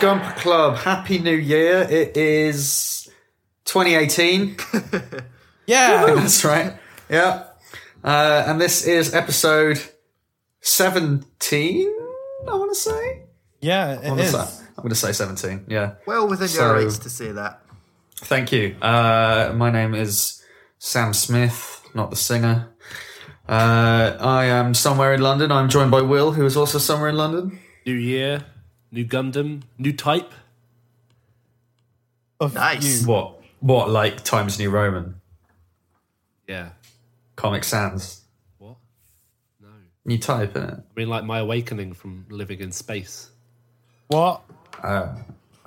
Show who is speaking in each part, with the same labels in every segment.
Speaker 1: Club, Happy New Year. It is 2018.
Speaker 2: Yeah.
Speaker 1: That's right. Yeah. Uh, and this is episode 17, I want to say.
Speaker 2: yeah, it
Speaker 1: What's
Speaker 2: is.
Speaker 1: that? I'm going to say 17. Yeah.
Speaker 3: Well within
Speaker 1: So-
Speaker 3: your rights to say that.
Speaker 1: Thank you. Uh, my name is Sam Smith, not the singer. Uh, I am somewhere in London. I'm joined by Will, who is also somewhere in London.
Speaker 4: New year, new Gundam, new type.
Speaker 2: Of
Speaker 3: Nice.
Speaker 2: you.
Speaker 1: What? What? Like Times New Roman,
Speaker 4: Yeah.
Speaker 1: Comic Sans.
Speaker 4: What? No. I
Speaker 1: New type in it.
Speaker 4: mean, like my awakening from living in space.
Speaker 2: What?
Speaker 1: I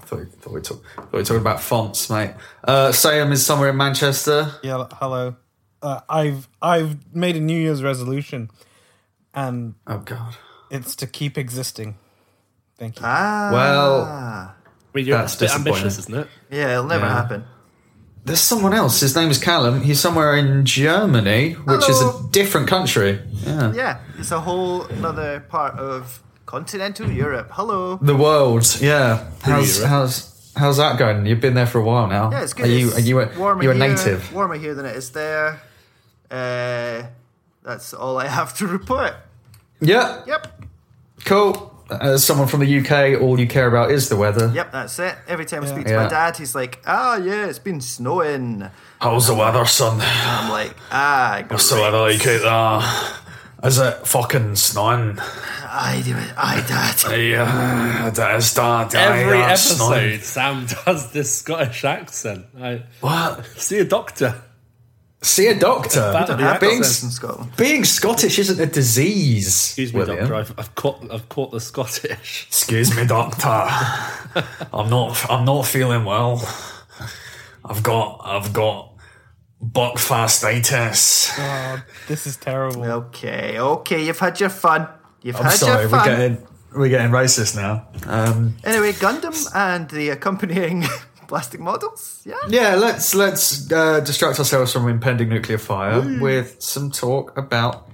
Speaker 1: thought, we- thought, we talk, thought we were talking about fonts, mate. Uh, Sam is somewhere in Manchester.
Speaker 2: Yeah. like, Hello. Uh, I've I've made a New Year's resolution, and
Speaker 1: Oh God.
Speaker 2: it's to keep existing. Thank you.
Speaker 3: Ah.
Speaker 1: Well-
Speaker 4: I mean, you're
Speaker 1: That's
Speaker 4: a bit ambitious, isn't
Speaker 1: disappointing.
Speaker 4: it?
Speaker 3: Yeah, it'll never
Speaker 1: Yeah.
Speaker 3: happen.
Speaker 1: There's someone else. His name is Callum. He's somewhere in Germany, which is
Speaker 3: Hello.
Speaker 1: a different country. Yeah.
Speaker 3: Yeah, it's a whole other part of continental Europe. Hello.
Speaker 1: The world. Yeah. How's
Speaker 4: Europe.
Speaker 1: how's how's that going? You've been there for a while now.
Speaker 3: Yeah, it's good.
Speaker 1: Are you
Speaker 3: It's
Speaker 1: are you a,
Speaker 3: warmer
Speaker 1: you a
Speaker 3: here,
Speaker 1: native?
Speaker 3: Warmer here than it is there. Uh, that's all I have to report.
Speaker 1: Yeah.
Speaker 3: Yep.
Speaker 1: Cool. As someone from the UK, all you care about is the weather.
Speaker 3: Yep, that's it. Every time I
Speaker 2: Yeah.
Speaker 3: speak to
Speaker 1: Yeah.
Speaker 3: my dad, he's like, "Ah, yeah, it's been snowing."
Speaker 1: How's the weather, son?
Speaker 3: I'm like, "Ah,
Speaker 1: So I like it. Uh, is it fucking snowing?
Speaker 3: I do it. I dad."
Speaker 1: Yeah, that is that.
Speaker 4: Every episode, Sam does this Scottish accent. I
Speaker 1: What?
Speaker 4: see a doctor.
Speaker 1: See a doctor.
Speaker 4: That'd be
Speaker 3: I've got
Speaker 1: being,
Speaker 3: this in Scotland.
Speaker 1: being Scottish isn't a disease.
Speaker 4: Excuse me,
Speaker 1: William.
Speaker 4: doctor. I've, I've caught. I've caught the Scottish.
Speaker 1: Excuse me, doctor. I'm not. I'm not feeling well. I've got. I've got buckfastitis.
Speaker 2: God, this is terrible.
Speaker 3: Okay, okay, you've had your fun. You've
Speaker 1: I'm
Speaker 3: had
Speaker 1: sorry.
Speaker 3: your
Speaker 1: We're
Speaker 3: fun.
Speaker 1: getting. We're getting racist now. Um,
Speaker 3: Anyway, Gundam and the accompanying plastic models. Yeah.
Speaker 1: yeah, let's let's uh, distract ourselves from impending nuclear fire with some talk about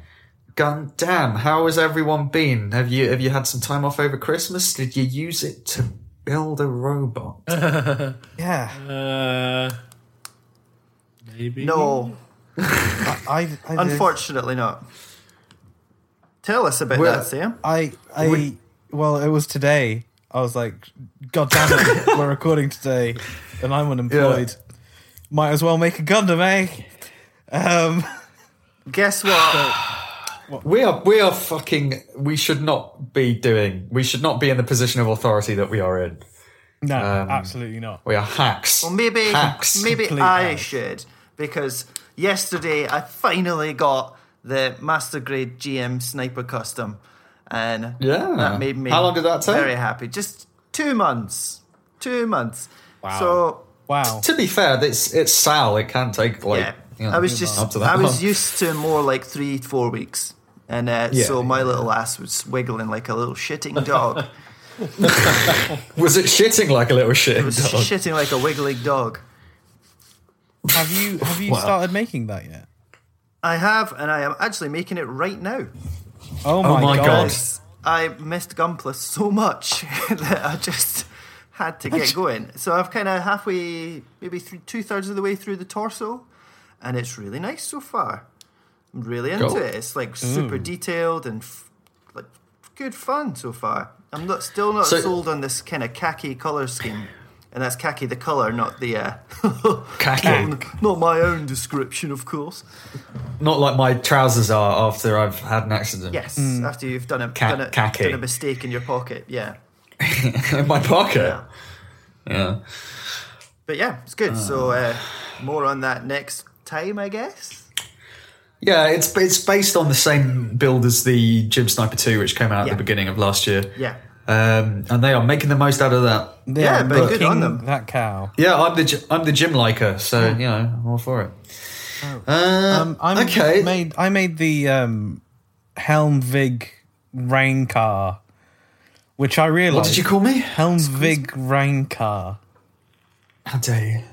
Speaker 1: Gundam. How has everyone been? Have you have you had some time off over Christmas? Did you use it to build a robot?
Speaker 3: Uh.
Speaker 2: Yeah.
Speaker 4: Uh, maybe.
Speaker 3: No,
Speaker 2: I. I
Speaker 3: unfortunately not. Tell us about
Speaker 1: Well-
Speaker 3: that, Sam.
Speaker 2: I. I. well, it was today. I was like, God damn it, we're recording today, and I'm unemployed. Might as well make a Gundam, eh? Um,
Speaker 3: Guess what?
Speaker 1: We are we are fucking we should not be doing we should not be in the position of authority that we are in.
Speaker 2: no, absolutely not.
Speaker 1: We are hacks.
Speaker 3: Well, maybe
Speaker 1: hacks.
Speaker 3: maybe
Speaker 2: Complete
Speaker 3: I
Speaker 2: hack.
Speaker 3: should because yesterday I finally got the master grade GM sniper custom, and
Speaker 1: Yeah.
Speaker 3: that made me
Speaker 1: How long did that take?
Speaker 3: Very happy. Just two months. Two months.
Speaker 4: Wow.
Speaker 3: So
Speaker 2: Wow.
Speaker 1: to be fair, it's it's Sal. It can take like
Speaker 3: yeah,
Speaker 1: you know,
Speaker 3: I was just
Speaker 1: up to that
Speaker 3: I was
Speaker 1: long.
Speaker 3: used to more like three four weeks, and uh,
Speaker 1: Yeah,
Speaker 3: so my little ass was wiggling like a little shitting dog.
Speaker 1: Was it shitting like a little shitting
Speaker 3: It was
Speaker 1: dog?
Speaker 3: shitting like a wiggling dog.
Speaker 2: Have you have you started making that yet?
Speaker 3: I have, and I am actually making it right now.
Speaker 2: Oh my,
Speaker 1: my
Speaker 2: god.
Speaker 1: God.
Speaker 3: I missed Gunpla so much that I just had to get going. So I've kind of halfway, maybe th- two thirds of the way through the torso, and it's really nice so far. I'm really into
Speaker 1: Cool. Mm.
Speaker 3: it. It's like super detailed and f- like good fun so far. I'm not still not
Speaker 1: So-
Speaker 3: sold on this kind of khaki color scheme, and that's khaki the color, not the uh,
Speaker 1: Khaki.
Speaker 3: not, not my own description, of course.
Speaker 1: Not like my trousers are after I've had an accident.
Speaker 3: Yes, after you've done a,
Speaker 1: Ca-
Speaker 3: done, a,
Speaker 1: khaki.
Speaker 3: done a mistake in your pocket, yeah.
Speaker 1: in my pocket.
Speaker 3: Yeah.
Speaker 1: Yeah.
Speaker 3: But yeah, it's good. so uh, more on that next time, I guess.
Speaker 1: Yeah, it's it's based on the same build as the Jim Sniper 2, which came out at
Speaker 3: Yeah.
Speaker 1: the beginning of last year.
Speaker 3: Yeah.
Speaker 1: Um, and they are making the most out of that.
Speaker 2: They
Speaker 3: Yeah,
Speaker 2: are
Speaker 3: but good on
Speaker 2: milking
Speaker 3: them.
Speaker 2: That cow.
Speaker 1: Yeah, I'm the gy- I'm the gym liker, so you know I'm all for it.
Speaker 3: Oh.
Speaker 1: Uh,
Speaker 2: Um, I'm
Speaker 1: okay.
Speaker 2: Made I made the um, Helmvig rain car, which I realized.
Speaker 1: what did you call me?
Speaker 2: Helmvig rain car?
Speaker 1: How dare you?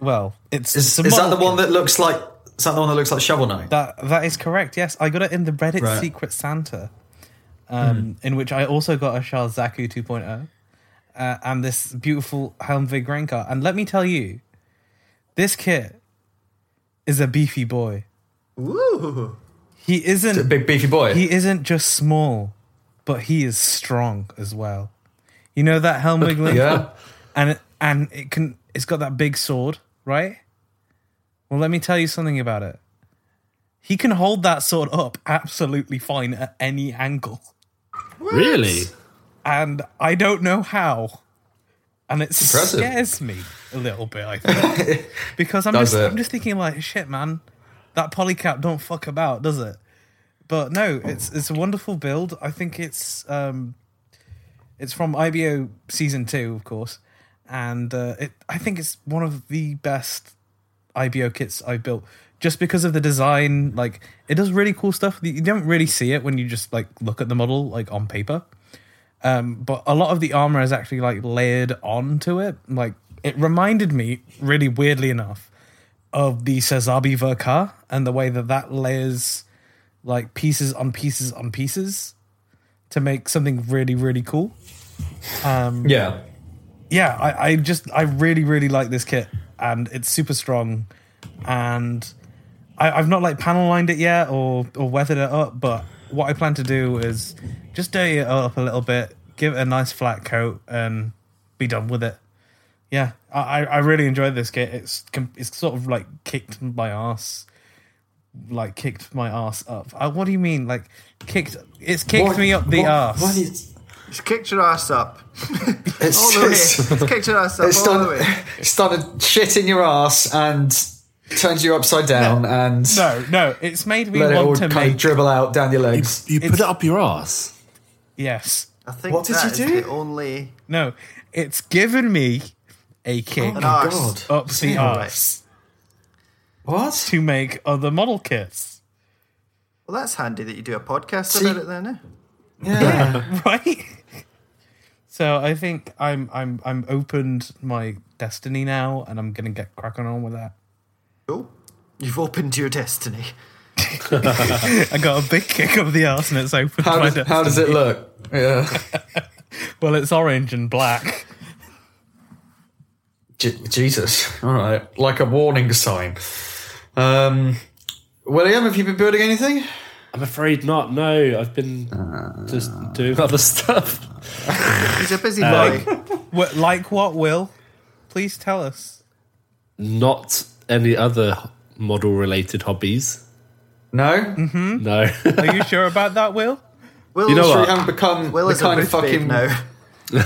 Speaker 2: Well, it's
Speaker 1: Is,
Speaker 2: it's a
Speaker 1: is that the
Speaker 2: model
Speaker 1: one
Speaker 2: kit.
Speaker 1: that looks like? Is that the one that looks like Shovel Knight?
Speaker 2: that that is correct? Yes, I got it in the Reddit
Speaker 1: Right.
Speaker 2: Secret Santa, um, in which I also got a Charles Zaku 2.0. uh, and this beautiful Helmvig Rengar. And let me tell you, this kid is a beefy boy.
Speaker 3: Ooh.
Speaker 2: He isn't
Speaker 1: A big beefy boy.
Speaker 2: He isn't just small, but he is strong as well. You know that Helmig Link?
Speaker 1: yeah.
Speaker 2: And and it can it's got that big sword, right? Well, let me tell you something about it. He can hold that sword up absolutely fine at any angle.
Speaker 4: Really?
Speaker 2: And I don't know how. And it
Speaker 1: Impressive.
Speaker 2: scares me a little bit, I think. because I'm
Speaker 1: Does
Speaker 2: just
Speaker 1: it?
Speaker 2: I'm just thinking like shit, man. That polycap don't fuck about, does it? But no, it's it's a wonderful build. I think it's um it's from IBO season two, of course, and uh, it I think it's one of the best IBO kits I've built just because of the design. Like it does really cool stuff. that You don't really see it when you just like look at the model like on paper. Um, but a lot of the armor is actually like layered onto it. Like it reminded me really weirdly enough of the Sezabi Verkar and the way that that layers like pieces on pieces on pieces to make something really really cool.
Speaker 1: Yeah.
Speaker 2: yeah, I, I just I really really like this kit, and it's super strong, and I, I've not like panel lined it yet or or weathered it up, but what I plan to do is just dirty it up a little bit, give it a nice flat coat, and be done with it. Yeah, I I I really enjoyed this kit. It's com- it's sort of like kicked my ass, like kicked my ass up. Uh, what do you mean? Like kicked? It's kicked me up the
Speaker 1: what-
Speaker 2: ass.
Speaker 1: what is-
Speaker 3: It's kicked your ass up.
Speaker 1: it's
Speaker 3: All the way.
Speaker 1: just-
Speaker 3: It's kicked your ass up
Speaker 1: It's
Speaker 3: all the
Speaker 1: started,
Speaker 3: way.
Speaker 1: it started shitting your ass and turns you upside down and
Speaker 2: no, no, it's made me
Speaker 1: let it all
Speaker 2: want to
Speaker 1: kind of
Speaker 2: make
Speaker 1: dribble out down your legs.
Speaker 4: You put it up your ass.
Speaker 2: yes.
Speaker 3: I think
Speaker 1: What did
Speaker 3: that
Speaker 1: you
Speaker 3: is
Speaker 1: do?
Speaker 3: the only
Speaker 2: No, it's given me a kick
Speaker 1: Oh
Speaker 3: an
Speaker 1: God.
Speaker 3: arse.
Speaker 2: up the
Speaker 1: All
Speaker 2: arse
Speaker 1: What?
Speaker 2: to make other model kits,
Speaker 3: Well, that's handy that you do a podcast
Speaker 1: See-
Speaker 3: about it then, eh?
Speaker 1: Yeah.
Speaker 2: right? So I think I'm I'm I'm opened my destiny now, and I'm gonna get cracking on with that.
Speaker 3: Cool. You've opened your destiny.
Speaker 2: I got a big kick up the arse, and it's opened
Speaker 1: How,
Speaker 2: my
Speaker 1: does, how does it
Speaker 2: destiny.
Speaker 1: look? Yeah.
Speaker 2: Well, it's orange and black.
Speaker 1: J- Jesus. All right. Like a warning sign. Um, William, have you been building anything?
Speaker 4: I'm afraid not. No, I've been just doing other stuff.
Speaker 3: He's a
Speaker 1: Uh,
Speaker 3: busy boy.
Speaker 2: What, like what? Will please tell us.
Speaker 4: Not any other model related hobbies.
Speaker 1: No.
Speaker 4: No.
Speaker 2: Are you sure about that, Will?
Speaker 3: Will,
Speaker 4: You know
Speaker 1: Sure, you
Speaker 4: what?
Speaker 1: haven't become
Speaker 3: Will
Speaker 1: the
Speaker 3: is
Speaker 1: kind
Speaker 3: a
Speaker 1: of
Speaker 3: of
Speaker 1: fucking.
Speaker 3: fucking now.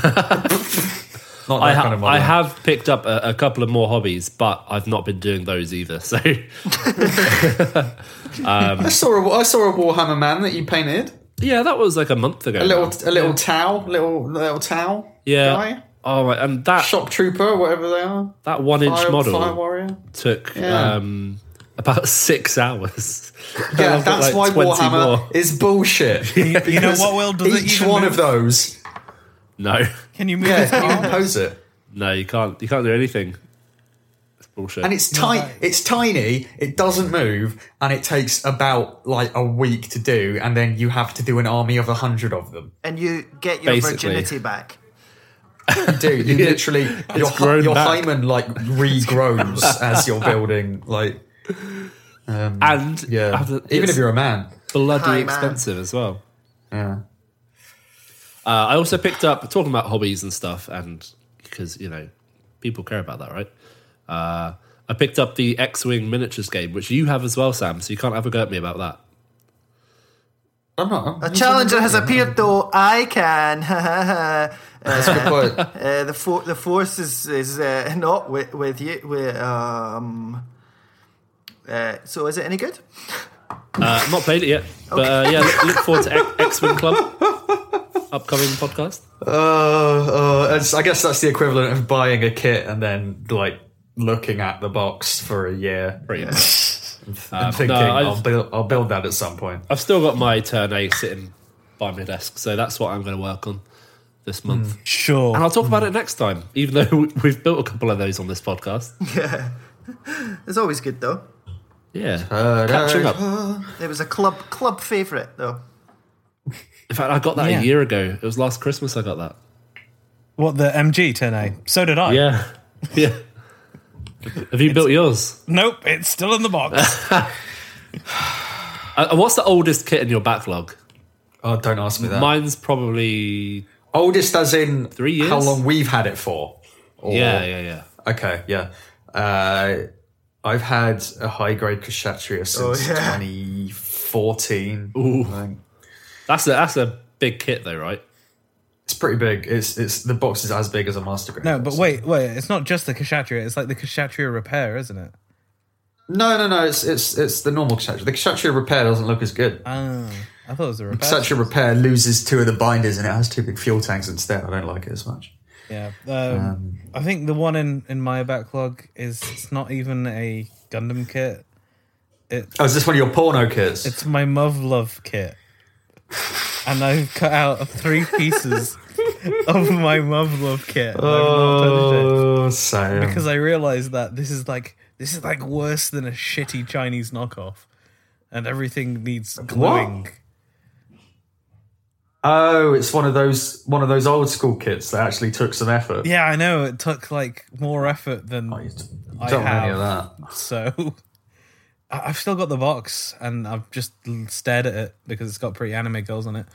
Speaker 1: Not that
Speaker 4: I, ha-
Speaker 1: kind of model.
Speaker 4: I have picked up a, a couple of more hobbies, but I've not been doing those either. So
Speaker 1: I saw a, I saw a Warhammer man that you painted.
Speaker 4: yeah, that was like a month ago.
Speaker 1: A little
Speaker 4: now.
Speaker 1: a little towel, little little towel.
Speaker 4: yeah.
Speaker 1: guy?
Speaker 4: Oh my, and that
Speaker 1: Shop trooper, whatever they are.
Speaker 4: that one inch
Speaker 1: Fire,
Speaker 4: model
Speaker 1: fire warrior.
Speaker 4: took
Speaker 1: Yeah.
Speaker 4: um, about six hours.
Speaker 1: Yeah,
Speaker 4: I've got
Speaker 1: that's
Speaker 4: like
Speaker 1: why
Speaker 4: 20
Speaker 1: Warhammer
Speaker 4: more.
Speaker 1: is bullshit.
Speaker 2: You know
Speaker 1: Because
Speaker 2: what, Will? Does it
Speaker 1: each
Speaker 2: even
Speaker 1: one
Speaker 2: move?
Speaker 1: of those.
Speaker 4: No,
Speaker 2: Can you move
Speaker 1: Yeah,
Speaker 2: this
Speaker 1: you
Speaker 2: arm?
Speaker 1: impose it,
Speaker 4: no, you can't. You can't do anything. It's bullshit.
Speaker 1: and it's tiny. It's tiny. It doesn't move, and it takes about like a week to do, and then you have to do an army of a hundred of them.
Speaker 3: And you get your
Speaker 4: Basically.
Speaker 3: virginity back.
Speaker 1: You do. You literally your hy-
Speaker 4: grown
Speaker 1: your
Speaker 4: back.
Speaker 1: hymen like regrows as you're building. Like
Speaker 4: and
Speaker 1: yeah,
Speaker 4: and
Speaker 1: even
Speaker 4: it's
Speaker 1: if you're a man.
Speaker 4: bloody
Speaker 3: Hi, man.
Speaker 4: expensive as well.
Speaker 1: Yeah.
Speaker 4: Uh, I also picked up talking about hobbies and stuff, and because you know people care about that, right? Uh, I picked up the X-wing miniatures game, which you have as well, Sam. So you can't have a go at me about that.
Speaker 1: I'm not.
Speaker 3: A challenger has appeared, though. I can. uh,
Speaker 1: That's a good point.
Speaker 3: the, fo- the force is, is uh, not with, with you. With, um, uh, so, is it any good?
Speaker 4: Uh, not played it yet, but uh, yeah, look, look forward to X- X-wing Club upcoming podcast.
Speaker 1: Uh, uh, it's- I guess that's the equivalent of buying a kit and then like looking at the box for a year
Speaker 4: Pretty much.
Speaker 1: and thinking
Speaker 4: Uh, no, I-
Speaker 1: I'll build I'll build that at some point.
Speaker 4: I've still got my turn A sitting by my desk, so that's what I'm going to work on this month.
Speaker 2: Sure.
Speaker 4: And I'll talk about it next time, even though we- we've built a couple of those on this podcast.
Speaker 3: It's always good, though.
Speaker 4: Yeah.
Speaker 1: Uh,
Speaker 4: Catching
Speaker 1: no.
Speaker 4: up.
Speaker 3: It was a club club favourite, though.
Speaker 4: In fact, I got that
Speaker 2: Yeah.
Speaker 4: a year ago. It was last Christmas I got that.
Speaker 2: What the MG 10A? So did I.
Speaker 4: Yeah, yeah. Have you built yours?
Speaker 2: Nope, it's still in the box.
Speaker 4: Uh, and what's the oldest kit in your backlog?
Speaker 1: Oh, don't ask me that.
Speaker 4: Mine's probably
Speaker 1: Oldest as in
Speaker 4: Three years?
Speaker 1: how long we've had it for. Or-
Speaker 4: yeah, yeah, yeah.
Speaker 1: Okay, yeah. Uh, I've had a high grade Kshatriya since
Speaker 3: yeah.
Speaker 1: 2014.
Speaker 4: Ooh.
Speaker 1: I think.
Speaker 4: That's a that's a big kit though, right?
Speaker 1: It's pretty big. It's it's the box is as big as a master grade.
Speaker 2: no, but
Speaker 1: box.
Speaker 2: wait, wait. It's not just the Kshatriya. It's like the Kshatriya repair, isn't it?
Speaker 1: No, no, no. It's it's it's the normal Kshatriya. The Kshatriya repair doesn't look as good.
Speaker 2: Oh, I thought it was a repair.
Speaker 1: Kshatriya repair loses two of the binders and it has two big fuel tanks instead. I don't like it as much.
Speaker 2: Yeah. Um, I think the one in, in my backlog is it's not even a Gundam kit.
Speaker 1: Oh, is this one of your porno kits?
Speaker 2: It's my Muv Love kit. And I've cut out three pieces of my Muv Love kit. and I've not finished it.
Speaker 1: oh, Sam.
Speaker 2: Because I realized that this is like this is like worse than a shitty Chinese knockoff. And everything needs gluing.
Speaker 1: oh, it's one of those one of those old school kits that actually took some effort.
Speaker 2: Yeah, I know, it took like more effort than
Speaker 1: I don't
Speaker 2: I
Speaker 1: want any of
Speaker 2: have.
Speaker 1: that.
Speaker 2: So I- I've still got the box and I've just l- stared at it because it's got pretty anime girls on it,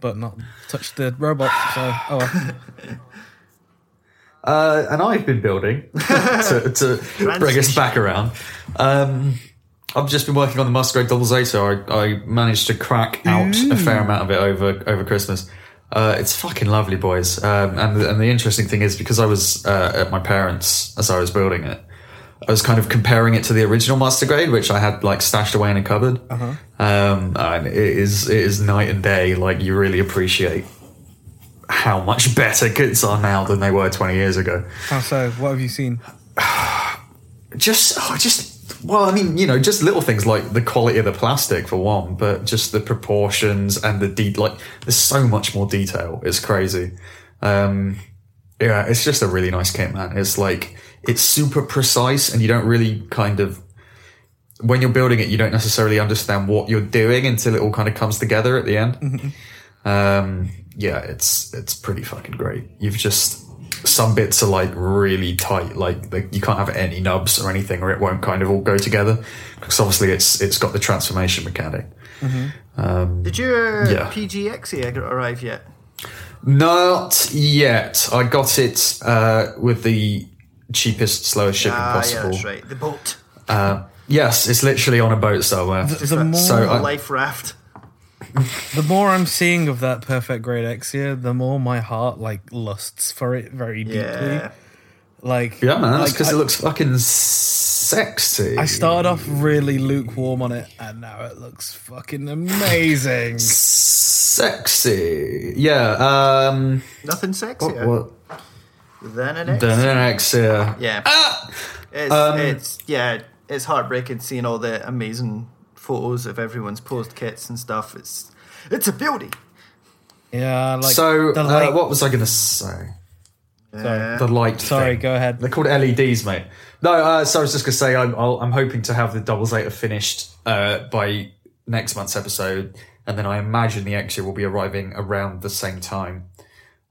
Speaker 2: but not touched the robot. So, oh, well.
Speaker 1: Uh, and I've been building to, to bring us back around. Um, I've just been working on the Musgrave Double Zeta. I, I managed to crack out a fair amount of it over over Christmas. Uh, it's fucking lovely, boys. Um, and and the interesting thing is because I was uh, at my parents as I was building it, I was kind of comparing it to the original Master Grade, which I had like stashed away in a cupboard. Um, and it is it is night and day. Like you really appreciate how much better kits are now than they were twenty years ago
Speaker 2: How Oh, so? What have you seen?
Speaker 1: just oh, just well i mean you know just little things like the quality of the plastic for one but just the proportions and the de- like there's so much more detail it's crazy um yeah it's just a really nice kit man it's like it's super precise and you don't really kind of when you're building it you don't necessarily understand what you're doing until it all kind of comes together at the end um yeah it's it's pretty fucking great you've just some bits are like really tight, like, like you can't have any nubs or anything, or it won't kind of all go together. Because obviously, it's it's got the transformation mechanic.
Speaker 3: Did your
Speaker 1: Yeah.
Speaker 3: PGX egg arrive yet?
Speaker 1: Not yet. I got it uh, with the cheapest, slowest shipping
Speaker 3: Ah, yeah,
Speaker 1: possible.
Speaker 3: that's right. The boat,
Speaker 1: Uh, yes, it's literally on a boat somewhere.
Speaker 2: The more,
Speaker 1: So
Speaker 3: the
Speaker 1: I-
Speaker 3: life raft.
Speaker 2: the more I'm seeing of that perfect grade Exia, the more my heart like lusts for it very deeply.
Speaker 3: Yeah,
Speaker 2: Like,
Speaker 1: yeah, man, that's
Speaker 2: like,
Speaker 1: because
Speaker 2: I-
Speaker 1: it looks fucking sexy.
Speaker 2: I started off really lukewarm on it, and now it looks fucking amazing.
Speaker 1: sexy. Yeah. Um,
Speaker 3: nothing sexier
Speaker 1: What?
Speaker 3: than an X.
Speaker 1: The next. Uh,
Speaker 3: Yeah, it's,
Speaker 1: Um,
Speaker 3: it's yeah, it's heartbreaking seeing all the amazing photos of everyone's posed kits and stuff. It's it's a beauty.
Speaker 2: Yeah, like
Speaker 1: so,
Speaker 2: the light.
Speaker 1: uh, what was I going to say?
Speaker 3: Yeah.
Speaker 1: The light.
Speaker 2: Sorry,
Speaker 1: thing.
Speaker 2: go ahead.
Speaker 1: They're called LEDs, mate. No, uh, so I was just gonna say I'm I'll, I'm hoping to have the double zeta finished uh, by next month's episode, and then I imagine the extra will be arriving around the same time.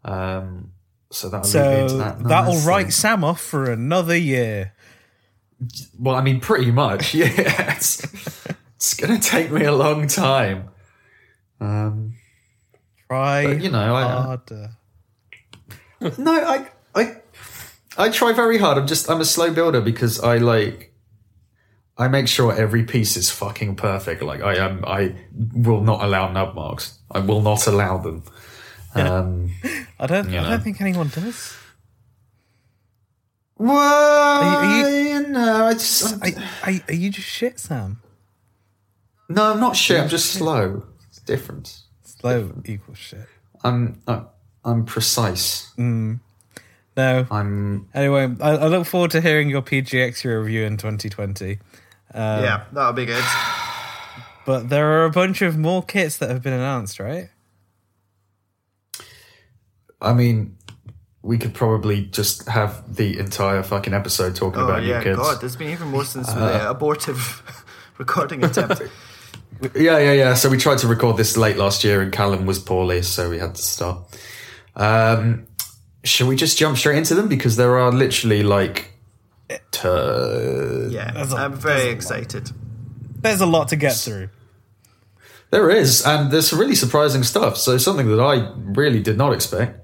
Speaker 1: Um, so that'll lead me
Speaker 2: So
Speaker 1: into that. No,
Speaker 2: that'll
Speaker 1: that's-
Speaker 2: write Sam off for another year.
Speaker 1: Well, I mean, pretty much. Yeah, it's, it's gonna take me a long time. Um,
Speaker 2: Try
Speaker 1: you know,
Speaker 2: Uh,
Speaker 1: I-
Speaker 2: harder.
Speaker 1: No, I, I, I try very hard. I'm just, I'm a slow builder because I like, I make sure every piece is fucking perfect. Like I am, I will not allow nub marks. I will not allow them. Um,
Speaker 2: I don't. I
Speaker 1: know.
Speaker 2: don't think anyone does.
Speaker 1: well,
Speaker 2: you- are
Speaker 1: you know, I just,
Speaker 2: Are, are, are you just shit, Sam?
Speaker 1: no, I'm not shit. I'm just slow. It's different.
Speaker 2: Slow equals shit.
Speaker 1: I'm, I'm, I'm precise.
Speaker 2: No.
Speaker 1: I'm,
Speaker 2: Anyway, I, I look forward to hearing your PGX review in 2020.
Speaker 1: Um,
Speaker 3: yeah, that'll be good.
Speaker 2: But there are a bunch of more kits that have been announced, right?
Speaker 1: I mean, we could probably just have the entire fucking episode talking
Speaker 3: Oh
Speaker 1: about
Speaker 3: yeah,
Speaker 1: new kids. Uh-huh.
Speaker 3: God, there's been even more since the abortive recording attempt.
Speaker 1: Yeah, yeah, yeah. So we tried to record this late last year, and Callum was poorly, so we had to stop. Um, Should we just jump straight into them because there are literally like tur-
Speaker 3: Yeah,
Speaker 2: There's a-
Speaker 3: I'm
Speaker 2: there's a
Speaker 3: very
Speaker 2: lot.
Speaker 3: excited.
Speaker 2: There's a lot to get through.
Speaker 1: there is, and there's some really surprising stuff. So something that I really did not expect.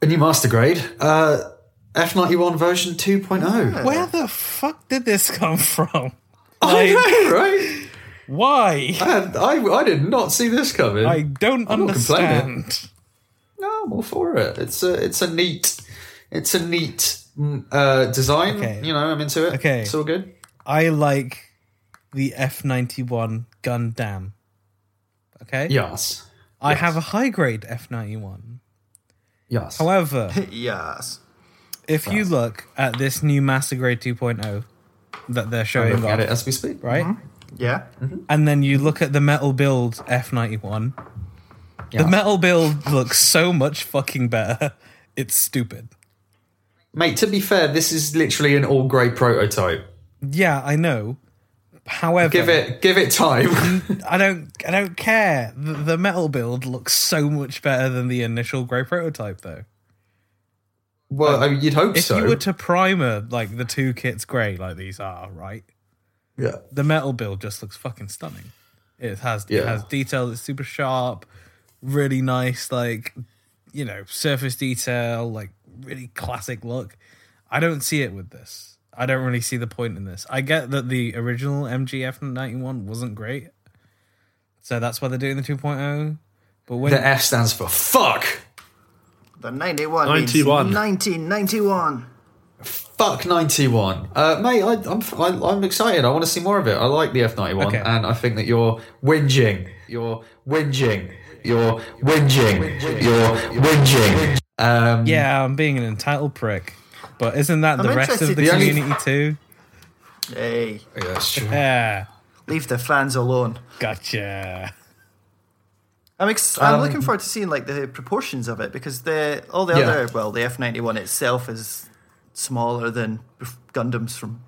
Speaker 1: A new master grade, uh, F91 version oh. 2.0.
Speaker 2: Where the fuck did this come from?
Speaker 1: I
Speaker 2: Like,
Speaker 1: know, right?
Speaker 2: why?
Speaker 1: And I, I did not see this coming.
Speaker 2: I don't
Speaker 1: I'm not complaining.
Speaker 2: understand.
Speaker 1: No, I'm all for it. It's a it's a neat it's a neat mm, uh, design.
Speaker 2: Okay.
Speaker 1: You know, I'm into it.
Speaker 2: Okay.
Speaker 1: it's all good.
Speaker 2: I like the F91 Gundam. Okay?
Speaker 1: Yes,
Speaker 2: I have a high grade F91.
Speaker 1: yes.
Speaker 2: However,
Speaker 3: Yes.
Speaker 2: if you look at this new Master Grade 2.0 that they're showing
Speaker 1: Looking
Speaker 2: off,
Speaker 1: at it Mm-hmm. as we speak.
Speaker 2: right?
Speaker 3: Yeah.
Speaker 1: Hmm?
Speaker 2: And then you look at the metal build F91.
Speaker 1: Yeah.
Speaker 2: The metal build looks so much fucking better. It's stupid.
Speaker 1: Mate, to be fair, this is literally an all grey prototype.
Speaker 2: Yeah, I know. However,
Speaker 1: Give it give it time.
Speaker 2: I don't I don't care. The, the metal build looks so much better than the initial grey prototype though.
Speaker 1: well, I mean, you'd hope
Speaker 2: Uh, If
Speaker 1: so.
Speaker 2: you were to primer like the two kits grey like these are, right?
Speaker 1: yeah.
Speaker 2: The metal build just looks fucking stunning. It has
Speaker 1: Yeah.
Speaker 2: it has detail that's super sharp, really nice like you know, surface detail, like really classic look. I don't see it with this. I don't really see the point in this. I get that the original MGF 91 wasn't great. So that's why they're doing the oh. 2.0. But when
Speaker 1: The F stands for fuck.
Speaker 3: The 91.
Speaker 4: 91.
Speaker 3: 91. 1991.
Speaker 1: Fuck ninety one, uh, mate. I, I'm I, I'm excited. I want to see more of it. I like the F ninety one,
Speaker 2: Okay.
Speaker 1: and I think that you're whinging. You're whinging. You're whinging. You're whinging. Um,
Speaker 2: yeah, I'm being an entitled prick. But isn't that the rest of
Speaker 3: interested-
Speaker 2: the
Speaker 1: The only-
Speaker 2: community too?
Speaker 3: Hey,
Speaker 1: yeah, that's true.
Speaker 2: Yeah,
Speaker 3: leave the fans alone.
Speaker 2: gotcha.
Speaker 3: I'm ex- I'm
Speaker 1: Um,
Speaker 3: looking forward to seeing like the proportions of it because the all the
Speaker 1: Yeah.
Speaker 3: other well the F91 itself is smaller than bef- Gundams from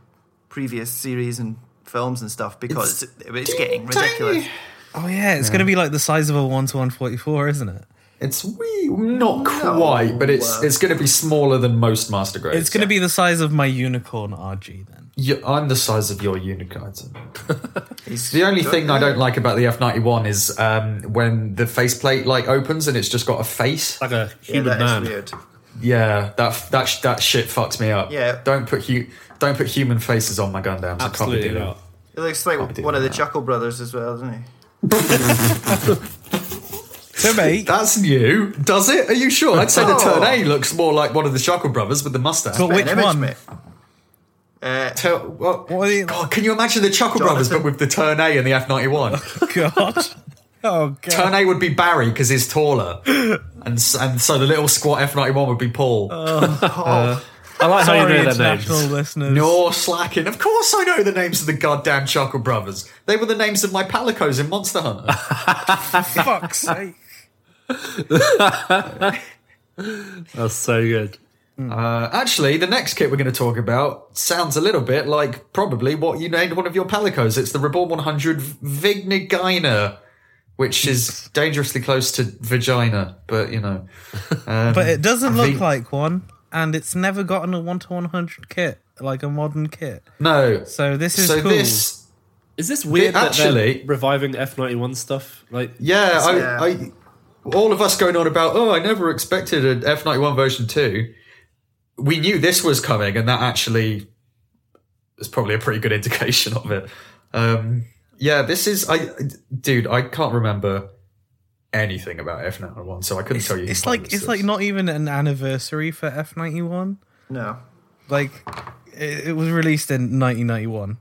Speaker 3: previous series and films and stuff because it's, it's getting ridiculous.
Speaker 2: Oh yeah, it's gonna be like the size of a one to one forty four, isn't it?
Speaker 1: It's wee, not quite, but it's it's going to be smaller than most master grades.
Speaker 2: It's gonna be the size of my unicorn RG then.
Speaker 1: You- I'm the size of your unicorn.
Speaker 3: He's-
Speaker 1: The only thing I don't like about the F91 is um, when the faceplate like opens and it's just got a face.
Speaker 4: Like a
Speaker 3: yeah,
Speaker 4: human
Speaker 3: that is
Speaker 4: man.
Speaker 3: weird.
Speaker 1: Yeah, that that sh- that shit fucks me up.
Speaker 3: Yeah.
Speaker 1: don't put hu- don't put human faces on my Gundams. I
Speaker 4: Absolutely
Speaker 1: can't be doing
Speaker 4: not.
Speaker 3: It looks like
Speaker 1: do
Speaker 3: one of the
Speaker 1: that.
Speaker 3: Chuckle Brothers as well, doesn't he?
Speaker 2: So mate,
Speaker 1: That's new, does it? Are you sure? I'd say the
Speaker 3: Oh.
Speaker 1: Turn A looks more like one of the Shuckle brothers with the mustache.
Speaker 2: but which
Speaker 3: An image,
Speaker 2: one?
Speaker 3: mate. Uh,
Speaker 1: Tur- what-
Speaker 2: What are you-
Speaker 1: God, can you imagine the Chuckle Brothers, but
Speaker 3: Jonathan.
Speaker 1: with the Turn A and the F91?
Speaker 2: God. Oh god.
Speaker 1: Turn A would be Barry because he's taller, and s- and so the little squat F91 would be Paul.
Speaker 3: Uh,
Speaker 4: I like how
Speaker 2: Sorry,
Speaker 4: you know their
Speaker 2: international
Speaker 4: names.
Speaker 2: listeners.
Speaker 1: You're slacking. Of course, I know the names of the goddamn Chuckle Brothers. They were the names of my palicos in Monster Hunter.
Speaker 2: fuck's sake.
Speaker 4: That's so good.
Speaker 1: Uh, actually, the next kit we're going to talk about sounds a little bit like probably what you named one of your Palicos. It's the Reborn 100 Vignigina, which is dangerously close to vagina, but you know.
Speaker 2: But it doesn't look
Speaker 1: the-
Speaker 2: like one, and it's never gotten a one to one hundred kit, like a modern kit.
Speaker 1: No.
Speaker 2: So this is
Speaker 1: So
Speaker 2: cool.
Speaker 1: this,
Speaker 4: Is this weird that
Speaker 1: actually-
Speaker 4: they're reviving F ninety one stuff? Like,
Speaker 1: yeah, I,
Speaker 3: Yeah.
Speaker 1: I, all of us going on about, oh, I never expected an F91 version 2. We knew this was coming, and that actually is probably a pretty good indication of it. Um, yeah, this is I, dude. I can't remember anything about F ninety one, so I couldn't tell you.
Speaker 2: it's
Speaker 1: why
Speaker 2: like
Speaker 1: this
Speaker 2: it's
Speaker 1: is.
Speaker 2: like not even an anniversary for F ninety one.
Speaker 3: no.
Speaker 2: Like it, it was released in nineteen ninety one.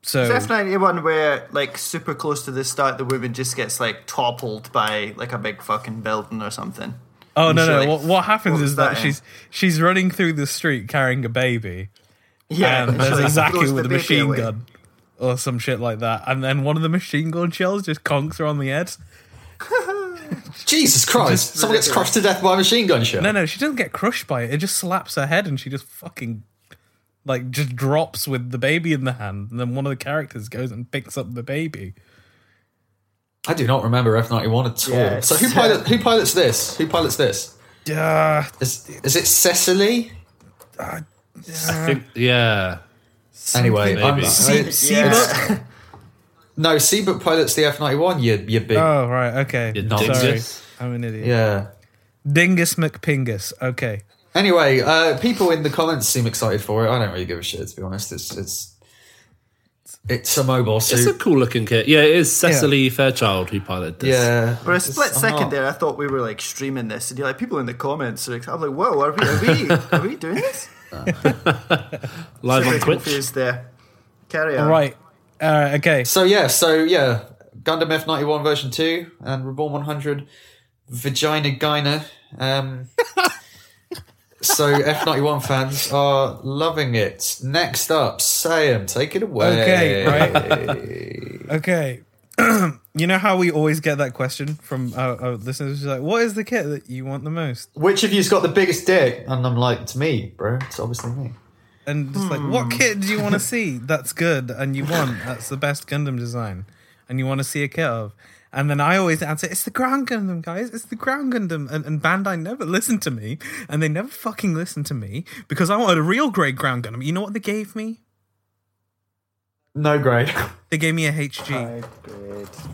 Speaker 2: So
Speaker 3: It's F91 where, like, super close to the start, the woman just gets, like, toppled by, like, a big fucking building or something.
Speaker 2: oh no no,
Speaker 3: usually-
Speaker 2: what, what happens
Speaker 3: what
Speaker 2: is
Speaker 3: was
Speaker 2: that,
Speaker 3: that in?
Speaker 2: she's she's running through the street carrying a baby,
Speaker 3: Yeah,
Speaker 2: and
Speaker 3: it's
Speaker 2: Um, there's
Speaker 3: like
Speaker 2: exactly
Speaker 3: throws
Speaker 2: with
Speaker 3: the
Speaker 2: a
Speaker 3: baby
Speaker 2: machine
Speaker 3: away.
Speaker 2: gun or some shit like that, and then one of the machine gun shells just conks her on the head.
Speaker 1: Jesus Christ! Someone gets crushed to death by a machine gun shot.
Speaker 2: No, no, she doesn't get crushed by it. It just slaps her head and she just fucking like just drops with the baby in the hand. And then one of the characters goes and picks up the baby.
Speaker 1: I do not remember F ninety one at all.
Speaker 3: Yeah,
Speaker 1: so who
Speaker 3: it's-
Speaker 1: pilot, who pilots this? Who pilots this?
Speaker 2: Uh,
Speaker 1: Is, is it Cecily?
Speaker 2: Oh,
Speaker 4: I think, yeah.
Speaker 1: Anyway, I'm,
Speaker 4: Maybe.
Speaker 1: I-
Speaker 2: Seabuck?
Speaker 1: no, Seabrook pilots the F ninety one. You you big
Speaker 2: Oh, right. Okay.
Speaker 4: You
Speaker 2: Sorry.
Speaker 4: dingus.
Speaker 2: I'm an idiot.
Speaker 1: yeah.
Speaker 2: Dingus McPingus. Okay.
Speaker 1: Anyway, uh, people in the comments seem excited for it. I don't really give a shit to be honest. It's it's it's a mobile
Speaker 4: It's a
Speaker 1: suit.
Speaker 4: cool looking kid. Yeah, it is Cecily Fairchild who piloted this.
Speaker 1: yeah,
Speaker 3: For a
Speaker 1: It's-
Speaker 3: split
Speaker 1: I'm
Speaker 3: second
Speaker 1: not-
Speaker 3: there, I thought we were like streaming this, and you're like, people in the comments are. ex- I'm like, whoa, are we? Are we? Are we doing this?
Speaker 4: Live on
Speaker 3: Very
Speaker 4: Twitch.
Speaker 3: confused there. Carry on.
Speaker 2: Right. Uh, okay.
Speaker 1: So yeah, so yeah, Gundam F ninety one version two and Reborn one hundred, Vagina Gyna. Um, so F ninety one fans are loving it. Next up, Sam, take it away.
Speaker 2: Okay, Okay. you know how we always get that question from our, our listeners? It's like, what is the kit that you want the most?
Speaker 1: Which of you's got the biggest dick? And I'm like, it's me, bro. It's obviously me.
Speaker 2: And just like, what kit do you want to see that's good and you want? That's the best Gundam design and you want to see a kit of? And then I always answer, it's the ground Gundam, guys. It's the ground Gundam. And, and Bandai never listened to me. And they never fucking listened to me because I wanted a real great ground Gundam. You know what they gave me?
Speaker 1: No grade.
Speaker 2: They gave me a HG.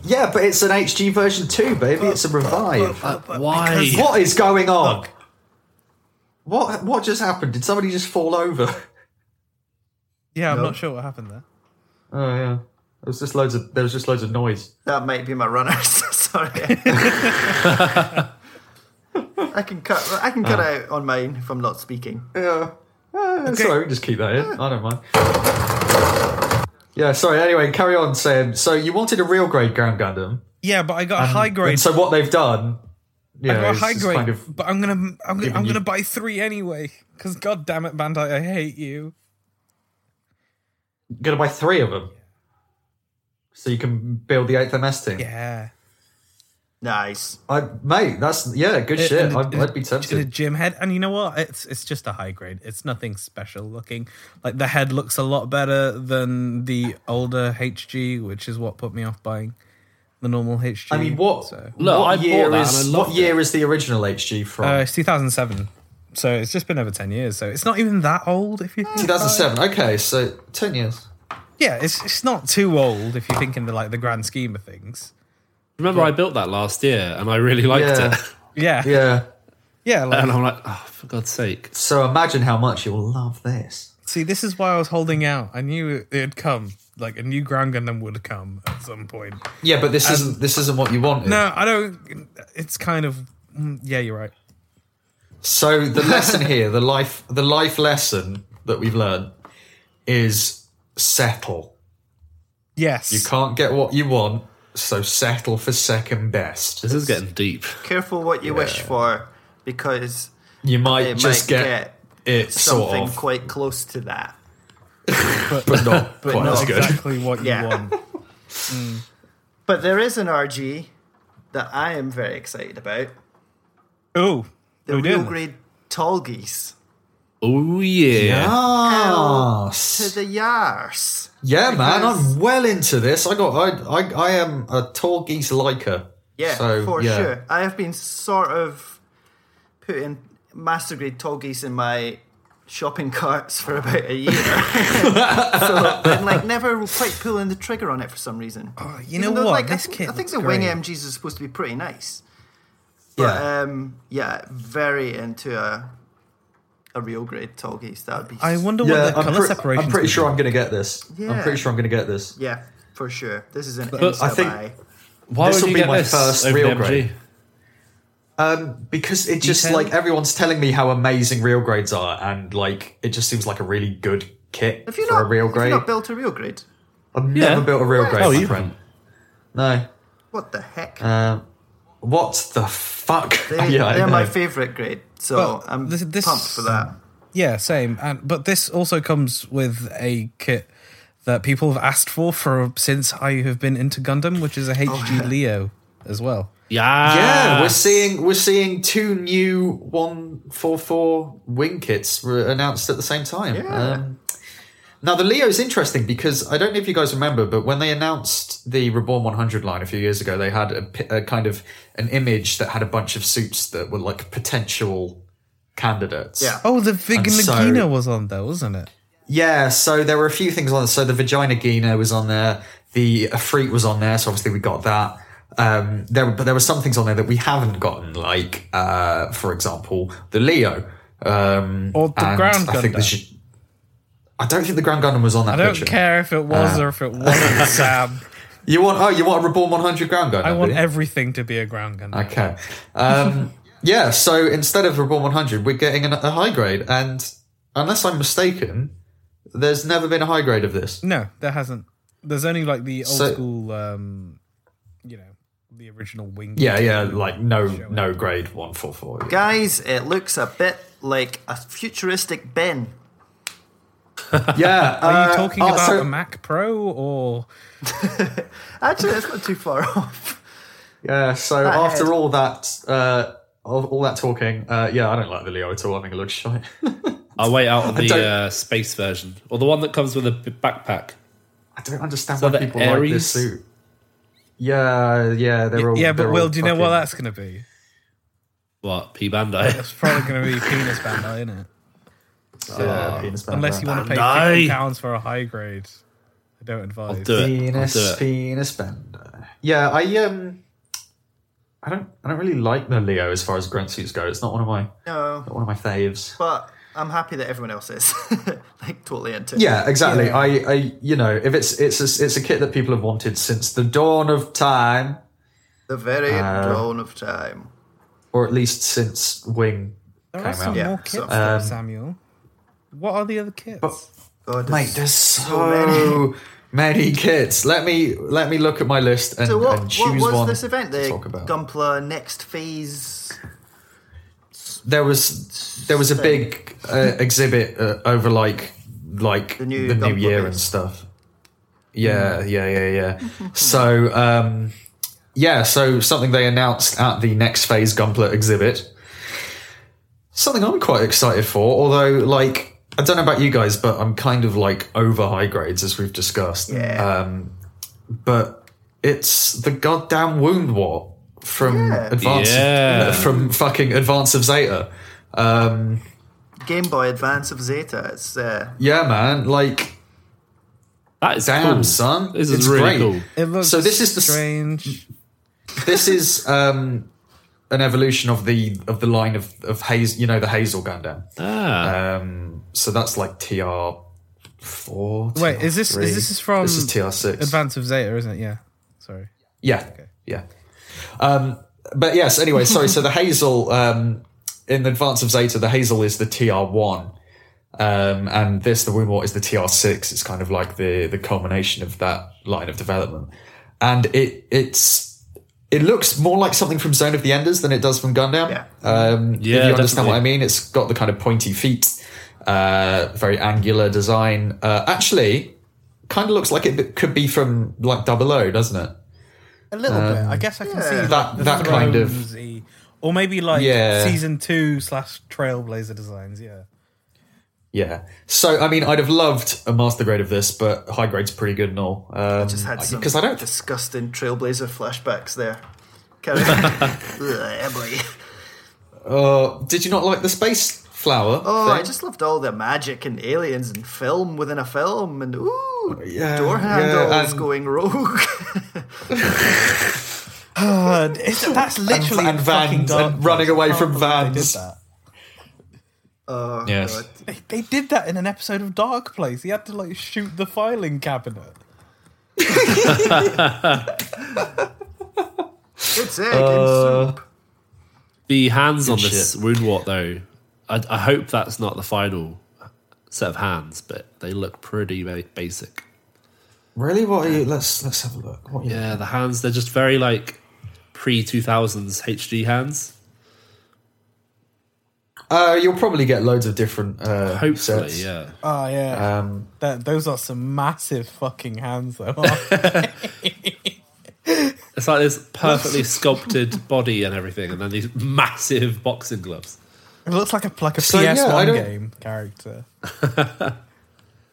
Speaker 1: yeah, but it's an HG version two, baby. It's a revive.
Speaker 4: Why?
Speaker 1: What is going on? What what just happened? Did somebody just fall over?
Speaker 2: Yeah, I'm not sure what happened there.
Speaker 1: Oh yeah. There was just loads of there was just loads of noise.
Speaker 3: That might be my runners. Sorry. I can cut. I can
Speaker 2: Uh.
Speaker 3: cut out on mine if I'm not speaking.
Speaker 1: Yeah. Uh, It's alright, we can just keep that in. I don't mind. Yeah, sorry, anyway, carry on, Sam. So you wanted a real grade ground Gundam.
Speaker 2: Yeah, but I got a high grade
Speaker 1: And so what they've done yeah,
Speaker 2: I got a
Speaker 1: is-
Speaker 2: high
Speaker 1: is
Speaker 2: grade,
Speaker 1: kind of-
Speaker 2: but I'm gonna I'm gonna, I'm
Speaker 1: you-
Speaker 2: gonna buy three anyway. Cause god damn it, Bandai, I hate you.
Speaker 1: gonna buy three of them. So you can build the eighth MS team.
Speaker 2: Yeah,
Speaker 3: Nice.
Speaker 1: I, mate, that's yeah, good shit.
Speaker 2: And a-
Speaker 1: I'd, I'd be
Speaker 2: and a
Speaker 1: tempted.
Speaker 2: gym head, and you know what? It's it's just a high grade. It's nothing special looking. Like the head looks a lot better than the older HG, which is what put me off buying the normal HG.
Speaker 1: I mean, what?
Speaker 2: So,
Speaker 4: Look, I
Speaker 1: what
Speaker 4: bought
Speaker 1: year
Speaker 4: that
Speaker 1: is
Speaker 4: and I
Speaker 1: what
Speaker 4: loved
Speaker 1: year is the original HG from?
Speaker 2: uh, it's 2007, so it's just been over 10 years. So it's not even that old if you. think about it.
Speaker 1: 2007. Okay, so 10 years.
Speaker 2: Yeah, it's it's not too old if you think in the like the grand scheme of things.
Speaker 4: Remember, I built that last year and I really liked
Speaker 1: Yeah.
Speaker 4: it.
Speaker 2: Yeah, yeah,
Speaker 1: Yeah.
Speaker 2: like,
Speaker 4: And I'm like, oh, for God's sake.
Speaker 1: So imagine how much you'll love this.
Speaker 2: See, this is why I was holding out. I knew it'd come. Like a new ground Gundam would come at some point.
Speaker 1: Yeah, but this isn't this isn't what you wanted.
Speaker 2: No, I don't. It's kind of. mm, Yeah, you're right.
Speaker 1: So the lesson here, the life the life lesson that we've learned is settle.
Speaker 2: Yes.
Speaker 1: You can't get what you want, so settle for second best.
Speaker 4: This is getting deep.
Speaker 3: Careful what you wish for, because
Speaker 1: You might
Speaker 3: it
Speaker 1: just
Speaker 3: might
Speaker 1: get, it sort
Speaker 3: something
Speaker 1: of,
Speaker 3: quite close to that.
Speaker 1: but not quite
Speaker 2: Not
Speaker 1: as good.
Speaker 2: exactly what
Speaker 3: Yeah.
Speaker 2: you want.
Speaker 3: But there is an RG that I am very excited about.
Speaker 2: Ooh.
Speaker 3: The
Speaker 2: we
Speaker 3: real
Speaker 2: did.
Speaker 3: grade tall geese
Speaker 4: Oh, yeah.
Speaker 1: Ah,
Speaker 3: Oh, to
Speaker 1: s-
Speaker 3: the yars.
Speaker 1: yeah, man,
Speaker 3: because-
Speaker 1: I'm well into this. I got, I, I, I am a tall geese liker.
Speaker 3: Yeah,
Speaker 1: so,
Speaker 3: for
Speaker 1: yeah.
Speaker 3: sure. I have been sort of putting master grade tall geese in my shopping carts for about a year. so I'm like never quite pulling the trigger on it for some reason.
Speaker 2: Oh, you
Speaker 3: Even
Speaker 2: know
Speaker 3: though,
Speaker 2: what?
Speaker 3: Like, I
Speaker 2: this
Speaker 3: think-
Speaker 2: kit
Speaker 3: I think
Speaker 2: looks
Speaker 3: the
Speaker 2: great.
Speaker 3: wing MGs is supposed to be pretty nice. But
Speaker 1: Yeah.
Speaker 3: yeah, um, yeah very into a a real grade tall geese. That would be
Speaker 2: I wonder
Speaker 1: Yeah,
Speaker 2: what the
Speaker 1: I'm,
Speaker 2: color
Speaker 1: pre-
Speaker 2: separation.
Speaker 1: I'm pretty sure I'm going to get this. I'm
Speaker 3: Yeah.
Speaker 1: pretty sure I'm going to get this.
Speaker 3: yeah, for sure. This is an
Speaker 1: I
Speaker 3: I
Speaker 1: think-
Speaker 4: Why
Speaker 1: this
Speaker 4: would
Speaker 1: will
Speaker 4: you
Speaker 1: be
Speaker 4: get
Speaker 1: my
Speaker 4: this
Speaker 1: first
Speaker 4: over
Speaker 1: real
Speaker 4: the MG?
Speaker 1: grade. Um, because it just
Speaker 2: D10?
Speaker 1: like everyone's telling me how amazing real grades are, and like it just seems like a really good kit
Speaker 3: Have
Speaker 1: for
Speaker 3: you not,
Speaker 1: a real
Speaker 3: have you
Speaker 1: grade.
Speaker 3: not built a real grade?
Speaker 1: I've
Speaker 4: Yeah.
Speaker 1: never built a real grade,
Speaker 4: Oh,
Speaker 1: my
Speaker 4: you
Speaker 1: friend. No.
Speaker 3: What the heck?
Speaker 1: Um, what the fuck?
Speaker 3: They,
Speaker 1: yeah, I
Speaker 3: they're my
Speaker 1: know.
Speaker 3: favorite grade, so
Speaker 2: Well,
Speaker 3: I'm
Speaker 2: this- this-
Speaker 3: pumped for that.
Speaker 2: Yeah, same. And but this also comes with a kit that people have asked for for since I have been into Gundam, which is a HG
Speaker 3: Oh,
Speaker 2: Leo as well.
Speaker 4: Yeah.
Speaker 1: Yeah, we're seeing we're seeing two new one four four wing kits were announced at the same time.
Speaker 3: Yeah.
Speaker 1: Um, Now the Leo's interesting because I don't know if you guys remember, but when they announced the Reborn 100 line a few years ago, they had a, pi- a kind of an image that had a bunch of suits that were like potential candidates.
Speaker 3: Yeah.
Speaker 2: Oh, the Vig
Speaker 1: And so-
Speaker 2: Nagina was on there, wasn't it?
Speaker 1: Yeah, so there were a few things on. So the vagina Gina was on there, the Afrit was on there. So obviously we got that. Um, there, but there were some things on there that we haven't gotten, like uh, for example, the Leo um,
Speaker 2: Or the
Speaker 1: and
Speaker 2: Ground
Speaker 1: I think
Speaker 2: Gundam.
Speaker 1: the sh- I don't think the Ground Gundam was on that
Speaker 2: I don't
Speaker 1: picture.
Speaker 2: care if it was
Speaker 1: Ah.
Speaker 2: or if it wasn't, Sam.
Speaker 1: You want? Oh, you want a Reborn 100 Ground Gundam?
Speaker 2: I want
Speaker 1: do you?
Speaker 2: everything to be a ground gun.
Speaker 1: Okay. Um, yeah, so instead of Reborn 100, we're getting an, a high grade. And unless I'm mistaken, there's never been a high grade of this.
Speaker 2: No, there hasn't. There's only like the old
Speaker 1: So-
Speaker 2: school, um, you know, the original wing.
Speaker 1: Yeah, yeah, like no no grade 144. Yeah.
Speaker 3: Guys, it looks a bit like a futuristic Ben.
Speaker 1: yeah
Speaker 2: Are you
Speaker 1: uh,
Speaker 2: talking
Speaker 1: oh,
Speaker 2: about
Speaker 1: so-
Speaker 2: a Mac Pro or
Speaker 3: Actually, it's not too far off.
Speaker 1: Yeah, so
Speaker 3: That
Speaker 1: after
Speaker 3: head.
Speaker 1: all that uh, all, all that talking, uh, yeah, I don't like the Leo at all. I think it looks shite.
Speaker 4: I'll wait out on the
Speaker 1: don't-
Speaker 4: uh, space version or the one that comes with a b- backpack.
Speaker 1: I don't understand
Speaker 4: So
Speaker 1: why
Speaker 4: the
Speaker 1: people like
Speaker 4: Ares?
Speaker 1: this suit. Yeah, yeah, they're all
Speaker 2: yeah? But
Speaker 1: they're
Speaker 2: Will,
Speaker 1: all
Speaker 2: do you know what
Speaker 1: fucking-
Speaker 2: that's going to be?
Speaker 4: What P Bandai?
Speaker 2: It's probably going to be penis bandai, isn't it?
Speaker 1: Yeah, uh, penis band
Speaker 2: Unless you want to pay
Speaker 4: Bandai.
Speaker 2: fifty pounds for a high grade, I don't advise.
Speaker 4: do it.
Speaker 1: Penis,
Speaker 4: I'll do it.
Speaker 1: penis bender. Yeah, I um, I don't, I don't really like the Leo as far as grunt suits go. It's not one of my,
Speaker 3: No,
Speaker 1: not one of my faves.
Speaker 3: but I'm happy that everyone else is like totally into it.
Speaker 1: Yeah, exactly. I, I, you know, if it's it's a, it's a kit that people have wanted since the dawn of time,
Speaker 3: the very
Speaker 1: Uh,
Speaker 3: dawn of time.
Speaker 1: or at least since Wing
Speaker 2: There are
Speaker 1: came
Speaker 2: some
Speaker 1: out. um,
Speaker 3: Yeah,
Speaker 2: more kits,
Speaker 3: so-
Speaker 2: though, Samuel. What are the other kits?
Speaker 3: God,
Speaker 1: Mate,
Speaker 3: it's-
Speaker 1: there's so many kits. Let me let me look at my list and,
Speaker 3: so what,
Speaker 1: and
Speaker 3: what
Speaker 1: choose
Speaker 3: was
Speaker 1: one.
Speaker 3: this event?
Speaker 1: to
Speaker 3: The
Speaker 1: talk about.
Speaker 3: Gumpler next phase.
Speaker 1: there was there was a big uh, exhibit uh, over like like the
Speaker 3: new
Speaker 1: new,
Speaker 3: Gunpla
Speaker 1: year and
Speaker 3: bits.
Speaker 1: stuff. Yeah, yeah, yeah, yeah. so um, yeah, so something they announced at the next phase Gunpla exhibit. Something I'm quite excited for, although like I don't know about you guys, but I'm kind of like over high grades as we've discussed.
Speaker 3: Yeah.
Speaker 1: Um, but it's the goddamn wound war from
Speaker 3: Yeah.
Speaker 1: advance
Speaker 4: Yeah.
Speaker 1: from fucking Advance of Zeta. Um,
Speaker 3: Game Boy Advance of Zeta. It's uh,
Speaker 1: yeah, man. Like,
Speaker 4: That is
Speaker 1: damn,
Speaker 4: cool.
Speaker 1: son.
Speaker 4: This
Speaker 1: it's
Speaker 4: is really
Speaker 1: great.
Speaker 4: cool.
Speaker 2: It looks
Speaker 1: So this is the s-
Speaker 2: strange.
Speaker 1: This is um, an evolution of the of the line of of Hazel. You know, the Hazel Gundam.
Speaker 4: Ah,
Speaker 1: Um, so that's like TR four.
Speaker 2: Wait, is this is this is from
Speaker 1: This is TR six.
Speaker 2: Advance of Zeta, isn't it? Yeah. Sorry.
Speaker 1: Yeah. Yeah. Um, but yes, anyway, sorry. So the Hazel, um, in advance of Zeta, the Hazel is the TR1. Um, and this, the Wumort, is the TR6. It's kind of like the, the culmination of that line of development. And it, it's, it looks more like something from Zone of the Enders than it does from Gundam.
Speaker 3: Yeah.
Speaker 1: Um, if you
Speaker 4: Yeah,
Speaker 1: understand what
Speaker 4: definitely.
Speaker 1: I mean, it's got the kind of pointy feet, uh, very angular design. Uh, actually, kind of looks like it could be from like Double O, doesn't it?
Speaker 2: A little bit.
Speaker 1: Um,
Speaker 2: I guess I can see
Speaker 3: yeah.
Speaker 1: That-
Speaker 2: the
Speaker 1: that kind of-
Speaker 2: Thronesy, or maybe like
Speaker 1: Yeah.
Speaker 2: season two slash Trailblazer designs. Yeah.
Speaker 1: Yeah. So I mean, I'd have loved a master grade of this, but high grade's pretty good and all. Um,
Speaker 3: just had some
Speaker 1: because I don't.
Speaker 3: disgusting Trailblazer flashbacks there. Carry on. Ugh, Emily.
Speaker 1: Uh, did you not like the space flower?
Speaker 3: Oh,
Speaker 1: thing?
Speaker 3: I just loved all the magic and aliens and film within a film and ooh,
Speaker 1: Yeah,
Speaker 3: door
Speaker 1: yeah,
Speaker 3: handles
Speaker 1: and-
Speaker 3: going rogue.
Speaker 2: that's literally
Speaker 1: and vans and running away from vans.
Speaker 2: They did that.
Speaker 3: oh,
Speaker 4: Yes.
Speaker 3: God.
Speaker 2: They, they did that in an episode of Dark Place. He had to like shoot the filing cabinet.
Speaker 3: It's egg
Speaker 1: Uh,
Speaker 3: and soup.
Speaker 4: the hands on this
Speaker 1: shit.
Speaker 4: wound wart though. I, I hope that's not the final set of hands, but they look pretty ba- basic.
Speaker 1: Really? What are you? Let's let's have a look. What are you-
Speaker 4: Yeah, the hands they're just very like pre two thousands HD hands.
Speaker 1: Uh, you'll probably get loads of different. Uh,
Speaker 4: Hopefully,
Speaker 1: sets.
Speaker 4: yeah.
Speaker 2: Oh yeah.
Speaker 1: Um,
Speaker 2: That, those are some massive fucking hands though.
Speaker 4: It's like this perfectly sculpted body and everything, and then these massive boxing gloves.
Speaker 2: It looks like a like a
Speaker 1: So, yeah, I
Speaker 2: PS1
Speaker 1: don't-
Speaker 2: game character.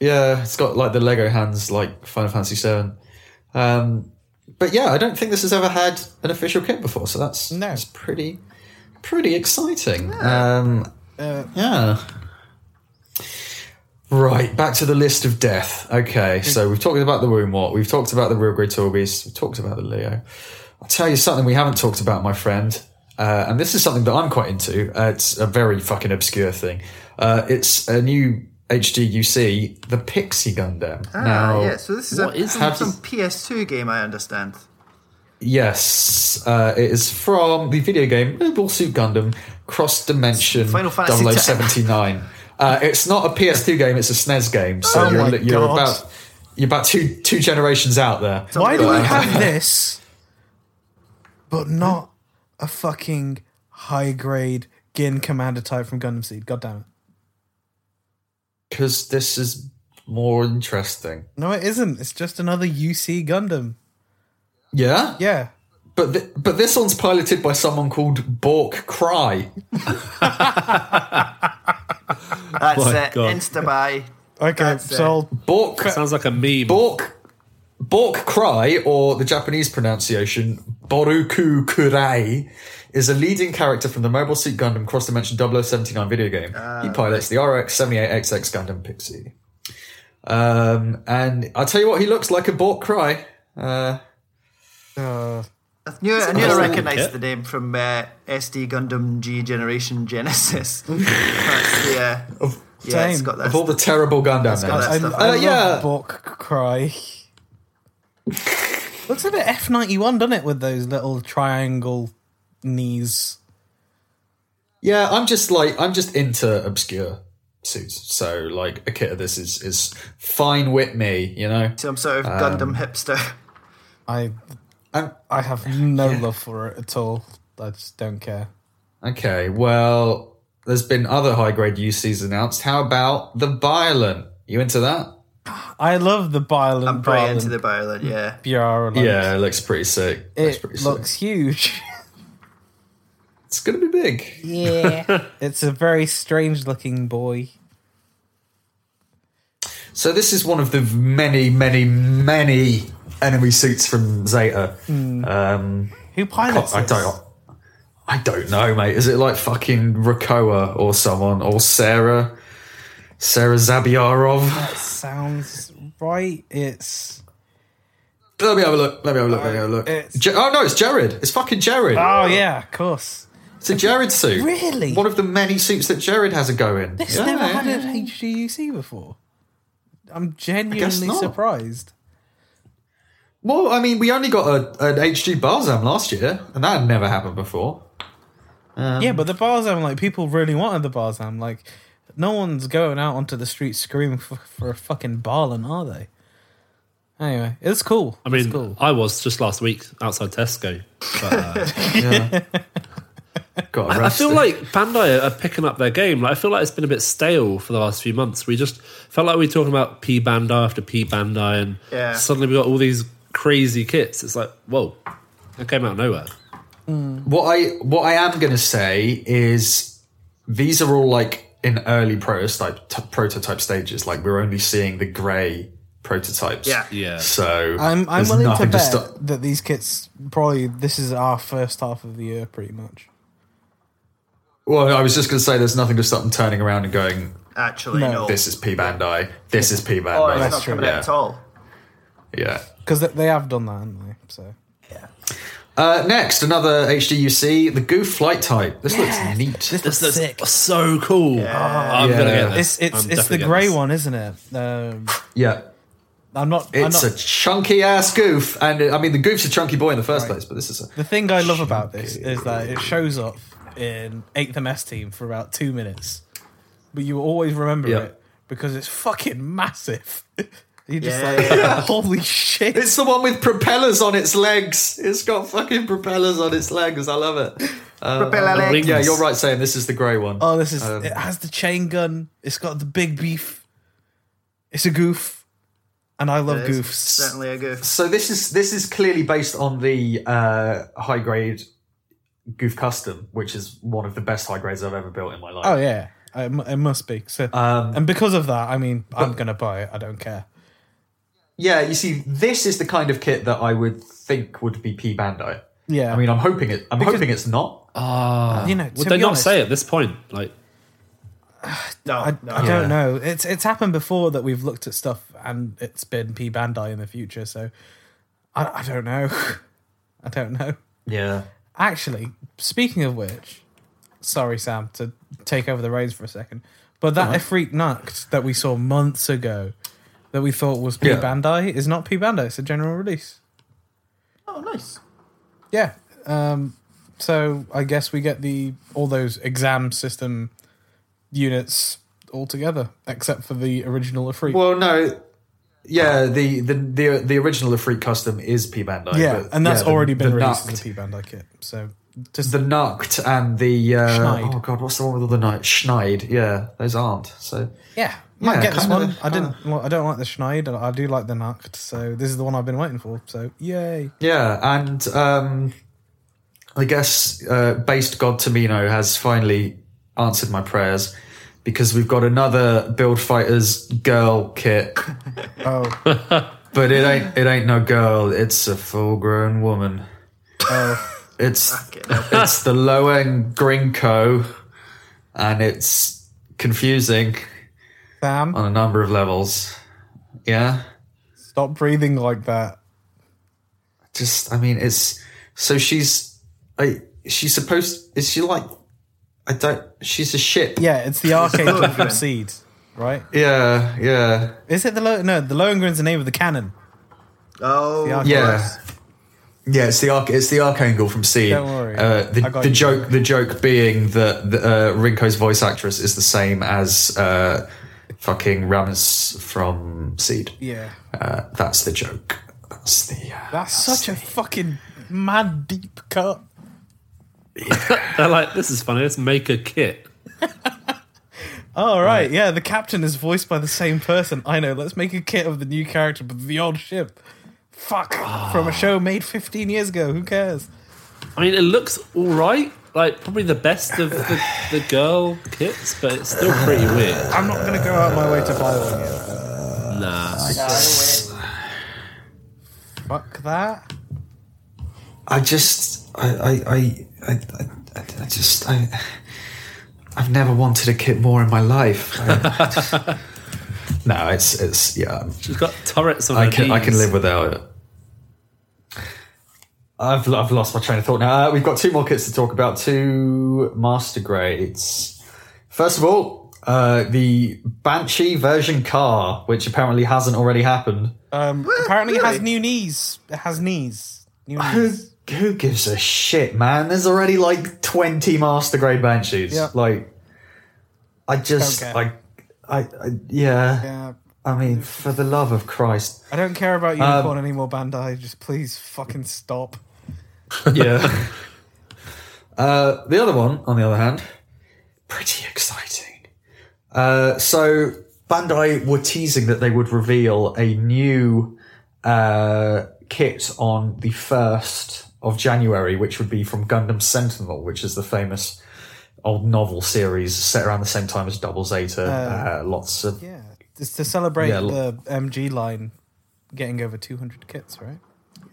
Speaker 1: Yeah, it's got like the Lego hands, like Final Fantasy Seven. Um, but yeah, I don't think this has ever had an official kit before, so that's
Speaker 2: No.
Speaker 1: that's pretty pretty exciting. Um,
Speaker 2: Uh,
Speaker 1: yeah. Right, back to the list of death.
Speaker 3: Mm.
Speaker 1: Okay, so we've talked about the womb what, we've talked about the real grey torbies, we've talked about the Leo. I'll tell you something we haven't talked about, my friend, uh, and this is something that I'm quite into. Uh, it's a very fucking obscure thing. Uh, it's a new HDUC, the Pixie Gundam.
Speaker 3: Ah,
Speaker 1: now,
Speaker 3: yeah. So this is,
Speaker 4: what
Speaker 3: a,
Speaker 4: is
Speaker 3: some
Speaker 1: this?
Speaker 3: PS2 game, I understand.
Speaker 1: Yes, uh, it is from the video game Mobile Suit Gundam Cross Dimension
Speaker 3: Final Fantasy
Speaker 1: 0079. Uh, it's not a PS2 game; it's a SNES game. So
Speaker 2: Oh
Speaker 1: you're,
Speaker 2: my
Speaker 1: li- you're
Speaker 2: God.
Speaker 1: about you're about two two generations out there.
Speaker 2: Why do we
Speaker 3: Wow.
Speaker 2: have this, but not a fucking high grade Gin Commander type from Gundam Seed? God damn it.
Speaker 1: Because this is more interesting.
Speaker 2: No, it isn't. It's just another UC Gundam.
Speaker 1: Yeah,
Speaker 2: Yeah.
Speaker 1: but th- but this one's piloted by someone called Bork Cry. Oh
Speaker 3: That's
Speaker 4: My
Speaker 3: it.
Speaker 4: God.
Speaker 3: Insta buy.
Speaker 2: Okay,
Speaker 3: That's
Speaker 2: so I'll
Speaker 1: Bork
Speaker 4: Sounds like a meme.
Speaker 1: Bork Bork Cry, or the Japanese pronunciation Boruku Kurai, is a leading character from the Mobile Suit Gundam Cross Dimension 0079 video game.
Speaker 3: Ah,
Speaker 1: he pilots the RX-78XX Gundam Pixie. Um, and I'll tell you what, he looks like a Bork Cry. Uh,
Speaker 2: Uh,
Speaker 3: I knew, I knew I
Speaker 1: awesome.
Speaker 3: recognised
Speaker 4: Okay.
Speaker 3: the name from uh, SD Gundam G Generation Genesis. That's, yeah, yeah, it's
Speaker 2: Same.
Speaker 3: got that.
Speaker 1: of all the terrible Gundam
Speaker 3: got
Speaker 1: names.
Speaker 2: I, I
Speaker 3: That's the-
Speaker 2: love
Speaker 1: yeah.
Speaker 2: Bork Cry. Looks a bit F ninety one, doesn't it? With those little triangle knees.
Speaker 1: Yeah, I'm just like, I'm just into obscure suits. So like a kit of this is, is fine with me, you know?
Speaker 3: some sort of Gundam hipster.
Speaker 2: I
Speaker 1: I'm,
Speaker 2: I have no love for it at all. I just don't care.
Speaker 1: Okay, well, there's been other high grade UCs announced. How about the Violent? You into that?
Speaker 2: I love the Byland.
Speaker 3: I'm pretty into the violin. Yeah,
Speaker 2: Biara. Like,
Speaker 1: Yeah, it looks pretty sick. looks
Speaker 2: it
Speaker 1: pretty
Speaker 2: looks,
Speaker 1: sick.
Speaker 2: huge.
Speaker 1: It's gonna be big.
Speaker 2: Yeah, it's a very strange looking boy.
Speaker 1: So this is one of the many, many, many enemy suits from Zeta. Um,
Speaker 2: Who pilots?
Speaker 1: I
Speaker 2: this?
Speaker 1: don't. I don't know, mate. Is it like fucking Rakoa or someone or Sarah? Sarah Zabiarov?
Speaker 2: Sounds right. It's
Speaker 1: Let me have a look. Let me have a look. Let me have a look.
Speaker 2: Uh, It's-
Speaker 1: Jer- oh no, it's Jared. It's fucking Jared.
Speaker 2: oh yeah, of course.
Speaker 1: It's a Jared suit.
Speaker 2: Really?
Speaker 1: One of the many suits that Jared has a go in.
Speaker 2: It's
Speaker 1: Yeah,
Speaker 2: never
Speaker 1: yeah,
Speaker 2: had
Speaker 1: yeah.
Speaker 2: an HGUC before. I'm genuinely
Speaker 1: not.
Speaker 2: surprised.
Speaker 1: Well, I mean, we only got a, an HG Barzam last year, and that had never happened before.
Speaker 2: yeah, but the Barzam, like, people really wanted the Barzam. Like, no one's going out onto the street screaming for, for a fucking Barlin, are they? Anyway, it's cool.
Speaker 4: I mean,
Speaker 2: it's cool.
Speaker 4: I was just last week outside Tesco. But, uh,
Speaker 1: Got
Speaker 4: I feel like Bandai are picking up their game. Like, I feel like it's been a bit stale for the last few months. We just felt like we were talking about P Bandai after P Bandai, and
Speaker 3: Yeah.
Speaker 4: suddenly we got all these crazy kits. It's like, whoa, that came out of nowhere.
Speaker 1: what I what I am gonna say is these are all like in early prototype t- prototype stages. Like we're only seeing the grey prototypes.
Speaker 3: Yeah.
Speaker 4: Yeah.
Speaker 1: So
Speaker 2: I'm, I'm
Speaker 1: there's
Speaker 2: willing to
Speaker 1: nothing
Speaker 2: bet
Speaker 1: stop-
Speaker 2: that these kits probably, this is our first half of the year, pretty much.
Speaker 1: well, I was just gonna say there's nothing to stop them turning around and going,
Speaker 3: actually,
Speaker 2: No.
Speaker 3: no.
Speaker 1: "This is P Bandai. This is P
Speaker 3: oh, it's
Speaker 1: Bandai."
Speaker 3: not
Speaker 2: true,
Speaker 3: coming
Speaker 1: yeah.
Speaker 3: out at all.
Speaker 1: yeah.
Speaker 2: Because they, they have done that, haven't they? So.
Speaker 1: Uh, next, another HDUC, the Goof flight type. This looks neat.
Speaker 4: This looks so cool. I'm
Speaker 1: Yeah.
Speaker 4: gonna get this.
Speaker 2: It's it's
Speaker 4: I'm
Speaker 2: it's the
Speaker 4: definitely
Speaker 2: grey
Speaker 4: getting
Speaker 2: one, isn't it? Um,
Speaker 1: yeah.
Speaker 2: I'm not. I'm
Speaker 1: It's
Speaker 2: not
Speaker 1: a chunky ass goof. And uh, I mean, the goof's a chunky boy in the first place, but this is a.
Speaker 2: The thing I love about this is that it shows up in 8th MS team for about two minutes, but you always remember
Speaker 1: Yeah.
Speaker 2: it because it's fucking massive. You're just
Speaker 3: Yeah,
Speaker 2: like,
Speaker 3: yeah,
Speaker 2: holy shit.
Speaker 1: It's the one with propellers on its legs. It's got fucking propellers on its legs. I love it.
Speaker 3: Propeller
Speaker 4: this.
Speaker 3: leg.
Speaker 1: Yeah, you're right saying this is the grey one.
Speaker 2: oh, this is.
Speaker 1: Um,
Speaker 2: it has the chain gun, it's got the big beef, it's a goof, and I love
Speaker 3: It's
Speaker 2: goofs.
Speaker 3: Certainly a goof.
Speaker 1: So this is this is clearly based on the uh, high grade goof custom, which is one of the best high grades I've ever built in my life.
Speaker 2: Oh, yeah. It, mu- it must be. So,
Speaker 1: Um,
Speaker 2: and because of that, I mean, I'm gonna buy it. I don't care.
Speaker 1: Yeah, you see, this is the kind of kit that I would think would be P Bandai.
Speaker 2: Yeah.
Speaker 1: I mean, I'm hoping it. I'm hoping it's not.
Speaker 2: you know,
Speaker 4: Uh, Would
Speaker 2: to
Speaker 4: they
Speaker 2: be
Speaker 4: not
Speaker 2: honest,
Speaker 4: say at this point? Like,
Speaker 3: No,
Speaker 2: I,
Speaker 3: no.
Speaker 2: I
Speaker 1: Yeah.
Speaker 2: don't know. It's it's happened before that we've looked at stuff and it's been P Bandai in the future. So I, I don't know. I don't know.
Speaker 1: Yeah.
Speaker 2: Actually, speaking of which, sorry Sam to take over the reins for a second, but that Ifrit Nukt that we saw months ago that we thought was P
Speaker 1: Yeah.
Speaker 2: Bandai is not P Bandai. It's a general release.
Speaker 3: Oh, nice.
Speaker 2: Yeah. Um, so I guess we get the all those exam system units all together, except for the original Afri.
Speaker 1: Well, no. Yeah, the the the, the original Freak Custom is P Bandai.
Speaker 2: yeah,
Speaker 1: but
Speaker 2: and that's
Speaker 1: yeah, the-
Speaker 2: already been
Speaker 1: the
Speaker 2: released
Speaker 1: Nuct-
Speaker 2: as a P Bandai kit. So just
Speaker 1: The Nuct and the uh,
Speaker 2: Schneid.
Speaker 1: oh god, what's the one with all the night Schneid? Yeah, those aren't. So
Speaker 2: yeah, might
Speaker 1: Yeah,
Speaker 2: get this
Speaker 1: kinda,
Speaker 2: one. I didn't. well, I don't like the Schneid. I do like the Nacht. So this is the one I've been waiting for. So yay!
Speaker 1: yeah, and um, I guess uh, based God Tomino has finally answered my prayers because we've got another Build Fighters girl kit
Speaker 2: Oh,
Speaker 1: But it ain't it ain't no girl. It's a full grown woman.
Speaker 2: oh,
Speaker 1: It's
Speaker 3: Get it.
Speaker 1: it's the low end Grinko, and it's confusing
Speaker 2: Sam,
Speaker 1: on a number of levels. Yeah,
Speaker 2: stop breathing like that.
Speaker 1: just I mean it's so she's I she's supposed is she like I don't she's a ship.
Speaker 2: Yeah, it's the arcade of seed, right?
Speaker 1: Yeah, yeah,
Speaker 2: Is it the Lo- no? The Lohengrin's the name of the cannon.
Speaker 3: Oh,
Speaker 2: The
Speaker 1: yeah.
Speaker 3: nice.
Speaker 1: Yeah, it's the arc. It's the archangel from Seed.
Speaker 2: Don't worry.
Speaker 1: Uh, the
Speaker 2: I got
Speaker 1: the
Speaker 2: you.
Speaker 1: joke. The joke being that the, uh, Rinko's voice actress is the same as uh, fucking Ramus from Seed.
Speaker 2: Yeah.
Speaker 1: Uh, that's the joke. That's the. Uh,
Speaker 2: That's such a fucking mad deep cut.
Speaker 4: they're like, this is funny. Let's make a kit.
Speaker 2: oh, right. yeah. The captain is voiced by the same person. I know. Let's make a kit of the new character, but the old ship. Fuck. From
Speaker 1: Ah.
Speaker 2: a show made 15 years ago. Who cares?
Speaker 4: I mean, it looks all right. Like, probably the best of the, the girl kits, but it's still pretty weird.
Speaker 2: I'm not going to go out my way to buy one yet.
Speaker 4: Nah.
Speaker 2: Fuck that.
Speaker 1: I just. I. I. I. I, I, I just. I. I've never wanted a kit more in my life. I- no, it's it's yeah.
Speaker 4: She's got turrets on
Speaker 1: I
Speaker 4: her
Speaker 1: can I can
Speaker 4: knees.
Speaker 1: live without it. I've lo- I've lost my train of thought now. Uh, we've got two more kits to talk about. Two master grades. First of all, uh, the Banshee version car, which apparently hasn't already happened.
Speaker 2: Um, apparently, it has
Speaker 3: really?
Speaker 2: new knees. It has knees. New
Speaker 1: Who
Speaker 2: knees.
Speaker 1: who gives a shit, man? There's already like twenty master grade Banshees.
Speaker 2: Yeah.
Speaker 1: Like, I just
Speaker 2: Don't
Speaker 1: I,
Speaker 2: care.
Speaker 1: I I yeah.
Speaker 2: yeah.
Speaker 1: I mean, for the love of Christ.
Speaker 2: I don't care
Speaker 1: Um,
Speaker 2: about Unicorn anymore, Bandai. Just please fucking stop.
Speaker 1: yeah. Uh, the other one, on the other hand, pretty exciting. Uh, so Bandai were teasing that they would reveal a new uh, kit on the first of January, which would be from Gundam Sentinel, which is the famous old novel series set around the same time as Double Zeta. Uh, lots of
Speaker 2: Yeah, it's to celebrate
Speaker 1: Yeah,
Speaker 2: the
Speaker 1: l-
Speaker 2: MG line getting over 200 kits, right?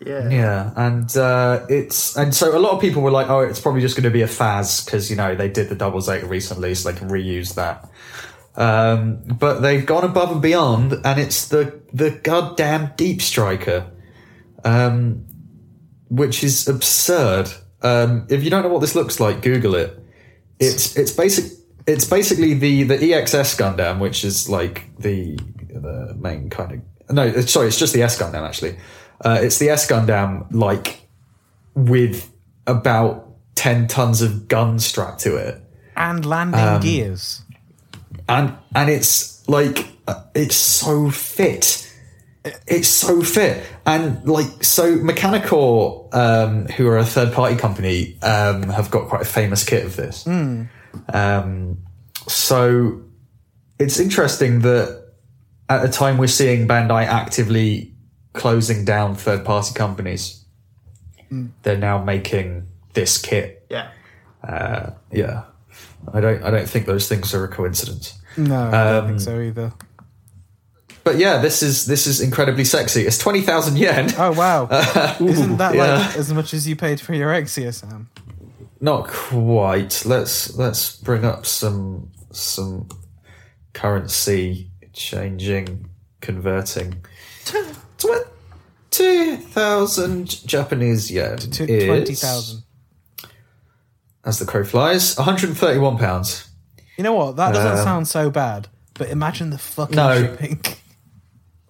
Speaker 3: Yeah.
Speaker 1: Yeah, and uh, it's and so a lot of people were like, "Oh, it's probably just going to be a faz because you know they did the double zeta recently, so they can reuse that." Um, but they've gone above and beyond, and it's the the goddamn deep striker, um, which is absurd. Um, if you don't know what this looks like, Google it. It's it's basic. It's basically the the EXS Gundam, which is like the the main kind of no. it's- Sorry, it's just the S Gundam actually. Uh, it's the S Gundam like with about ten tons of gun strapped to it,
Speaker 2: And landing
Speaker 1: Um,
Speaker 2: gears.
Speaker 1: and and it's like uh, it's so fit. It's so fit, and like so, Mechanicore, um, who are a third-party company, um, have got quite a famous kit of this. Um, so it's interesting that at a time we're seeing Bandai actively closing down third party companies, they're now making this kit.
Speaker 3: Yeah.
Speaker 1: Uh, yeah. I don't. I don't think those things are a coincidence.
Speaker 2: No, I don't
Speaker 1: um,
Speaker 2: think so either.
Speaker 1: But yeah, this is this is incredibly sexy. It's twenty thousand yen.
Speaker 2: Oh wow! Isn't that
Speaker 1: yeah.
Speaker 2: like as much as you paid for your eggs here, Sam?
Speaker 1: Not quite. Let's let's bring up some some currency changing converting. Tw- Two thousand Japanese yen
Speaker 2: T-
Speaker 1: is-
Speaker 2: Twenty thousand.
Speaker 1: As the crow flies, one hundred and thirty-one pounds.
Speaker 2: You know what? That doesn't
Speaker 1: Um,
Speaker 2: sound so bad. But imagine the fucking
Speaker 1: No.
Speaker 2: shipping.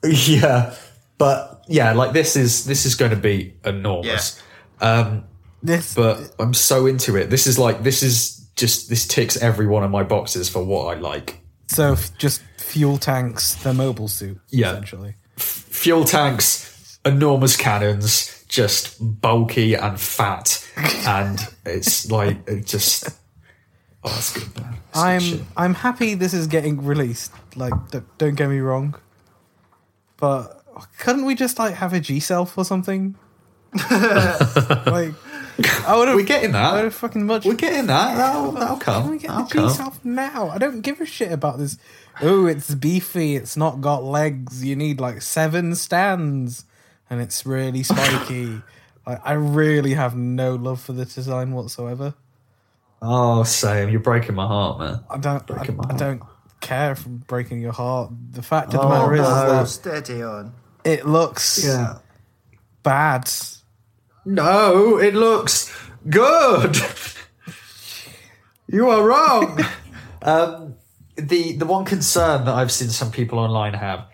Speaker 1: Yeah, but yeah, like this is this is going to be enormous. Um,
Speaker 2: This
Speaker 1: but I'm so into it. This is like this is just this ticks every one of my boxes for what I like.
Speaker 2: so f- just fuel tanks, thermobal suit,
Speaker 1: Yeah.
Speaker 2: essentially.
Speaker 1: Fuel tanks, enormous cannons, just bulky and fat, and it's like it just. Oh, that's good. Man. That's good
Speaker 2: I'm
Speaker 1: shit.
Speaker 2: I'm happy this is getting released. Like, d- don't get me wrong, but couldn't we just like have a G self or something? like, I would
Speaker 1: We're
Speaker 2: have.
Speaker 1: getting
Speaker 2: I would have
Speaker 1: that.
Speaker 2: fucking much.
Speaker 1: We're getting that. That'll, that'll
Speaker 2: Can we
Speaker 1: come.
Speaker 2: get
Speaker 1: That'll
Speaker 2: the G
Speaker 1: come.
Speaker 2: self now? I don't give a shit about this. Oh, it's beefy. It's not got legs. You need like seven stands, and it's really spiky. like, I really have no love for the design whatsoever.
Speaker 1: Oh, Sam, you're breaking my heart, man.
Speaker 2: I don't. I,
Speaker 1: Breaking my
Speaker 2: I
Speaker 1: heart.
Speaker 2: don't care from breaking your heart. The fact of the
Speaker 1: Oh,
Speaker 2: matter is
Speaker 1: no.
Speaker 2: that
Speaker 3: Steady on.
Speaker 2: it looks bad.
Speaker 1: No, it looks good. you are wrong. um, the the one concern that I've seen some people online have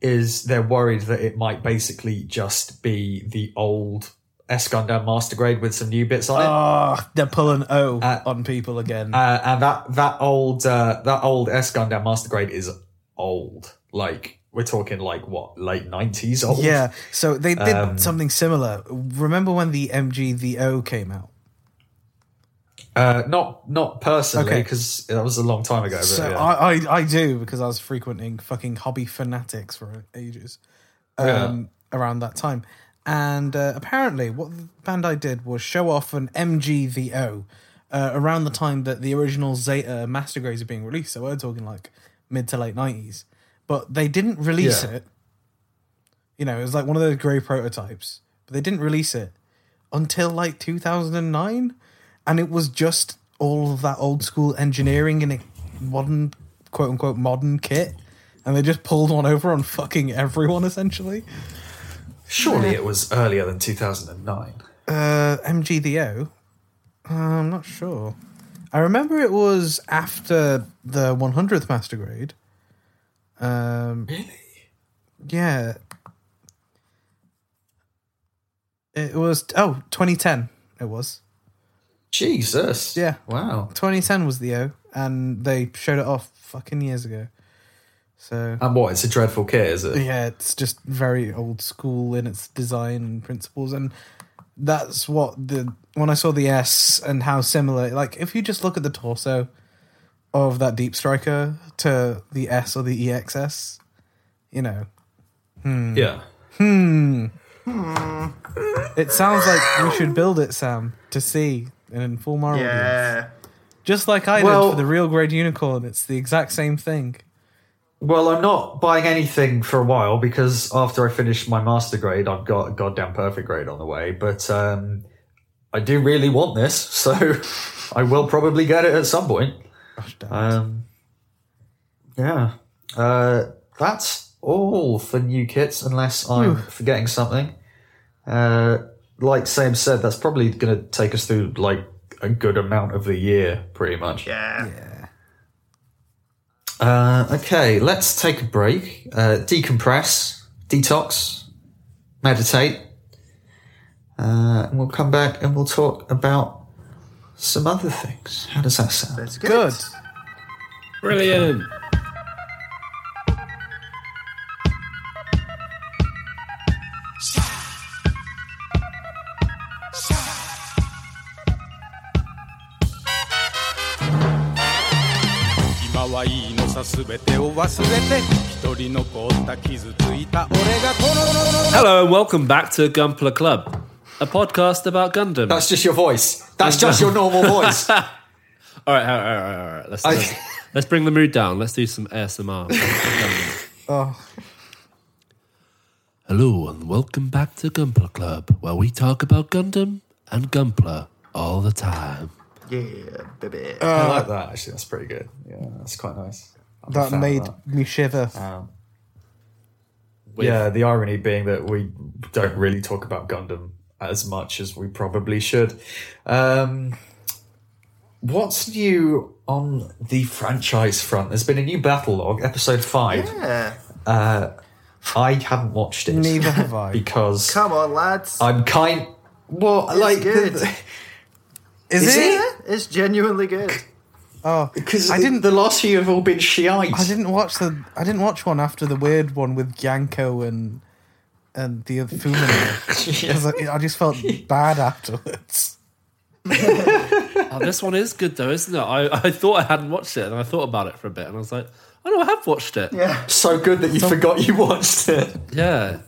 Speaker 1: is they're worried that it might basically just be the old S Gundam Master Grade with some new bits on it.
Speaker 2: Oh, they're pulling O
Speaker 1: Uh,
Speaker 2: on people again.
Speaker 1: Uh, and that that old uh, that old S Gundam Master Grade is old. Like we're talking like what late nineties old.
Speaker 2: yeah, so they did
Speaker 1: Um,
Speaker 2: something similar. Remember when the MG the O came out?
Speaker 1: Uh, not not personally
Speaker 2: Okay.
Speaker 1: because that was a long time ago. But
Speaker 2: So
Speaker 1: yeah.
Speaker 2: I, I, I do because I was frequenting fucking hobby fanatics for ages um, around that time. And uh, apparently, what Bandai did was show off an MGVO uh, around the time that the original Zeta Master Grades are being released. So we're talking like mid to late 90s. But they didn't release
Speaker 1: Yeah.
Speaker 2: it. You know, it was like one of those grey prototypes. But they didn't release it until like 2009 and it was just all of that old school engineering in a modern quote unquote modern kit and they just pulled one over on fucking everyone essentially
Speaker 1: Surely it was earlier than 2009.
Speaker 2: uh mgdo uh, i'm not sure i remember it was after the 100th master grade um
Speaker 1: Really?
Speaker 2: yeah it was oh 2010 it was
Speaker 1: Jesus.
Speaker 2: Yeah.
Speaker 1: Wow.
Speaker 2: 2010 was the O, and they showed it off fucking years ago. So
Speaker 1: And what? It's a dreadful kit, is it?
Speaker 2: yeah, it's just very old school in its design and principles, and that's what the when I saw the S and how similar. Like if you just look at the torso of that Deep Striker to the S or the EXS, you know,
Speaker 1: Yeah.
Speaker 2: it sounds like we should build it, Sam, to see and inform our audience.
Speaker 3: Yeah.
Speaker 2: Just like I
Speaker 1: Well-
Speaker 2: did for the real grade unicorn, it's the exact same thing.
Speaker 1: Well, I'm not buying anything for a while because after I finish my master grade, I've got a goddamn perfect grade on the way. But um, I do really want this, so I will probably get it at some point.
Speaker 2: Gosh, damn.
Speaker 1: Um, yeah. Uh, that's all for new kits, unless I'm forgetting something. Uh, like Sam said, that's probably going to take us through like a good amount of the year, pretty much.
Speaker 3: Yeah.
Speaker 1: Uh, okay, let's take a break, uh, decompress, detox, meditate, uh, and we'll come back and we'll talk about some other things. How does that sound?
Speaker 3: That's good.
Speaker 2: Good.
Speaker 4: Brilliant.
Speaker 5: 今はいいのさ全てを忘れて一人残った傷ついた俺がこの
Speaker 4: Hello and welcome back to Gunpla Club, a podcast about Gundam.
Speaker 1: That's just your voice. That's just your normal voice.
Speaker 4: All right, all right, all right, all right, all right. Let's,
Speaker 1: I-
Speaker 4: let's, let's bring the mood down. Let's do some ASMR.
Speaker 2: Oh.
Speaker 4: Hello and welcome back to Gunpla Club, where we talk about Gundam and Gunpla all the time.
Speaker 3: Yeah, baby.
Speaker 1: I like that actually. That's pretty good. Yeah, that's quite nice. I'm a
Speaker 2: That
Speaker 1: fan of
Speaker 2: made
Speaker 1: that.
Speaker 2: me shiver.
Speaker 1: Um,
Speaker 4: With-
Speaker 1: yeah, the irony being that we don't really talk about Gundam as much as we probably should. Um, what's new on the franchise front? There's been a new battle log, episode five.
Speaker 3: yeah.
Speaker 1: I haven't watched it.
Speaker 2: Neither have I.
Speaker 1: because
Speaker 3: Come on, lads.
Speaker 1: I'm kind. Well, like
Speaker 3: good.
Speaker 2: Is,
Speaker 1: Is
Speaker 2: it?
Speaker 1: it?
Speaker 3: Yeah, it's genuinely good.
Speaker 2: Oh,
Speaker 1: because
Speaker 2: I didn't.
Speaker 1: The last few have all been shite.
Speaker 2: I didn't watch the. I didn't watch one after the weird one with Yanko and and the other Fumino because I, I just felt bad afterwards.
Speaker 4: Oh, this one is good though, isn't it? I, I thought I hadn't watched it, and I thought about it for a bit, and I was like, oh no, I have watched it.
Speaker 3: Yeah.
Speaker 1: So good that you forgot you watched it.
Speaker 4: Yeah.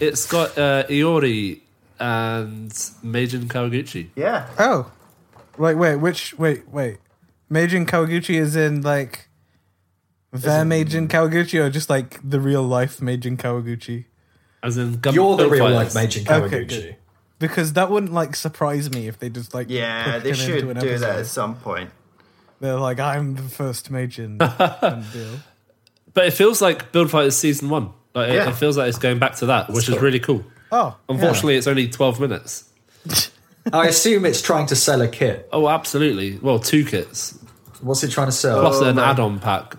Speaker 4: It's got uh, Iori and Meijin Kawaguchi.
Speaker 3: Yeah.
Speaker 2: Oh, like wait, which wait wait, Meijin Kawaguchi is in like their Meijin Kawaguchi or just like the real life Meijin Kawaguchi?
Speaker 4: As in Gun-
Speaker 1: You're the
Speaker 4: Gun
Speaker 1: real
Speaker 4: Fighters.
Speaker 1: life Majin
Speaker 2: Okay,
Speaker 1: Kawaguchi.
Speaker 2: good. Because that wouldn't like surprise me if they just like
Speaker 3: Yeah,
Speaker 2: pushed
Speaker 3: they
Speaker 2: him into
Speaker 3: should
Speaker 2: an
Speaker 3: do that
Speaker 2: episode.
Speaker 3: at some point.
Speaker 2: They're like, I'm the first Meijin. and deal.
Speaker 4: But it feels like Build Fighters season one. Like it,
Speaker 3: Yeah.
Speaker 4: it feels like it's going back to that, which is really cool.
Speaker 2: Oh,
Speaker 4: Unfortunately, it's only twelve minutes.
Speaker 1: I assume it's trying to sell a kit.
Speaker 4: Oh, absolutely. Well, two kits
Speaker 1: What's it trying to sell?
Speaker 4: plus
Speaker 3: Oh,
Speaker 4: an
Speaker 3: my-
Speaker 4: add-on pack.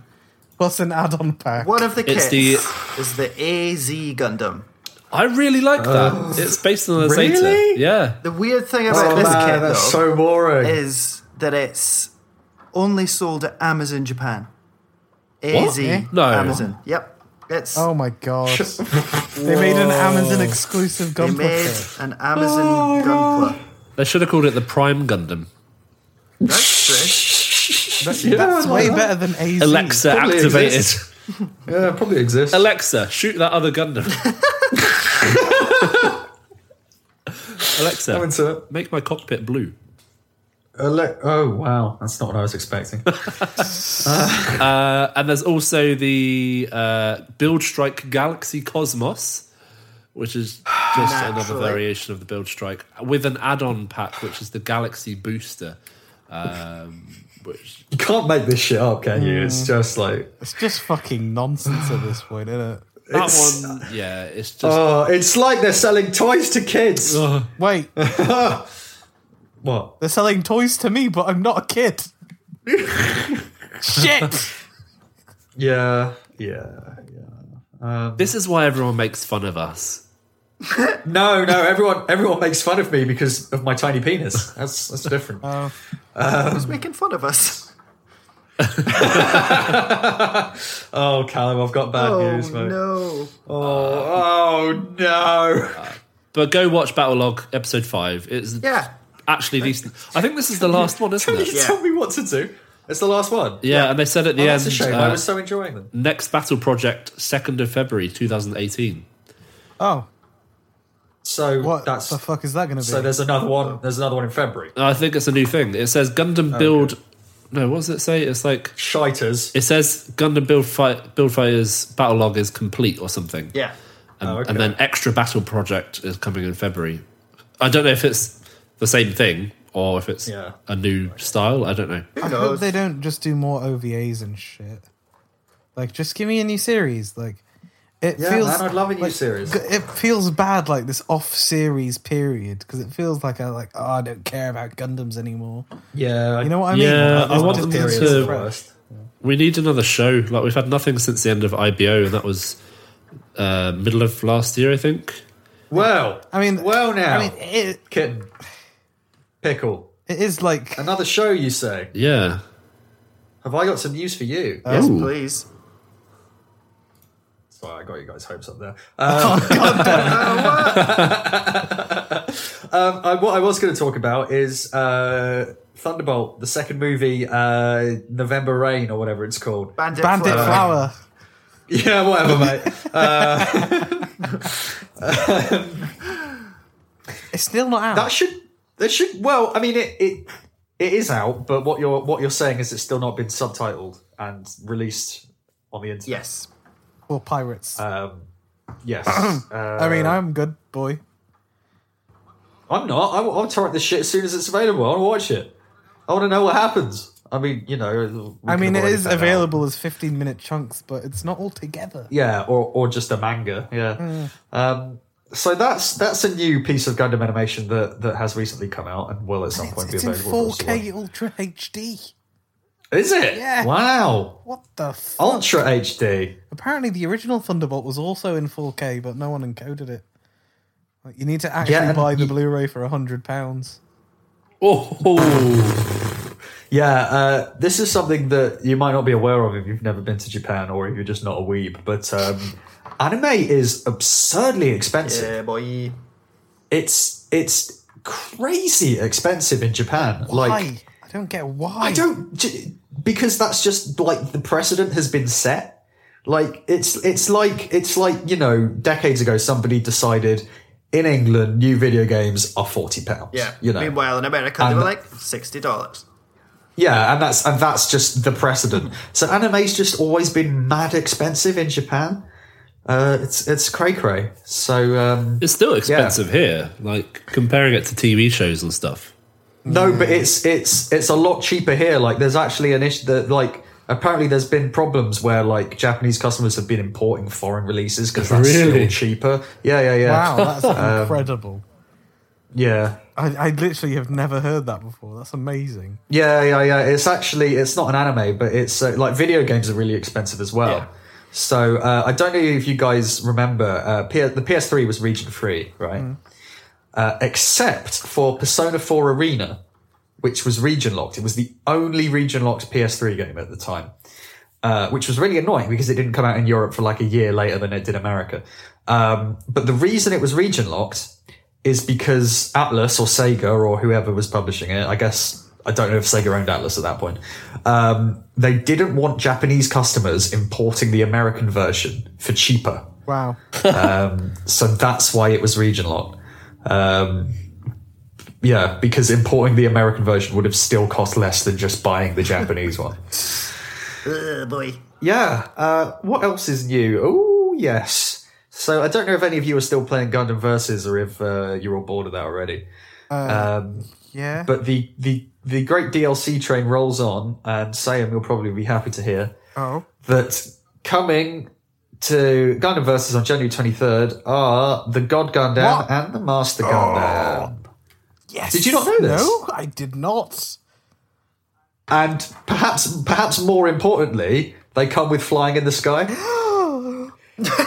Speaker 2: plus an add-on pack.
Speaker 3: One of the kits
Speaker 4: It's the-
Speaker 3: is the AZ Gundam.
Speaker 4: I really like that. it's based on the
Speaker 1: Uh. Really?
Speaker 4: Zeta. Yeah.
Speaker 3: The weird thing about
Speaker 1: oh,
Speaker 3: this
Speaker 1: man,
Speaker 3: kit, though,
Speaker 1: that's so boring.
Speaker 3: is that it's only sold at Amazon Japan. AZ
Speaker 4: No.
Speaker 3: Amazon. Yep. It's
Speaker 2: Oh my god! they made an Amazon exclusive
Speaker 3: they
Speaker 2: gun
Speaker 3: made
Speaker 2: kit.
Speaker 3: an
Speaker 4: Oh,
Speaker 3: Amazon Gunpla.
Speaker 4: They should have called it the Prime Gundam.
Speaker 3: That's true.
Speaker 1: Yeah,
Speaker 2: That's
Speaker 1: I
Speaker 2: way
Speaker 1: like
Speaker 2: better than AZ.
Speaker 4: Alexa
Speaker 1: Probably
Speaker 4: activated.
Speaker 1: exists. that. Yeah, it probably exists.
Speaker 4: Alexa, shoot that other Gundam. Alexa,
Speaker 1: I'm into it.
Speaker 4: make my cockpit blue.
Speaker 1: Ale- oh, wow. That's not what I was expecting.
Speaker 4: Uh, and there's also the uh, Build Strike Galaxy Cosmos, which is just another
Speaker 3: Naturally.
Speaker 4: variation of the Build Strike with an add-on pack, which is the Galaxy Booster. Um, which
Speaker 1: you can't make this shit up, can you? It's just like.
Speaker 2: It's just fucking nonsense at this point, isn't it?
Speaker 4: that
Speaker 1: It's-
Speaker 4: one, yeah, it's just
Speaker 1: Oh, it's like they're selling toys to kids.
Speaker 2: Wait,
Speaker 1: What?
Speaker 2: they're selling toys to me, but I'm not a kid. Shit!
Speaker 1: Yeah, yeah.
Speaker 4: this is why everyone makes fun of us.
Speaker 1: No, no. Everyone, everyone makes fun of me because of my tiny penis. That's that's different.
Speaker 3: Who's making fun of us?
Speaker 1: oh, Callum, I've got bad
Speaker 3: Oh,
Speaker 1: news, mate.
Speaker 3: no.
Speaker 1: Oh no!
Speaker 4: But go watch Battlelog episode five. It's
Speaker 3: Yeah.
Speaker 4: actually decent. I think this is the last one, isn't
Speaker 1: Can
Speaker 4: it?
Speaker 1: you tell me what to do? It's the last one.
Speaker 4: Yeah, and they said at the
Speaker 1: Oh,
Speaker 4: end,
Speaker 1: that's a shame.
Speaker 4: uh,
Speaker 1: I was so enjoying them.
Speaker 4: next battle project, second of February, two thousand eighteen.
Speaker 2: Oh,
Speaker 1: So
Speaker 2: what
Speaker 1: that's
Speaker 2: the fuck is that going to be?
Speaker 1: so. There's another one. There's another one in February.
Speaker 4: I think it's a new thing. It says Gundam build. No, what does it say? It's like
Speaker 1: Shiters.
Speaker 4: it says Gundam build fight build fighters battle log is complete or something.
Speaker 3: Yeah.
Speaker 4: and,
Speaker 1: Oh, okay.
Speaker 4: and then extra battle project is coming in February. I don't know if it's the same thing or if it's
Speaker 1: Yeah.
Speaker 4: a new style. I don't know.
Speaker 3: Who
Speaker 2: I
Speaker 3: knows?
Speaker 2: hope they don't just do more OVAs and shit. Like, just give me a new series. Like, it
Speaker 1: Yeah,
Speaker 2: feels.
Speaker 1: man, I'd love a new
Speaker 2: like,
Speaker 1: series.
Speaker 2: g- It feels bad, like this off-series period, because it feels like I like. Oh, I don't care about Gundams anymore.
Speaker 1: Yeah,
Speaker 2: You know what I mean?
Speaker 4: Yeah,
Speaker 2: Like,
Speaker 4: I
Speaker 2: this
Speaker 4: want
Speaker 2: just
Speaker 4: them
Speaker 2: feels
Speaker 4: to-
Speaker 2: so fresh.
Speaker 1: Worst.
Speaker 4: We need another show. Like we've had nothing since the end of IBO, and that was uh, middle of last year, I think.
Speaker 1: Well,
Speaker 2: I mean,
Speaker 1: well now,
Speaker 2: I mean, it,
Speaker 1: kitten, pickle,
Speaker 2: it is like.
Speaker 1: another show. You say?
Speaker 4: Yeah.
Speaker 1: Have I got some news for you?
Speaker 2: Uh,
Speaker 3: Yes,
Speaker 4: Ooh.
Speaker 3: please.
Speaker 1: Sorry, I got you guys' hopes up there.
Speaker 2: Oh,
Speaker 1: Um, I, what I was going to talk about is uh, Thunderbolt, the second movie, uh, November Rain or whatever it's called.
Speaker 3: Bandit,
Speaker 2: Bandit
Speaker 3: Flower.
Speaker 2: Flower.
Speaker 1: Yeah, whatever, mate.
Speaker 2: It's still not out.
Speaker 1: That should that should well, I mean, it it it is out, but what you're what you're saying is it's still not been subtitled and released on the internet.
Speaker 3: Yes.
Speaker 2: Or pirates.
Speaker 1: Um, yes. uh,
Speaker 2: I mean, I'm good, boy.
Speaker 1: I'm not. I, I'll torrent this shit as soon as it's available. I want to watch it. I want to know what happens. I mean, you know. we
Speaker 2: I
Speaker 1: can
Speaker 2: mean,
Speaker 1: have
Speaker 2: it
Speaker 1: already
Speaker 2: is
Speaker 1: found out.
Speaker 2: available as 15 minute chunks, but it's not all together.
Speaker 1: Yeah, or or just a manga. Yeah.
Speaker 2: Mm.
Speaker 1: Um, so that's that's a new piece of Gundam animation that that has recently come out and will at some point
Speaker 2: It's, it's
Speaker 1: be
Speaker 2: in
Speaker 1: available. for us to
Speaker 2: 4K Ultra HD.
Speaker 1: watch. Is it?
Speaker 2: Yeah.
Speaker 1: Wow.
Speaker 2: What the fuck?
Speaker 1: Ultra HD.
Speaker 2: Apparently, the original Thunderbolt was also in 4K, but no one encoded it. Like, you need to actually
Speaker 1: Yeah, and
Speaker 2: buy the
Speaker 1: you-
Speaker 2: Blu-ray for hundred pounds.
Speaker 4: Oh,
Speaker 1: Yeah, uh, this is something that you might not be aware of if you've never been to Japan or if you're just not a weeb. But um, anime is absurdly expensive.
Speaker 3: Yeah, boy.
Speaker 1: It's it's crazy expensive in Japan. Like
Speaker 2: Why? I don't get why.
Speaker 1: I don't j- because that's just like the precedent has been set. Like it's it's like it's like you know decades ago somebody decided in England new video games are forty pounds.
Speaker 3: Yeah.
Speaker 1: you know.
Speaker 3: Meanwhile, in America, they
Speaker 1: And-
Speaker 3: were like sixty dollars.
Speaker 1: Yeah, and that's and that's just the precedent. so anime's just always been mad expensive in Japan. Uh, it's it's cray cray. So um,
Speaker 4: it's still expensive here. Like comparing it to TV shows and stuff.
Speaker 1: no, but it's it's it's a lot cheaper here. Like there's actually an issue that like apparently there's been problems where like Japanese customers have been importing foreign releases because that's still
Speaker 4: Really?
Speaker 1: cheaper. Yeah, yeah, yeah,
Speaker 2: Wow, that's
Speaker 1: Um,
Speaker 2: incredible.
Speaker 1: yeah.
Speaker 2: I, I literally have never heard that before. That's amazing.
Speaker 1: Yeah, yeah, yeah. It's actually it's not an anime, but it's uh, like video games are really expensive as well.
Speaker 3: Yeah.
Speaker 1: So uh, I don't know if you guys remember uh, P- the PS3 was region free, right? Uh, except for Persona 4 Arena, which was region locked. It was the only region locked PS3 game at the time, uh, which was really annoying because it didn't come out in Europe for like a year later than it did America. Um, but the reason it was region locked is because Atlas or Sega or whoever was publishing it, I guess I don't know if Sega owned Atlas at that point. Um, they didn't want Japanese customers importing the American version for cheaper,
Speaker 2: Wow.
Speaker 1: so that's why it was region locked. Um, yeah, because importing the American version would have still cost less than just buying the Japanese one.
Speaker 3: Ugh, Uh, boy.
Speaker 1: Yeah. Uh, what else is new? Oh, yes. So I don't know if any of you are still playing Gundam Versus or if uh, you're all bored of that already.
Speaker 2: Yeah.
Speaker 1: But the the the great DLC train rolls on, and Sam, you'll probably be happy to hear
Speaker 2: oh.
Speaker 1: that coming to Gundam Versus on January 23rd are the God Gundam
Speaker 2: What?
Speaker 1: and the Master Gundam.
Speaker 2: Yes.
Speaker 1: Did you not know this?
Speaker 2: No, I did not.
Speaker 1: And perhaps perhaps more importantly, they come with flying in the sky.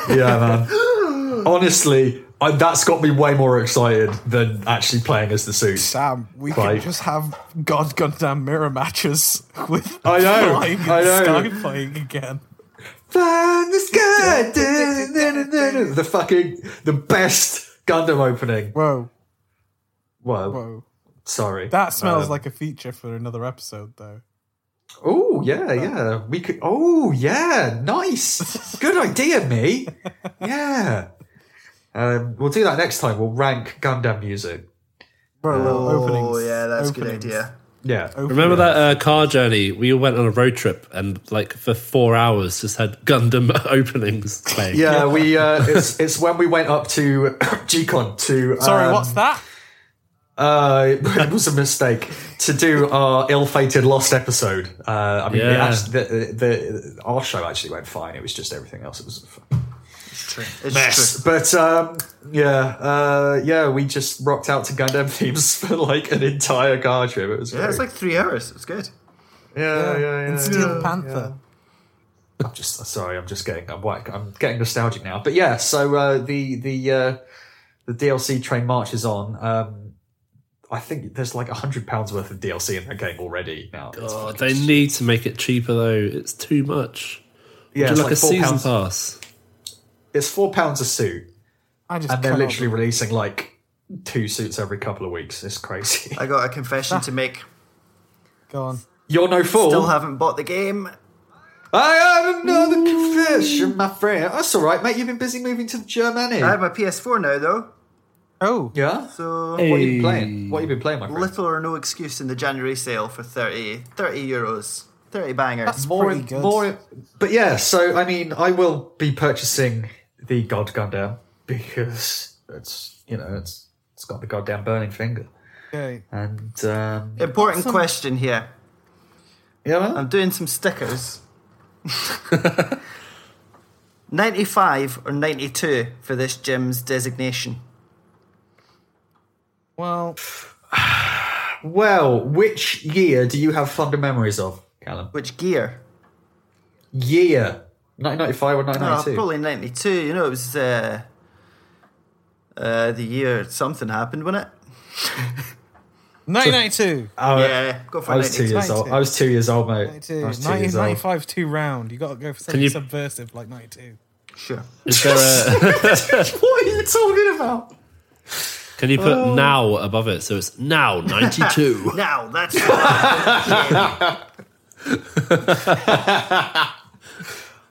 Speaker 1: yeah, man. Honestly, I, that's got me way more excited than actually playing as the suit.
Speaker 2: Sam, we
Speaker 1: Right.
Speaker 2: can just have God Gundam mirror matches with
Speaker 1: I know,
Speaker 2: flying and
Speaker 1: I know.
Speaker 2: sky flying again.
Speaker 1: Fly in the sky. da-da-da-da-da-da. The fucking the best Gundam opening.
Speaker 2: Whoa,
Speaker 1: Whoa,
Speaker 2: whoa.
Speaker 1: sorry.
Speaker 2: That smells
Speaker 1: Um,
Speaker 2: like a feature for another episode, though.
Speaker 1: Oh
Speaker 2: uh,
Speaker 1: yeah, yeah. We could. Oh yeah, nice. Good idea, me. Yeah. Um, we'll do that next time. We'll rank Gundam music.
Speaker 2: Bro,
Speaker 3: Oh
Speaker 2: openings.
Speaker 3: yeah, that's a good
Speaker 2: openings.
Speaker 3: idea.
Speaker 1: Yeah.
Speaker 2: Oh,
Speaker 4: Remember that uh, car journey? We all went on a road trip and like for four hours just had Gundam openings playing.
Speaker 1: Yeah, we. Uh, it's it's when we went up to GCon to.
Speaker 2: Sorry,
Speaker 1: um,
Speaker 2: what's that?
Speaker 1: Uh, it was a mistake to do our ill-fated lost episode. Uh, I mean, it
Speaker 4: Yeah.
Speaker 1: actually, the, the, the our show actually went fine. It was just everything else. It was a fucking
Speaker 3: It's
Speaker 1: mess. But um, yeah, uh, yeah, we just rocked out to Gundam themes for like an entire car trip. It was
Speaker 3: true. Yeah, it's
Speaker 1: great.
Speaker 3: like three hours. It's good.
Speaker 1: yeah, yeah, yeah.
Speaker 2: and Steel Panther.
Speaker 1: I'm just sorry. I'm just getting. I'm whack. I'm getting nostalgic now. But yeah. So uh, the the uh, the DLC train marches on. Um, I think there's like a hundred pounds worth of DLC in that game already now. It's
Speaker 4: Oh,
Speaker 1: fucking-
Speaker 4: they need to make it cheaper though. It's too much.
Speaker 1: yeah, it's
Speaker 4: Just like, a
Speaker 1: four
Speaker 4: season
Speaker 1: pounds.
Speaker 4: pass.
Speaker 1: It's four pounds a suit,
Speaker 2: I just
Speaker 1: and they're
Speaker 2: cannot
Speaker 1: literally releasing like two suits every couple of weeks. It's crazy.
Speaker 3: I got a confession to make.
Speaker 2: go on.
Speaker 1: You're no fool.
Speaker 3: Still haven't bought the game.
Speaker 1: I have another confession, my friend. That's all right, mate. You've been busy moving to Germany.
Speaker 3: I have my PS4 now though.
Speaker 2: Oh,
Speaker 1: Yeah.
Speaker 3: So
Speaker 1: What have you been playing? What have you been playing, my friend?
Speaker 3: little or no excuse in the January sale for 30, 30 euros, thirty bangers.
Speaker 2: That's-
Speaker 1: more,
Speaker 2: pretty good.
Speaker 1: more, but yeah. So I mean, I will be purchasing the God Gundam because it's you know it's it's got the goddamn burning finger,
Speaker 2: okay.
Speaker 1: and um,
Speaker 3: Important question here.
Speaker 1: yeah, man.
Speaker 3: I'm doing some stickers. 95 or 92 for this gym's designation.
Speaker 2: Well,
Speaker 1: well, which year do you have fonder memories of, Callum?
Speaker 3: Which gear?
Speaker 1: Year. 1995 or
Speaker 3: Oh,
Speaker 1: 1992?
Speaker 3: probably 92. You know, it was uh, uh, the year something happened, wasn't it?
Speaker 2: 1992.
Speaker 1: Oh,
Speaker 3: Yeah, go for
Speaker 1: I was two
Speaker 3: 92.
Speaker 1: years old. I was two years old, mate.
Speaker 2: 92.
Speaker 1: I was two years old.
Speaker 2: 1995 two round. You got to go for something
Speaker 4: you-
Speaker 2: subversive like 92.
Speaker 3: Sure.
Speaker 4: Is there a,
Speaker 1: What are you talking about?
Speaker 4: can you put
Speaker 1: Oh.
Speaker 4: now above it so it's now 92?
Speaker 3: Now, that's what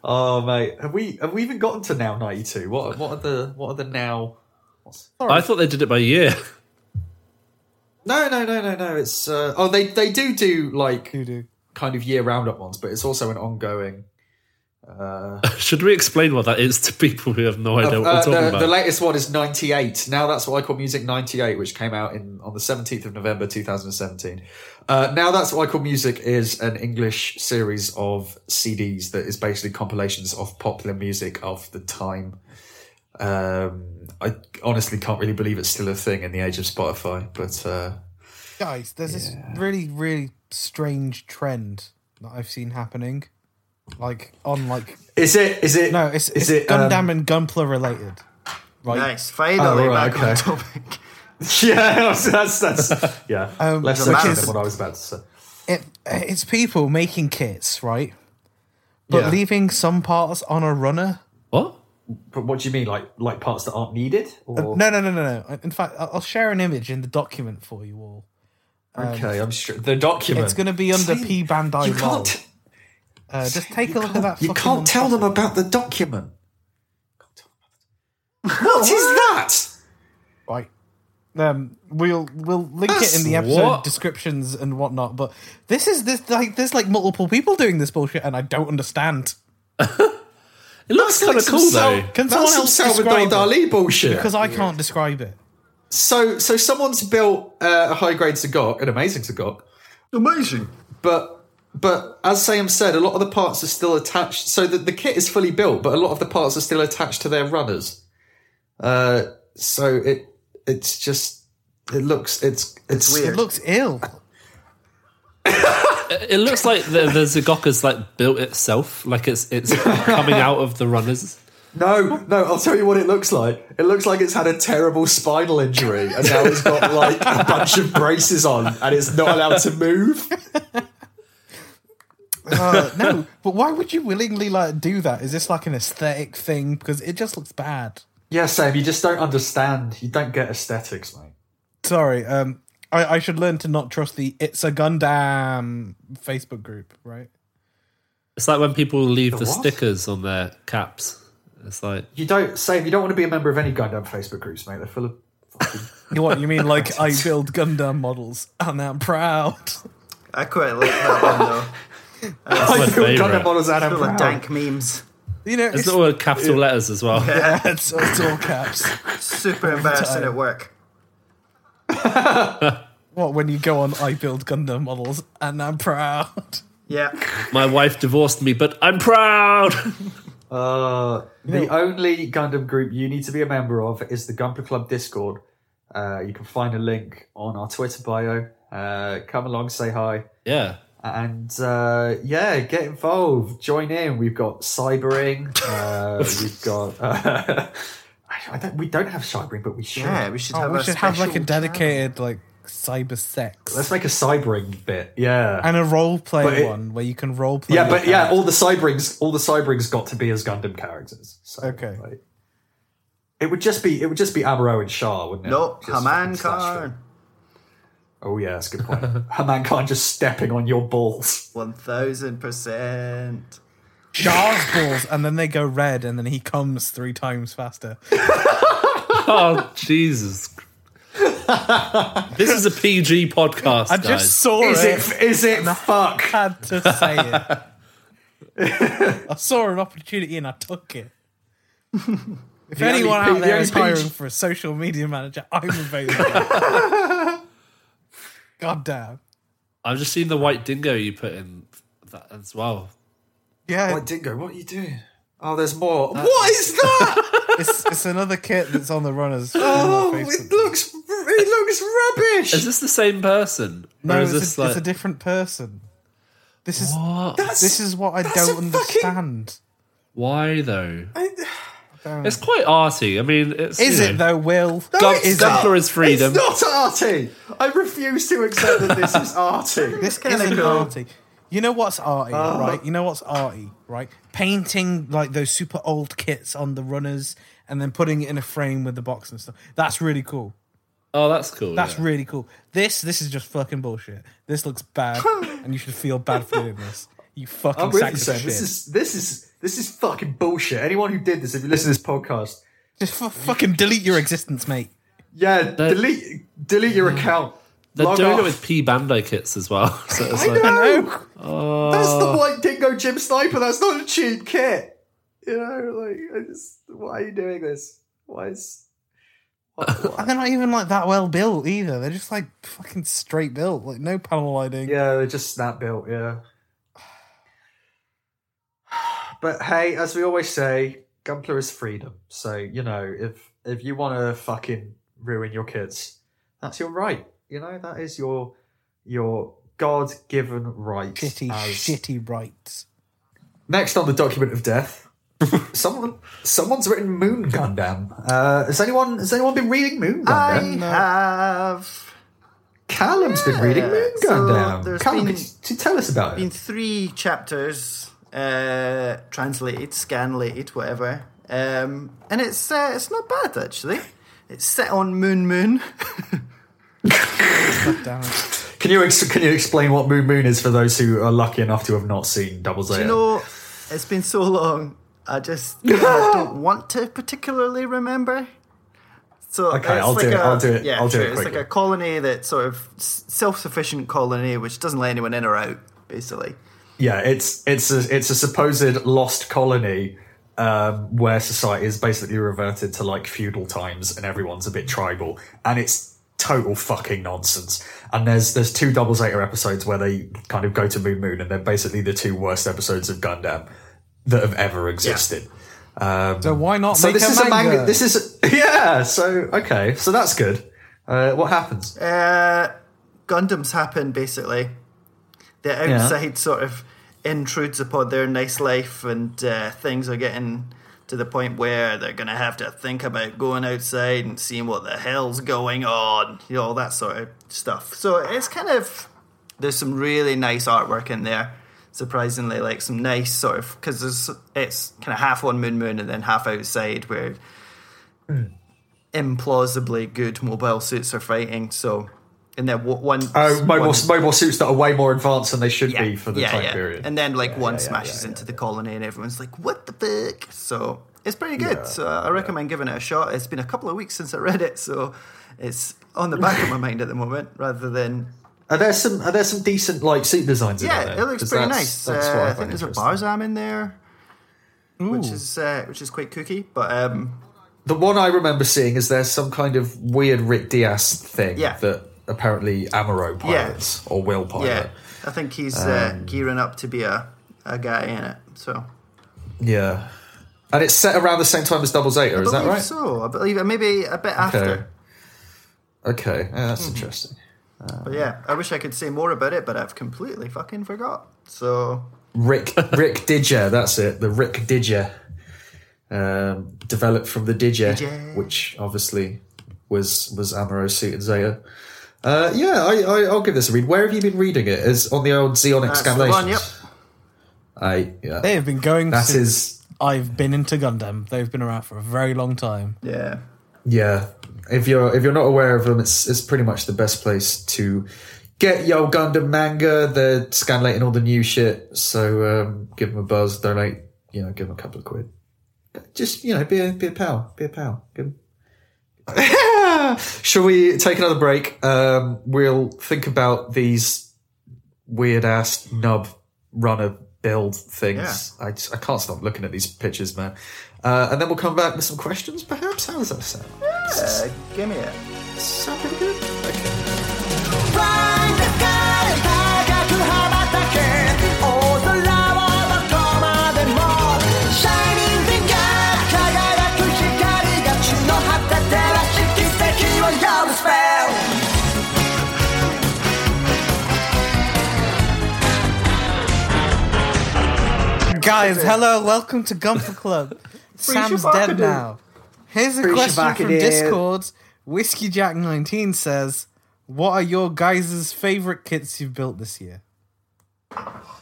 Speaker 1: Oh, mate, have we have we even gotten to now 92? What what are the what are the now?
Speaker 4: I thought they did it by year.
Speaker 1: No, no, no, no, no. It's uh, oh, they they do do like
Speaker 2: You do.
Speaker 1: kind of year roundup ones, but it's also an ongoing.
Speaker 4: Should we explain what that is to people who have no idea what we're
Speaker 1: Uh,
Speaker 4: talking
Speaker 1: the,
Speaker 4: about?
Speaker 1: the latest one is 98. Now that's what I call Music 98, which came out in on the 17th of November 2017. Uh, now that's what I call Music is an English series of CDs that is basically compilations of popular music of the time. Um, I honestly can't really believe it's still a thing in the age of Spotify, but uh,
Speaker 2: Guys, there's this really, really strange trend that I've seen happening. Like, on like.
Speaker 1: is it? Is it?
Speaker 2: No, it's, it's
Speaker 1: it?
Speaker 2: Gundam
Speaker 1: um,
Speaker 2: and Gunpla related. Right?
Speaker 3: Nice. Finally,
Speaker 1: Oh, right,
Speaker 3: back
Speaker 1: okay.
Speaker 3: on topic.
Speaker 1: yeah, that's that's yeah. Less
Speaker 2: because-
Speaker 1: sexist than what I was about to say.
Speaker 2: it, it's people making kits, right? But
Speaker 1: Yeah.
Speaker 2: leaving some parts on a runner.
Speaker 4: what?
Speaker 1: But what do you mean, like like parts that aren't needed? Or?
Speaker 2: No, no, no, no, no. In fact, I- I'll share an image in the document for you all.
Speaker 1: Okay, I'm sure the document.
Speaker 2: It's going to be under
Speaker 1: See,
Speaker 2: P
Speaker 1: You
Speaker 2: Bandai LOL.
Speaker 1: can't.
Speaker 2: Uh, just take a look at
Speaker 1: can't-
Speaker 2: that.
Speaker 1: You
Speaker 2: fucking
Speaker 1: can't tell them
Speaker 2: monstrosity.
Speaker 1: about the document. What is that?
Speaker 2: Right. Um, we'll we'll link it in the episode
Speaker 4: What?
Speaker 2: descriptions and whatnot. But this is this like there's like multiple people doing this bullshit, and I don't understand
Speaker 4: It looks
Speaker 1: That's
Speaker 4: kind
Speaker 1: like
Speaker 4: of
Speaker 1: some
Speaker 4: cool
Speaker 1: Sal-
Speaker 4: though.
Speaker 2: Can
Speaker 1: that's
Speaker 2: someone
Speaker 1: some
Speaker 2: else
Speaker 1: Salvador
Speaker 2: describe
Speaker 1: Dali bullshit.
Speaker 2: because I can't describe it.
Speaker 1: so, so someone's built uh, a high grade Sagok, an amazing Sagok,
Speaker 3: Amazing.
Speaker 1: but but as Sam said, a lot of the parts are still attached. So the, the kit is fully built, but a lot of the parts are still attached to their runners. Uh, so it it's just it looks it's it's,
Speaker 2: It
Speaker 3: weird.
Speaker 2: looks ill.
Speaker 4: It looks like the, the Zagoka's like built itself, like it's it's coming out of the runners.
Speaker 1: No, no, I'll tell you what it looks like. It looks like it's had a terrible spinal injury and now it's got like a bunch of braces on and it's not allowed to move.
Speaker 2: Uh, no, but why would you willingly like do that? Is this like an aesthetic thing? Because it just looks bad.
Speaker 1: Yeah, Sam, you just don't understand. You don't get aesthetics, mate.
Speaker 2: Sorry. Um, I, I should learn to not trust the "It's a Gundam" Facebook group, right?
Speaker 4: It's like when people leave the,
Speaker 1: what?
Speaker 4: stickers on their caps. It's like
Speaker 1: You don't, Sam, you don't want to be a member of any Gundam Facebook groups, mate. They're full of.
Speaker 2: You What you mean? Like I build Gundam models, and I'm proud.
Speaker 3: I quite like that one, though.
Speaker 4: that's my
Speaker 1: Gundam
Speaker 4: favorite.
Speaker 1: models and I'm
Speaker 3: Full of
Speaker 1: proud.
Speaker 3: dank memes.
Speaker 2: You know,
Speaker 4: It's
Speaker 2: it's,
Speaker 4: not all capital letters as well.
Speaker 2: it's, it's all caps.
Speaker 3: Super embarrassing at work.
Speaker 2: What when you go on I build Gundam models and I'm proud.
Speaker 3: Yeah.
Speaker 4: My wife divorced me, but I'm proud.
Speaker 1: Uh, the only Gundam group you need to be a member of is the Gunpla Club Discord. Uh, you can find a link on our Twitter bio. Uh, come along, say hi.
Speaker 4: yeah.
Speaker 1: and uh, yeah, get involved, join in. We've got cybering. Uh, we've got. Uh, I don't, we don't have cybering, but we should.
Speaker 3: Yeah, we should
Speaker 2: Oh,
Speaker 3: have
Speaker 2: we
Speaker 3: a
Speaker 2: should have like a
Speaker 3: special
Speaker 2: dedicated like cyber sex
Speaker 1: Let's make a cybering bit. Yeah.
Speaker 2: and a role
Speaker 1: But
Speaker 2: play
Speaker 1: it-
Speaker 2: one where you can role play.
Speaker 1: yeah,
Speaker 2: your
Speaker 1: but yeah,
Speaker 2: character.
Speaker 1: all the cyberings, all the cyberings got to be as Gundam characters. So,
Speaker 2: Okay.
Speaker 1: like, it would just be it would just be Amuro and Shah, wouldn't it?
Speaker 3: Nope,
Speaker 1: Just fucking
Speaker 3: Haman
Speaker 1: slash
Speaker 3: Khan.
Speaker 1: them. Oh yeah, that's a good point. Haman Khan just stepping on your balls.
Speaker 3: 1000%.
Speaker 2: Jar's balls, and then they go red, and then he comes three times faster.
Speaker 4: Oh Jesus This is a PG podcast,
Speaker 2: I
Speaker 4: guys.
Speaker 2: just saw
Speaker 1: Is
Speaker 2: it.
Speaker 1: it? Is it? Fuck.
Speaker 2: had to say it. I saw an opportunity and I took it. If anyone
Speaker 1: only P-
Speaker 2: out there
Speaker 1: the
Speaker 2: is
Speaker 1: only P-
Speaker 2: hiring for a social media manager, I'm available. God damn.
Speaker 4: I've just seen the white dingo you put in that as well.
Speaker 2: Yeah,
Speaker 1: White Dingo, what are you doing? Oh, there's more. what is that?
Speaker 2: it's, it's another kit that's on the runners.
Speaker 1: oh,
Speaker 2: Oh,
Speaker 1: it looks. It looks
Speaker 4: Is
Speaker 1: rubbish.
Speaker 4: this the same person?
Speaker 2: no,
Speaker 4: or
Speaker 2: it's
Speaker 4: is
Speaker 2: a,
Speaker 4: this like
Speaker 2: it's a different person. This is
Speaker 4: what?
Speaker 1: That's-
Speaker 2: this is what I
Speaker 1: that's
Speaker 2: don't
Speaker 1: a fucking-
Speaker 2: understand.
Speaker 4: Why though?
Speaker 1: I-
Speaker 4: It's quite arty. I mean, it's
Speaker 2: Oh. Is
Speaker 4: you
Speaker 2: it
Speaker 4: know,
Speaker 2: though, Will?
Speaker 1: No,
Speaker 4: Gum-
Speaker 1: it's
Speaker 4: Gumpler
Speaker 1: not.
Speaker 4: is freedom.
Speaker 1: It's not arty. I refuse to accept that this is arty.
Speaker 2: This isn't
Speaker 3: cool.
Speaker 2: arty. You know what's arty,
Speaker 1: Oh.
Speaker 2: right? You know what's arty, right? Painting like those super old kits on the runners and then putting it in a frame with the box and stuff. That's really cool.
Speaker 4: Oh, that's cool.
Speaker 2: That's
Speaker 4: yeah.
Speaker 2: really cool. This this is just fucking bullshit. This looks bad, and you should feel bad for doing this. You fucking
Speaker 1: I'm with
Speaker 2: sack
Speaker 1: you,
Speaker 2: of
Speaker 1: Sam.
Speaker 2: shit.
Speaker 1: This is this is this is fucking bullshit. Anyone who did this, if you listen to this podcast,
Speaker 2: Just f- fucking delete your existence, mate.
Speaker 1: yeah, delete delete your account.
Speaker 4: They're
Speaker 1: Log
Speaker 4: doing
Speaker 1: off.
Speaker 4: it with P Bandai kits as well. So it's
Speaker 1: I
Speaker 4: like,
Speaker 1: know.
Speaker 4: oh.
Speaker 1: That's the white dingo Jim Sniper. That's not a cheap kit. You know, like, I just, why are you doing this? Why is
Speaker 2: And they're not even like that well built either. They're just like fucking straight built, like no panel lighting.
Speaker 1: Yeah, they're just snap built, yeah. But hey, as we always say, Gunpla is freedom. So, you know, if if you want to fucking ruin your kids, that's your right. You know, that is your your God given right.
Speaker 2: Shitty,
Speaker 1: as-
Speaker 2: shitty rights.
Speaker 1: Next on the document of death, someone someone's written Moon Gundam. Uh, has anyone has anyone been reading Moon
Speaker 3: I
Speaker 1: Gundam? uh,
Speaker 3: have
Speaker 1: Callum's been reading Moon
Speaker 3: so
Speaker 1: Gundam.
Speaker 3: there's
Speaker 1: Callum,
Speaker 3: been-
Speaker 1: could you- could you tell us about
Speaker 3: been
Speaker 1: it?
Speaker 3: three chapters uh, translated, scanlated, whatever, um, and it's uh, it's not bad actually. It's set on Moon Moon.
Speaker 2: Damn it.
Speaker 1: Can you ex- can you explain what Moon Moon is for those who are lucky enough to have not seen Double Zero?
Speaker 3: You know, it's been so long. I just I don't want to particularly remember. So
Speaker 1: Okay,
Speaker 3: it's
Speaker 1: I'll
Speaker 3: like
Speaker 1: do it,
Speaker 3: a-
Speaker 1: I'll do it,
Speaker 3: Yeah,
Speaker 1: I'll do
Speaker 3: sure.
Speaker 1: it
Speaker 3: It's like
Speaker 1: quickly.
Speaker 3: a colony that sort of s- self-sufficient colony, which doesn't let anyone in or out, basically.
Speaker 1: yeah, it's it's a it's a supposed lost colony um, where society is basically reverted to like feudal times and everyone's a bit tribal, and it's total fucking nonsense. And there's there's two Double Zeta episodes where they kind of go to Moon Moon, and they're basically the two worst episodes of Gundam that have ever existed. Um,
Speaker 2: So why not
Speaker 1: so
Speaker 2: make
Speaker 1: this
Speaker 2: a
Speaker 1: is
Speaker 2: manga?
Speaker 1: a manga. This is yeah. So okay, so that's good. Uh, what happens?
Speaker 3: Uh, Gundams happen basically. The outside sort of intrudes upon their nice life, and uh, things are getting to the point where they're going to have to think about going outside and seeing what the hell's going on, you know, all that sort of stuff. So it's kind of there's some really nice artwork in there. Surprisingly, like some nice sort of because there's it's kind of half on Moon Moon and then half outside where implausibly good mobile suits are fighting. So, and then wh- one
Speaker 1: Oh, mobile
Speaker 3: one-
Speaker 1: mobile suits that are way more advanced than they should be for the
Speaker 3: yeah,
Speaker 1: time
Speaker 3: yeah.
Speaker 1: period.
Speaker 3: And then like one smashes into the colony, and everyone's like, "What the fuck?" So it's pretty good. so I recommend giving it a shot. It's been a couple of weeks since I read it, so it's on the back of my mind at the moment, rather than
Speaker 1: Are there some are there some decent like suit designs? in
Speaker 3: yeah,
Speaker 1: there?
Speaker 3: it looks
Speaker 1: 'Cause
Speaker 3: pretty
Speaker 1: that's-
Speaker 3: nice.
Speaker 1: That's
Speaker 3: uh,
Speaker 1: what I,
Speaker 3: I think
Speaker 1: find
Speaker 3: there's a
Speaker 1: interesting.
Speaker 3: Barzam in there, which
Speaker 2: Ooh.
Speaker 3: is uh, which is quite kooky, but um,
Speaker 1: The one I remember seeing is there's some kind of weird Rick Diaz thing
Speaker 3: Yeah.
Speaker 1: that apparently Amaro pilots or will
Speaker 3: yeah,
Speaker 1: pilot.
Speaker 3: I think he's uh,
Speaker 1: Um,
Speaker 3: gearing up to be a a guy in it. So
Speaker 1: Yeah. And it's set around the same time as Double Zeta, is that
Speaker 3: believe
Speaker 1: right?
Speaker 3: So I believe it maybe a bit
Speaker 1: Okay.
Speaker 3: after. Hmm.
Speaker 1: Okay, yeah, that's interesting.
Speaker 3: But yeah, I wish I could say more about it, but I've completely fucking forgot. So
Speaker 1: Rick Rick Diger, that's it. The Rick Diger, um, developed from the Diger,
Speaker 3: Diger.
Speaker 1: which obviously was was Amaro's suit and Zeta. Uh, yeah, I, I, I'll give this a read. Where have you been reading it? Is on the old Xeonic
Speaker 3: That's the one, yep.
Speaker 1: Scanlations? I yeah.
Speaker 2: They have been going
Speaker 1: That
Speaker 2: since
Speaker 1: is
Speaker 2: I've been into Gundam. They've been around for a very long time.
Speaker 3: yeah,
Speaker 1: yeah. If you're if you're not aware of them, it's it's pretty much the best place to get your Gundam manga. They're scanlating all the new shit, so um, give them a buzz, donate, you know, give them a couple of quid. Just you know, be a be a pal, be a pal. Give 'em- Shall we take another break? Um, we'll think about these weird ass nub runner build things. I, just- I can't stop looking at these pictures, man. Uh, and then we'll come back with some questions, perhaps. How does that sound?
Speaker 3: Uh, give me it.
Speaker 1: Sound pretty good? Okay.
Speaker 6: ファンが彼高く羽ばたけ大空をどこまでも Shining Finger 輝く光が地の果て照らし奇跡を呼ぶスペル
Speaker 2: Guys, hello, welcome to Gumper Club. Sam's dead
Speaker 3: Shabakadu.
Speaker 2: now. Here's a question from
Speaker 1: Shabakadu.
Speaker 2: Discord. Whiskey Jack 19 says, What are your guys' favorite kits you've built this year?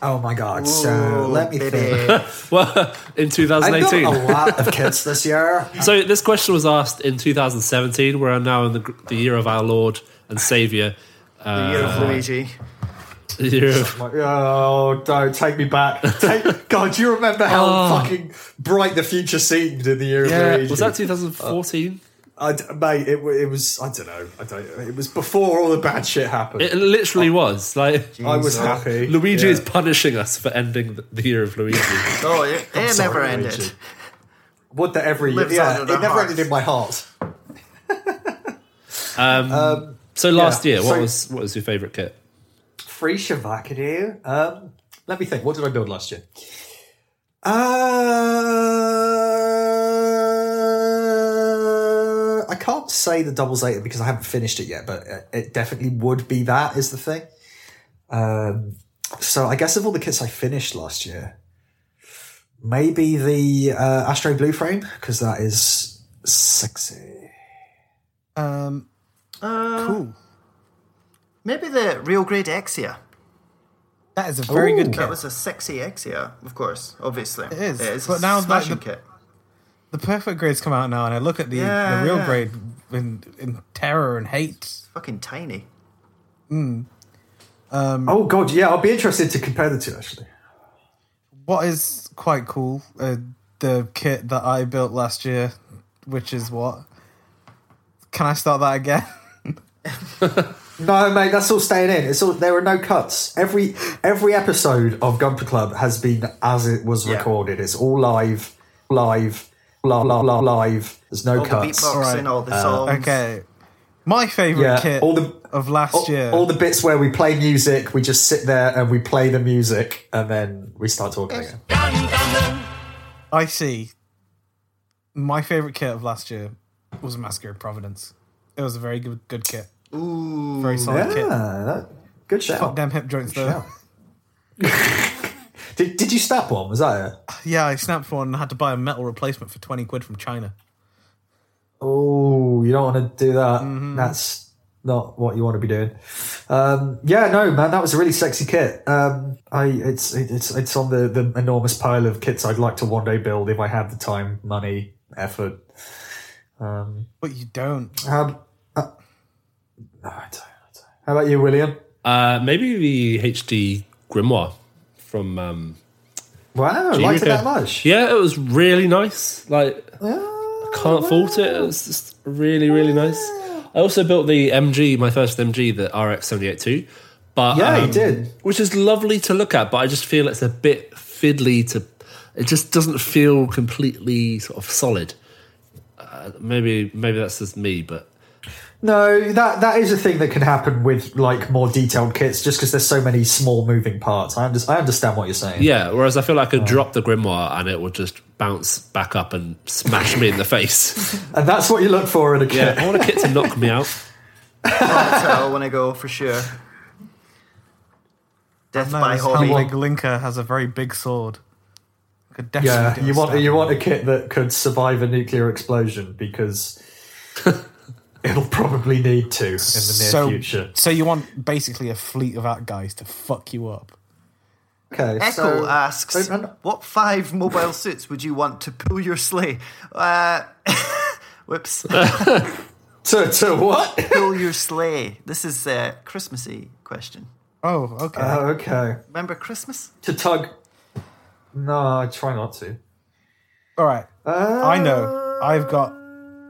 Speaker 1: Oh my god! so let me think.
Speaker 3: Baby.
Speaker 4: Well, in
Speaker 1: I built a
Speaker 4: 2018.
Speaker 1: lot of kits this year.
Speaker 4: So this question was asked in 2017. We're now in the, gr- the year of our Lord and Savior.
Speaker 3: The year
Speaker 1: Uh,
Speaker 3: of Luigi.
Speaker 4: the year of-
Speaker 1: Oh, don't take me back. Take, God, do you remember how fucking bright the future seemed in the year
Speaker 4: Yeah,
Speaker 1: of Luigi?
Speaker 4: was that 2014?
Speaker 1: I d- mate, it, wa- it was, I don't know. I don't, it was before all the bad shit happened.
Speaker 4: It literally was. Like
Speaker 1: I was happy.
Speaker 4: Luigi
Speaker 1: Yeah.
Speaker 4: is punishing us for ending the- the year of Luigi.
Speaker 3: Oh, it, it
Speaker 1: sorry,
Speaker 3: never
Speaker 1: Luigi.
Speaker 3: ended.
Speaker 1: What the every year.
Speaker 3: Lives on
Speaker 1: Yeah,
Speaker 3: in
Speaker 1: it
Speaker 3: their
Speaker 1: never
Speaker 3: hearts.
Speaker 1: ended in my heart.
Speaker 4: So last
Speaker 1: Yeah,
Speaker 4: year, what
Speaker 1: so-
Speaker 4: was what was your favorite kit?
Speaker 1: Free Shavakadu. Um, let me think. What did I build last year? Uh, I can't say the double zeta because I haven't finished it yet, but it- it definitely would be that is the thing. Um, so I guess of all the kits I finished last year, maybe the uh, Astro Blue Frame because that is sexy.
Speaker 2: Um, cool.
Speaker 3: Maybe the real grade Exia.
Speaker 2: That is a very good
Speaker 1: Ooh.
Speaker 2: kit.
Speaker 3: That was a sexy Exia, of course, obviously. It
Speaker 2: is,
Speaker 3: It is
Speaker 2: but
Speaker 3: a
Speaker 2: now that
Speaker 3: smashing
Speaker 2: the-
Speaker 3: kit.
Speaker 2: the perfect grades come out now, and I look at the,
Speaker 3: Yeah,
Speaker 2: the real
Speaker 3: yeah.
Speaker 2: grade in, in terror and hate.
Speaker 3: Fucking tiny.
Speaker 1: Oh god, yeah, I'll be interested to compare the two actually.
Speaker 2: What is quite cool, uh, the kit that I built last year, which is what? Can I start that again?
Speaker 1: No, mate, that's all staying in. It's all there are no cuts. Every every episode of Gumper Club has been as it was
Speaker 3: Yeah.
Speaker 1: recorded. It's all live, live, la la la live. There's no
Speaker 3: All the
Speaker 1: cuts. Uh,
Speaker 3: beatboxing,
Speaker 2: Alright.
Speaker 3: all the songs.
Speaker 2: Okay. My favorite
Speaker 1: Yeah,
Speaker 2: kit
Speaker 1: all the-
Speaker 2: of last
Speaker 1: All,
Speaker 2: year.
Speaker 1: all the bits where we play music, we just sit there and we play the music, and then we start talking again.
Speaker 2: I see. My favorite kit of last year was Massacre of Providence. It was a very good good kit. Ooh. Very
Speaker 1: Yeah,
Speaker 2: solid kit.
Speaker 1: Ah, that, good shout.
Speaker 2: Damn hip joints though.
Speaker 1: Did, did you snap one? Was that it?
Speaker 2: Yeah, I snapped one and had to buy a metal replacement for 20 quid from China.
Speaker 1: Oh, you don't want to do that.
Speaker 4: Mm-hmm.
Speaker 1: That's not what you want to be doing. Um, yeah, no, man, that was a really sexy kit. Um, I it's it's it's on the the enormous pile of kits I'd like to one day build if I had the time, money, effort.
Speaker 2: But you don't.
Speaker 1: How, uh, no, I don't, I don't. How about you, William?
Speaker 4: Uh, maybe the HD Grimoire from um,
Speaker 1: Wow, liked it
Speaker 4: Eureka.
Speaker 1: that much. Oh,
Speaker 4: Yeah, it was really nice. Like
Speaker 1: Yeah.
Speaker 4: can't fault it. It was just really, really nice. I also built the MG, my first MG, the RX seventy eight two. But
Speaker 1: Yeah, you
Speaker 4: um,
Speaker 1: did.
Speaker 4: which is lovely to look at. But I just feel it's a bit fiddly to. It just doesn't feel completely sort of solid. Uh, maybe, maybe that's just me, but
Speaker 1: No, that that is a thing that can happen with like more detailed kits, just because there's so many small moving parts. I, under- I understand what you're saying.
Speaker 4: yeah. Whereas I feel like I could drop the grimoire and it would just bounce back up and smash me in the face.
Speaker 1: and that's what you look for in a kit.
Speaker 4: Yeah, I want a kit to knock me out.
Speaker 3: That's how I want to go for sure. Death by
Speaker 2: Notice how
Speaker 3: hobby.
Speaker 2: like Linker has a very big sword. Could definitely
Speaker 1: Yeah,
Speaker 2: do a
Speaker 1: you want
Speaker 2: stab.
Speaker 1: you want a kit that could survive a nuclear explosion because it'll probably need to in the near
Speaker 2: so,
Speaker 1: future.
Speaker 2: so you want basically a fleet of out guys to fuck you up.
Speaker 1: Okay,
Speaker 3: Echo uh,
Speaker 1: so-
Speaker 3: asks,
Speaker 1: so- and-
Speaker 3: "What five mobile suits would you want to pull your sleigh?" Uh, whoops,
Speaker 1: to to what?
Speaker 3: pull your sleigh. This is a Christmassy question.
Speaker 2: Oh, okay.
Speaker 1: Oh, okay,
Speaker 3: Remember Christmas?
Speaker 1: to tug. No, I try not to. Uh,
Speaker 2: All right. I know. I've got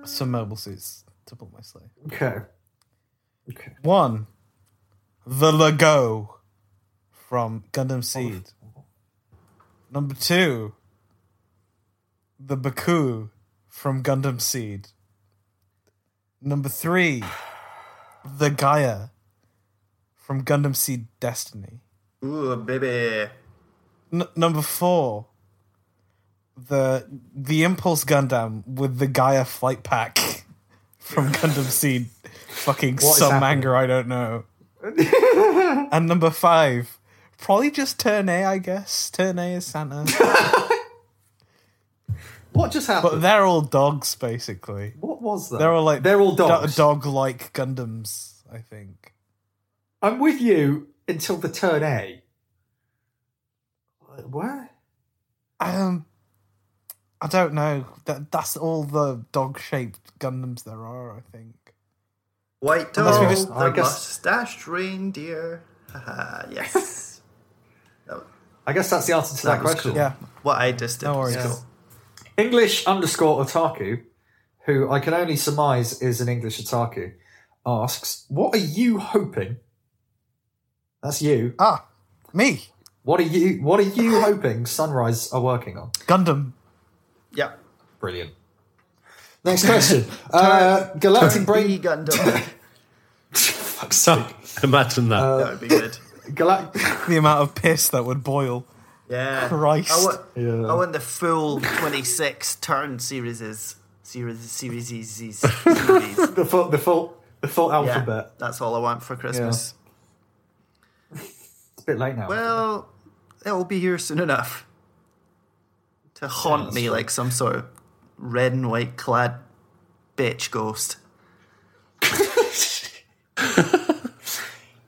Speaker 2: some mobile suits to pull my sleigh.
Speaker 1: Okay.
Speaker 2: One, the Lego from
Speaker 1: Oh.
Speaker 2: Gundam Seed. Number two, the Baku from Gundam Seed. Number three, the Gaia from Gundam Seed Destiny.
Speaker 3: Ooh, baby.
Speaker 2: N- number four, the the Impulse Gundam with the Gaia flight pack from Gundam Seed. Fucking
Speaker 1: is
Speaker 2: some
Speaker 1: happening?
Speaker 2: manga I don't know. and number five, probably just Turn A, I guess. Turn A is Santa,
Speaker 1: What just
Speaker 2: but
Speaker 1: happened?
Speaker 2: they're all dogs basically.
Speaker 1: what was that?
Speaker 2: They're all like
Speaker 1: they're all dogs.
Speaker 2: dog like Gundams, I think.
Speaker 1: I'm with you until the turn A. What?
Speaker 2: Um, I don't know. That that's all the dog shaped Gundams there are. I think.
Speaker 3: White
Speaker 2: Unless we
Speaker 3: dog,
Speaker 2: just-
Speaker 3: the
Speaker 1: I guess-
Speaker 3: mustached reindeer. Haha, yes.
Speaker 1: I guess that's the answer to that,
Speaker 3: was
Speaker 1: question.
Speaker 3: cool.
Speaker 2: Yeah.
Speaker 3: what I just did.
Speaker 2: No
Speaker 3: was
Speaker 2: worries.
Speaker 3: cool.
Speaker 1: English underscore otaku, who I can only surmise is an English otaku, asks, "What are you hoping?" That's you.
Speaker 2: Ah, me
Speaker 1: What are you? What are you hoping? Sunrise are working on.
Speaker 2: Gundam.
Speaker 3: Yeah.
Speaker 1: Brilliant. Next question. uh, Galactic
Speaker 3: Brain
Speaker 1: Brain.
Speaker 3: Gundam.
Speaker 1: Fuck's sake.
Speaker 4: Imagine that.
Speaker 1: Uh,
Speaker 3: that would be good.
Speaker 1: Galact-
Speaker 2: The amount of piss that would boil.
Speaker 3: Yeah.
Speaker 2: Christ.
Speaker 3: I want,
Speaker 1: Yeah.
Speaker 3: I want the full 26 turn series. Series, series, series. series.
Speaker 1: the full, the full, the full
Speaker 3: yeah.
Speaker 1: alphabet.
Speaker 3: That's all I want for Christmas.
Speaker 1: It's a bit late now.
Speaker 3: Well, it will be here soon enough to haunt me like some sort of red and white clad bitch ghost.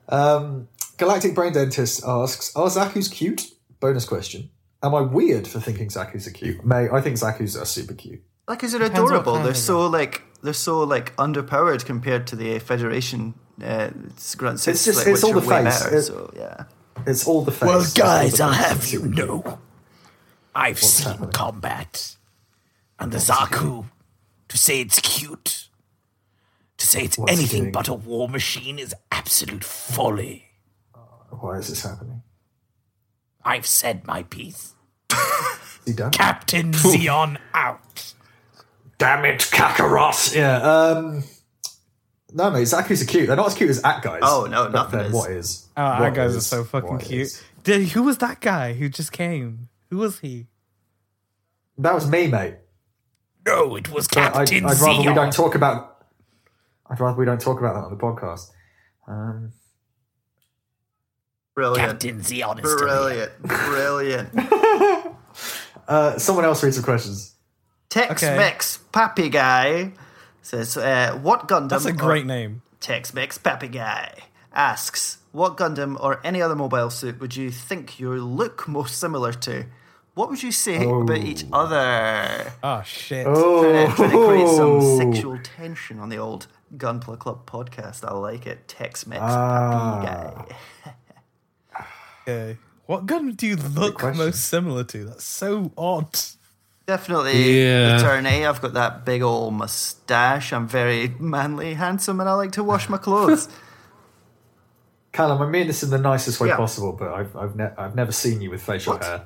Speaker 1: Galactic Brain Dentist asks, "Are Zaku's cute?" Bonus question. Am I weird for thinking Zaku's are cute? May I think Zaku's are super cute.
Speaker 3: Like, is it
Speaker 2: what
Speaker 3: adorable?
Speaker 2: kind
Speaker 3: They're
Speaker 2: of
Speaker 3: so like they're so like underpowered compared to the Federation. Uh, Grunt suits,
Speaker 1: It's just-
Speaker 3: like,
Speaker 1: it's
Speaker 3: which
Speaker 1: all
Speaker 3: are
Speaker 1: the
Speaker 3: way
Speaker 1: face.
Speaker 3: Better,
Speaker 1: It-
Speaker 3: so yeah,
Speaker 1: It's all the face.
Speaker 7: Well,
Speaker 1: It's all
Speaker 7: guys,
Speaker 1: the
Speaker 7: I'll
Speaker 1: face.
Speaker 7: have you know, I've seen combat, and the Zaku. To say it's cute, to say it's
Speaker 1: What's
Speaker 7: anything
Speaker 1: doing?
Speaker 7: but a war machine is absolute folly.
Speaker 1: Why is this happening?
Speaker 7: I've said my piece.
Speaker 1: Is he done?
Speaker 7: Captain Zeon out.
Speaker 1: Damn it, Kakarot! Yeah. Um, no, mate, Zaku's are cute. They're not as cute as At guys.
Speaker 3: Oh, no,
Speaker 1: But
Speaker 3: nothing
Speaker 1: then
Speaker 3: is.
Speaker 1: What is?
Speaker 2: Oh, our
Speaker 1: what
Speaker 2: guys are
Speaker 1: is-
Speaker 2: so fucking
Speaker 1: what
Speaker 2: cute.
Speaker 1: is.
Speaker 2: Did, who was that guy who just came? Who was he?
Speaker 1: That was me, mate.
Speaker 7: No, it was
Speaker 1: But I'd,
Speaker 7: Captain
Speaker 1: I'd rather we
Speaker 7: Zeon.
Speaker 1: don't talk about. I'd rather we don't talk about that on the podcast. Um,
Speaker 3: brilliant,
Speaker 7: Captain Zeon is still here.
Speaker 3: brilliant, brilliant.
Speaker 1: uh, someone else read some questions.
Speaker 3: Tex
Speaker 2: Okay.
Speaker 3: Mex Pappy Guy says, uh, "What Gundam?"
Speaker 2: That's a
Speaker 3: or-
Speaker 2: great name.
Speaker 3: Tex Mex Pappy Guy asks, What Gundam or any other mobile suit would you think your look most similar to? What would you say about each other?
Speaker 2: Oh shit.
Speaker 1: Oh,
Speaker 3: Trying to, trying to create some sexual tension on the old Gunpla Club podcast. I like it. Tex Mex
Speaker 2: Ah.
Speaker 3: Pappy Guy.
Speaker 2: Okay. What gun do you look
Speaker 1: question.
Speaker 2: most similar to? That's so odd.
Speaker 3: Definitely
Speaker 4: Yeah.
Speaker 3: the turn A. I've got that big old moustache. I'm very manly, handsome, and I like to wash my clothes.
Speaker 1: Callum, I mean this in the nicest way
Speaker 3: Yeah.
Speaker 1: possible, but I've I've, ne- I've never seen you with facial hair,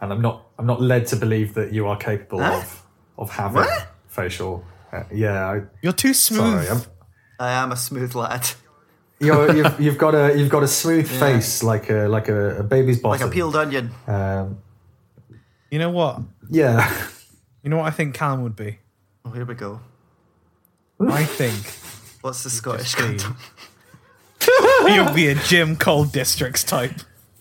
Speaker 1: and I'm not I'm not led to believe that you are capable
Speaker 3: Huh?
Speaker 1: of of having
Speaker 3: What? Mm.
Speaker 1: facial. Hair. Yeah, I,
Speaker 2: You're too smooth.
Speaker 1: sorry, I'm,
Speaker 3: I am a smooth lad.
Speaker 1: you're, you've you've got a you've got a smooth face like a like a, a baby's
Speaker 3: Like
Speaker 1: bottom.
Speaker 3: a peeled onion.
Speaker 1: Um,
Speaker 2: you know what?
Speaker 1: yeah,
Speaker 2: You know what I think Callum would be.
Speaker 3: Oh, here we go.
Speaker 2: I think
Speaker 3: What's the Scottish
Speaker 2: be-
Speaker 3: Gundam?
Speaker 2: you'll be a Jim Cold Districts type.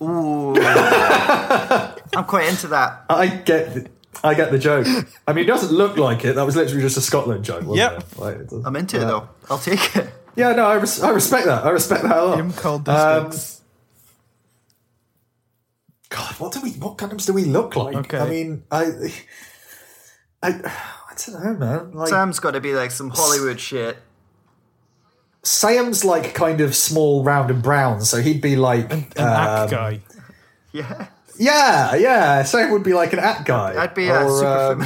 Speaker 3: Ooh. I'm quite into that.
Speaker 1: I get the, I get the joke. I mean, it doesn't look like it. That was literally just a Scotland joke. Wasn't
Speaker 2: Yep.
Speaker 1: it? Like, it doesn't-
Speaker 3: I'm into
Speaker 1: yeah.
Speaker 3: it though. I'll take it.
Speaker 1: Yeah, no, I, res- I respect that. I respect that a lot.
Speaker 2: Jim Cold
Speaker 1: Um,
Speaker 2: Districts.
Speaker 1: God, what do we? What Gundams do we look like?
Speaker 2: Okay.
Speaker 1: I mean, I, I, I don't know, man. Like
Speaker 3: Sam's got to be like some Hollywood shit.
Speaker 1: Sam's like kind of small, round, and brown, so he'd be like,
Speaker 2: An
Speaker 1: um,
Speaker 2: act guy.
Speaker 3: Yeah.
Speaker 1: yeah, yeah. Sam would be like an at guy.
Speaker 3: I'd be a super
Speaker 1: um,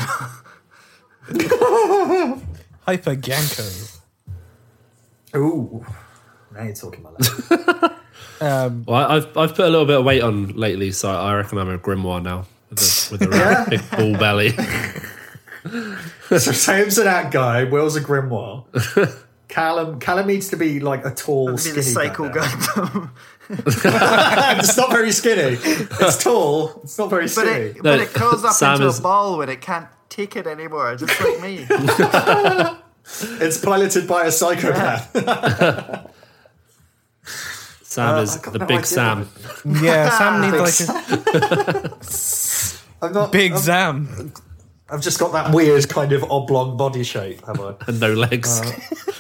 Speaker 3: feminine.
Speaker 2: Hyper Ganko.
Speaker 1: Ooh. Now you're talking my language.
Speaker 7: Um,
Speaker 4: Well, I- I've I've put a little bit of weight on lately, so I reckon I'm a grimoire now with a, with a round big ball belly.
Speaker 1: so Sam's an out guy. Will's a grimoire. Callum, Callum needs to be like a tall,
Speaker 3: Be
Speaker 1: skinny.
Speaker 3: the cycle
Speaker 1: guy.
Speaker 3: Gundam.
Speaker 1: now. it's not very skinny. It's tall. It's not very
Speaker 3: But
Speaker 1: skinny.
Speaker 3: it, but it curls up
Speaker 4: Sam
Speaker 3: into
Speaker 4: is-
Speaker 3: a ball when it can't take it anymore, just like me.
Speaker 1: It's piloted by a psychopath.
Speaker 4: Sam
Speaker 1: Uh,
Speaker 4: is
Speaker 1: I got
Speaker 4: the
Speaker 1: no
Speaker 4: big
Speaker 1: idea.
Speaker 4: Sam.
Speaker 7: yeah, Sam needs like a
Speaker 1: I'm not
Speaker 7: big
Speaker 1: I'm-
Speaker 7: Sam.
Speaker 1: I've just got that weird kind of oblong body shape, have I?
Speaker 4: and no legs.
Speaker 1: Uh,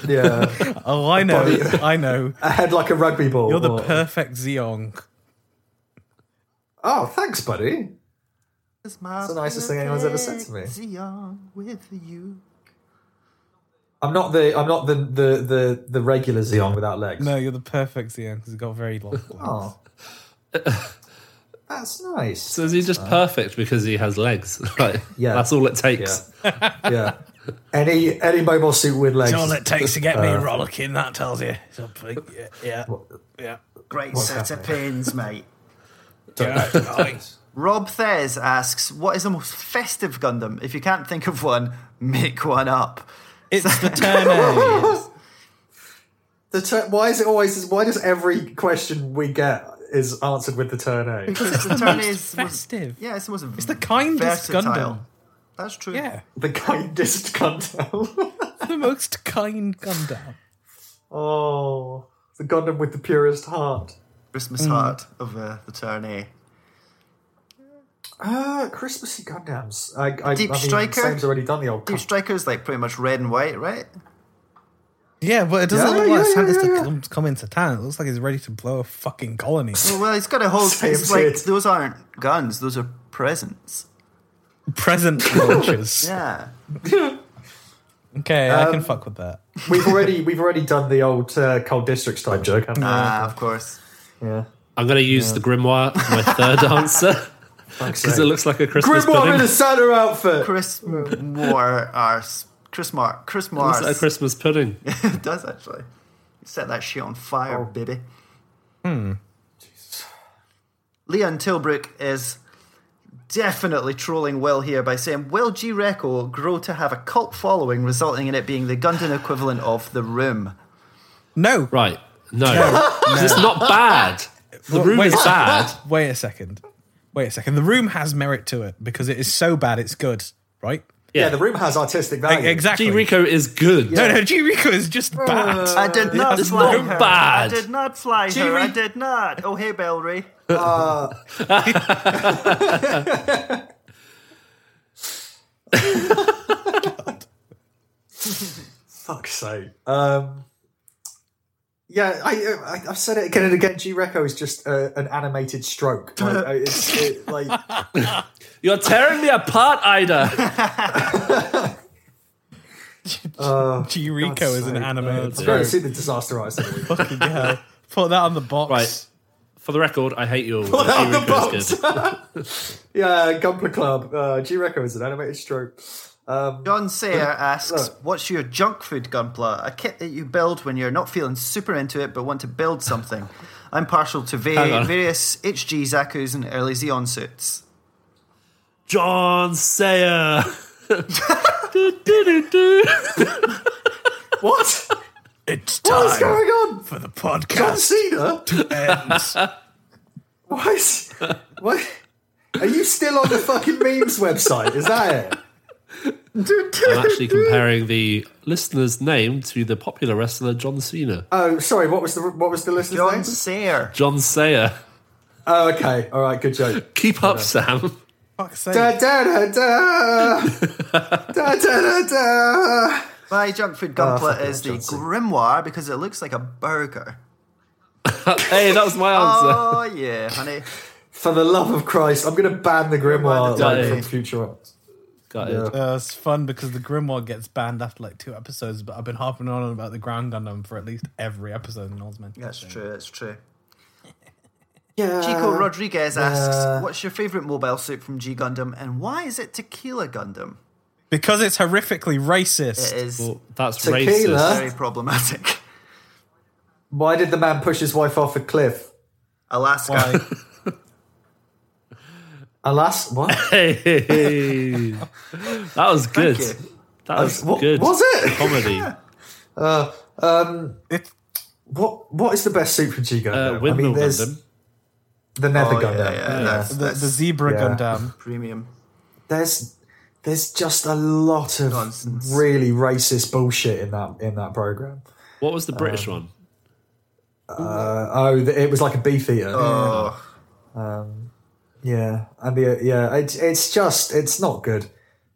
Speaker 1: Yeah,
Speaker 7: Oh, I know,
Speaker 1: Bobby-
Speaker 7: I know.
Speaker 1: a head like a rugby ball.
Speaker 7: You're the
Speaker 1: or-
Speaker 7: perfect Zeong.
Speaker 1: oh, thanks, buddy.
Speaker 3: It's my
Speaker 1: It's the nicest thing anyone's ever said to me.
Speaker 3: Xeon with you.
Speaker 1: I'm not the I'm not the the the, the regular Xeon without legs.
Speaker 7: No, you're the perfect Zeong because he's got very long.
Speaker 1: Oh. That's nice.
Speaker 4: So is he just perfect because he has legs? Like,
Speaker 1: uh, Yeah.
Speaker 4: that's all it
Speaker 1: yeah,
Speaker 4: takes.
Speaker 1: yeah. Any any mobile suit with legs.
Speaker 2: That's all it takes to
Speaker 7: Uh,
Speaker 2: get me
Speaker 1: Uh,
Speaker 2: rollicking, that tells you. Something. Yeah. yeah. yeah.
Speaker 3: Great
Speaker 1: What's
Speaker 3: set of pins, mate.
Speaker 2: yeah.
Speaker 3: Rob Thez asks, "What is the most festive Gundam? If you can't think of one, make one up."
Speaker 7: It's the turn A.
Speaker 1: The tur- why is it always? Why does every question we get is answered with the turn A?
Speaker 3: It's the turn is
Speaker 7: Festive.
Speaker 3: yeah, it's the most. It's
Speaker 7: the kindest Gundam.
Speaker 3: That's true.
Speaker 7: Yeah,
Speaker 1: the kindest Gundam.
Speaker 7: the most kind Gundam.
Speaker 1: oh, the Gundam with the purest heart.
Speaker 3: Christmas heart of uh, the turn A.
Speaker 1: Uh, Christmassy Gundams. I, I,
Speaker 3: Deep
Speaker 1: I mean,
Speaker 3: Striker?
Speaker 1: Sam's already done the old.
Speaker 3: Deep Striker's like pretty much red and white, right?
Speaker 7: Yeah, but it doesn't
Speaker 1: Yeah,
Speaker 7: look like
Speaker 1: yeah,
Speaker 7: Santa's
Speaker 1: yeah, yeah, yeah.
Speaker 7: come, come into town. It looks like he's ready to blow a fucking colony.
Speaker 3: Well, well, he's got a whole.
Speaker 1: Same
Speaker 3: It's like
Speaker 1: shit.
Speaker 3: those aren't guns; those are presents.
Speaker 7: Present launches.
Speaker 3: Yeah.
Speaker 7: Okay, I can fuck with that.
Speaker 1: We've already we've already done the old uh, cold districts type joke. Haven't we?
Speaker 3: Ah, of course.
Speaker 1: yeah.
Speaker 4: I'm going to use the grimoire as my third answer because it looks like a Christmas
Speaker 1: Grimoire in
Speaker 4: pudding.
Speaker 1: a Santa outfit.
Speaker 3: Chris Moore, our s- Chris Mar, Chris
Speaker 4: It's
Speaker 3: Mars
Speaker 4: like a Christmas pudding.
Speaker 3: does actually set that shit on fire, baby. Hmm. Leon Tilbrook is definitely trolling Will here by saying, "Will G Reco grow to have a cult following, resulting in it being the Gundam equivalent of the Room?"
Speaker 7: No,
Speaker 4: Right. No. It's not bad. The
Speaker 7: Well,
Speaker 4: room
Speaker 7: wait.
Speaker 4: is bad.
Speaker 7: wait a second. Wait a second. The room has merit to it because it is so bad it's good, right?
Speaker 1: Yeah.
Speaker 4: Yeah.
Speaker 1: the room has artistic
Speaker 7: E-
Speaker 1: value.
Speaker 7: Exactly.
Speaker 4: G Rico is good.
Speaker 7: No, no, G Rico is just bad.
Speaker 3: I did not
Speaker 4: that's
Speaker 3: fly
Speaker 4: Uh, not
Speaker 3: her.
Speaker 4: bad.
Speaker 3: I did not fly her. I
Speaker 1: G-Re-
Speaker 3: did not. Oh hey, Bellry.
Speaker 1: Fuck's sake. Um, yeah, I, I I've said it again and again. G Reco is just uh, an animated stroke. Like, uh, it's, it, like
Speaker 4: You're tearing me apart, Ida.
Speaker 7: G Rico
Speaker 1: God's
Speaker 7: is an
Speaker 1: sake.
Speaker 7: animated
Speaker 1: I'm going to
Speaker 7: joke.
Speaker 1: see the disaster artist. of the week.
Speaker 7: Fucking hell. Put that on the box.
Speaker 4: Right. For the record, I hate you all. Put
Speaker 1: that on the
Speaker 4: is good.
Speaker 1: yeah, Gumpler Club. Uh, G Reco is an animated stroke.
Speaker 3: John Sayer asks,
Speaker 1: look.
Speaker 3: "What's your junk food gunpla? A kit that you build when you're not feeling super into it, but want to build something. I'm partial to
Speaker 4: Hang
Speaker 3: va-
Speaker 4: on.
Speaker 3: various HG Zaku's and early Xeon suits.
Speaker 4: John Sayer. Do, do, do, do.
Speaker 1: What?
Speaker 2: It's
Speaker 1: What's
Speaker 2: time
Speaker 1: going on?
Speaker 2: for the
Speaker 1: John
Speaker 2: podcast
Speaker 1: Cena?
Speaker 2: ends.
Speaker 1: Why is why are you still on the fucking memes website? Is that it?
Speaker 4: I'm actually comparing the listener's name to the popular wrestler John Cena.
Speaker 1: Oh, sorry. What was the what was the listener's
Speaker 3: John
Speaker 1: name?
Speaker 3: Sayer.
Speaker 4: John Sayer.
Speaker 1: Oh, okay. All right. Good joke.
Speaker 4: Keep up, Sam.
Speaker 7: Fuck's sake.
Speaker 1: Da da da da da da da da.
Speaker 3: My junk food gunpla
Speaker 1: Oh, fuck it,
Speaker 3: is the
Speaker 1: John Sayer.
Speaker 3: grimoire because it looks like a burger.
Speaker 4: hey, that was my answer.
Speaker 3: Oh yeah, honey.
Speaker 1: For the love of Christ, I'm going to ban the grimoire
Speaker 4: Got
Speaker 1: like,
Speaker 4: it.
Speaker 1: from future on.
Speaker 4: Got it.
Speaker 7: Uh, it's fun because the Grimoire gets banned after like two episodes, but I've been harping on about the Ground Gundam for at least every episode in Osman.
Speaker 3: That's true. That's true.
Speaker 1: Yeah.
Speaker 3: Chico Rodriguez
Speaker 1: Yeah.
Speaker 3: asks, "What's your favorite mobile suit from G Gundam, and why is it Tequila Gundam?
Speaker 7: Because it's horrifically racist.
Speaker 3: It is
Speaker 4: Well, Oh, that's
Speaker 1: Tequila.
Speaker 4: racist.
Speaker 3: very problematic."
Speaker 1: Why did the man push his wife off a cliff?
Speaker 3: Alaska.
Speaker 1: Alas, what?
Speaker 4: Hey, that was good.
Speaker 3: you.
Speaker 4: That was
Speaker 1: Uh, What-
Speaker 4: good.
Speaker 1: was it?
Speaker 4: comedy?
Speaker 1: what? What is the best super G Gundam?
Speaker 4: Uh, windmill
Speaker 1: there's
Speaker 4: Gundam.
Speaker 1: the Nether
Speaker 3: oh, yeah,
Speaker 1: Gundam.
Speaker 3: yeah, That's,
Speaker 7: The, the
Speaker 3: that's
Speaker 7: zebra
Speaker 1: yeah.
Speaker 7: Gundam.
Speaker 3: premium.
Speaker 1: There's there's just a lot of
Speaker 3: Nonsense.
Speaker 1: really racist bullshit in that in that program.
Speaker 4: What was the
Speaker 1: um,
Speaker 4: British one?
Speaker 1: Uh, oh, th- it was like a beefeater.
Speaker 3: Oh,
Speaker 1: Um, Yeah, and the yeah, it's it's just it's not good.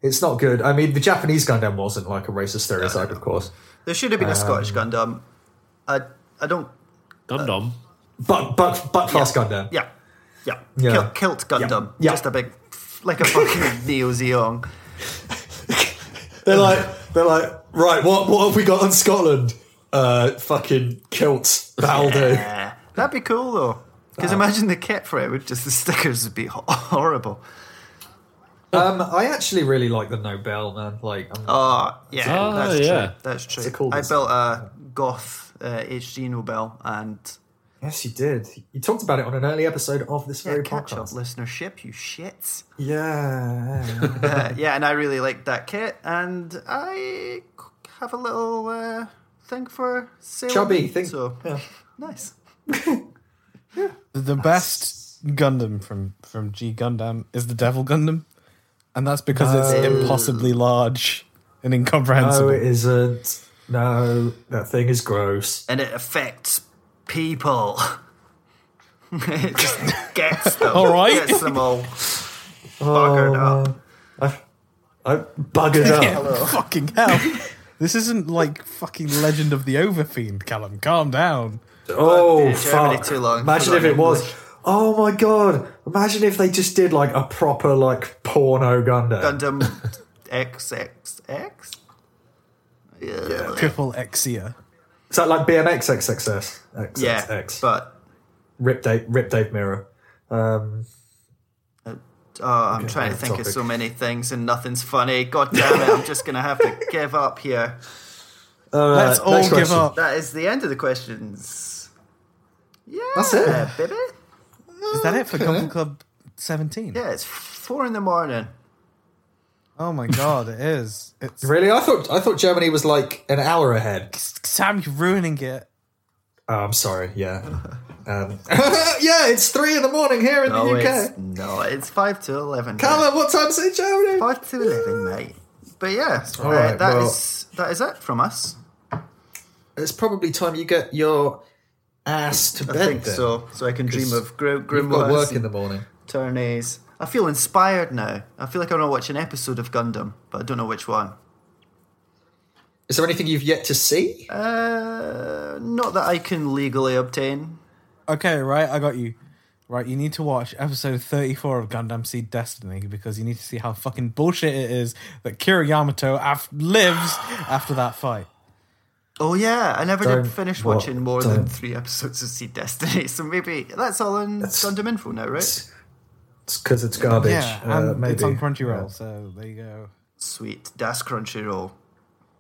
Speaker 1: It's not good. I mean, the Japanese Gundam wasn't like a racist stereotype, of course,
Speaker 3: there should have been a Scottish
Speaker 1: Um,
Speaker 3: Gundam. I I don't.
Speaker 1: uh,
Speaker 4: Gundam.
Speaker 1: but but but fast Gundam.
Speaker 3: Yeah, yeah.
Speaker 1: Yeah.
Speaker 3: Kilt, Kilt Gundam.
Speaker 1: Yeah.
Speaker 3: Just a big, like a fucking Neo Zeong.
Speaker 1: They're like they're like right. What what have we got on Scotland? Uh, fucking kilts. That'll do.
Speaker 3: Yeah. Eh, That'd be cool though.
Speaker 1: Ah.
Speaker 3: Because imagine the kit for it would just the stickers would be ho- horrible.
Speaker 1: Um, I actually really like the Nobel man. Like, I'm,
Speaker 3: Oh yeah,
Speaker 4: Oh,
Speaker 3: that's
Speaker 4: yeah.
Speaker 3: true. That's true.
Speaker 1: a cool
Speaker 3: I
Speaker 1: design.
Speaker 3: built a goth uh, HD Nobel and
Speaker 1: yes, you did. You talked about it on an early episode of this
Speaker 3: yeah,
Speaker 1: very
Speaker 3: catch up
Speaker 1: podcast.
Speaker 3: listenership. You shits.
Speaker 1: Yeah.
Speaker 3: Uh, yeah, and I really liked that kit, and I c- have a little uh, thing for sale.
Speaker 1: Chubby thing.
Speaker 3: So
Speaker 1: Yeah.
Speaker 3: nice.
Speaker 7: The, the best Gundam from from G Gundam is the Devil Gundam, and that's because it's impossibly large and
Speaker 1: No,
Speaker 7: incomprehensible.
Speaker 1: Oh. it isn't. No, that thing is gross.
Speaker 3: And it affects people. it just gets them.
Speaker 7: All right. Oh.
Speaker 3: Gets them all buggered up.
Speaker 1: I buggered up.
Speaker 7: fucking hell. This isn't like fucking Legend of the Overfiend, Callum. Calm down.
Speaker 1: Oh,
Speaker 3: Yeah, Germany
Speaker 1: fuck.
Speaker 3: too long.
Speaker 1: Imagine
Speaker 3: Too
Speaker 1: if
Speaker 3: long
Speaker 1: it was.
Speaker 3: English.
Speaker 1: Oh my god! Imagine if they just did like a proper like porno Gundam.
Speaker 3: Gundam XXX? Yeah.
Speaker 7: Triple Exia.
Speaker 1: Is that like BMX XXS? XXX.
Speaker 3: Yeah, but
Speaker 1: Rip Dave, Rip Dave Mirror.
Speaker 3: oh, I'm trying to
Speaker 1: off
Speaker 3: think
Speaker 1: topic.
Speaker 3: of so many things and nothing's funny. God damn it, I'm just going to have to give up here.
Speaker 7: Let's
Speaker 1: Uh,
Speaker 7: all
Speaker 1: next
Speaker 7: give
Speaker 1: question.
Speaker 7: up.
Speaker 3: That is the end of the questions. Yeah,
Speaker 1: That's it.
Speaker 3: baby.
Speaker 7: Is that it for Gundam Club 17?
Speaker 3: Yeah, it's four in the morning.
Speaker 7: Oh my god, it is. It's
Speaker 1: Really? I thought I thought Germany was like an hour ahead.
Speaker 7: Sam, you're ruining it.
Speaker 1: Oh, I'm sorry. Yeah. Um, yeah, it's three in the morning here in
Speaker 3: No,
Speaker 1: the
Speaker 3: it's
Speaker 1: UK.
Speaker 3: no, it's five to eleven. mate.
Speaker 1: Callum, what time is it, in Germany?
Speaker 3: five to eleven, mate. But yeah, uh,
Speaker 1: right,
Speaker 3: that
Speaker 1: well-
Speaker 3: is- that is it from us.
Speaker 1: It's probably time you get your ass to
Speaker 3: I
Speaker 1: bed.
Speaker 3: think
Speaker 1: then.
Speaker 3: so. So I can dream of gr- grim
Speaker 1: You've got work
Speaker 3: work
Speaker 1: in the morning.
Speaker 3: tourneys. I feel inspired now. I feel like I want to watch an episode of Gundam, but I don't know which one.
Speaker 1: Is there anything you've yet to see?
Speaker 3: Uh, not that I can legally obtain.
Speaker 7: Okay, right, I got you. Right, you need to watch episode 34 of Gundam Seed Destiny because you need to see how fucking bullshit it is that Kira Yamato af- lives after that fight.
Speaker 3: Oh yeah, I never
Speaker 1: Don't
Speaker 3: did finish
Speaker 1: wa-
Speaker 3: watching more
Speaker 1: don't.
Speaker 3: than three episodes of Seed Destiny, so maybe that's all in Gundam info now, right?
Speaker 1: It's because it's garbage.
Speaker 7: Yeah,
Speaker 1: uh,
Speaker 7: and
Speaker 1: maybe.
Speaker 7: it's on Crunchyroll, so there you go.
Speaker 3: Sweet, Das Crunchyroll.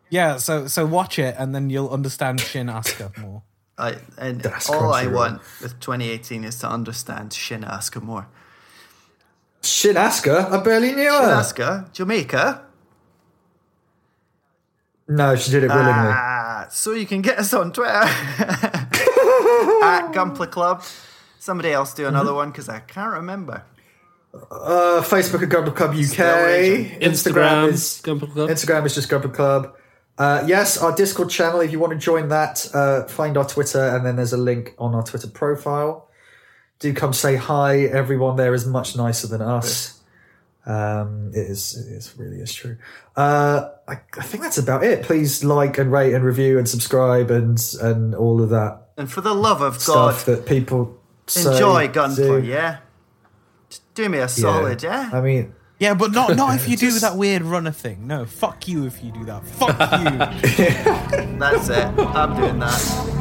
Speaker 7: Yeah, so so watch it and then you'll understand Shin Asuka more.
Speaker 3: I and
Speaker 1: Das
Speaker 3: all I
Speaker 1: Crunchyroll.
Speaker 3: want with 2018 is to understand Shin Asuka more.
Speaker 1: Shit, Asker, I barely knew her.
Speaker 3: Asuka, Jamaica.
Speaker 1: No, she did it willingly.
Speaker 3: Ah, so you can get us on Twitter at Gunpla Club. Somebody else do
Speaker 1: Mm-hmm.
Speaker 3: another one because I can't remember.
Speaker 1: Uh, Facebook at Gumble Club UK.
Speaker 3: raging.
Speaker 4: Instagram.
Speaker 1: is
Speaker 4: Gundam Club.
Speaker 1: Instagram is just Gumble Club. Uh, yes, our Discord channel. If you want to join that, uh, find our Twitter, and then there's a link on our Twitter profile. Do come say hi. Everyone there is much nicer than us. Um, it is. It is really is true. Uh, I, I think that's about it. Please like and rate and review and subscribe and and all of that
Speaker 3: And for the love of God,
Speaker 1: stuff that people say,
Speaker 3: enjoy
Speaker 1: do.
Speaker 3: Gunpla, yeah? Just do me a solid, yeah?
Speaker 1: I mean,
Speaker 7: Yeah, but not not if you do that weird runner thing. No, fuck you if you do that. Fuck you.
Speaker 3: That's it. I'm doing that.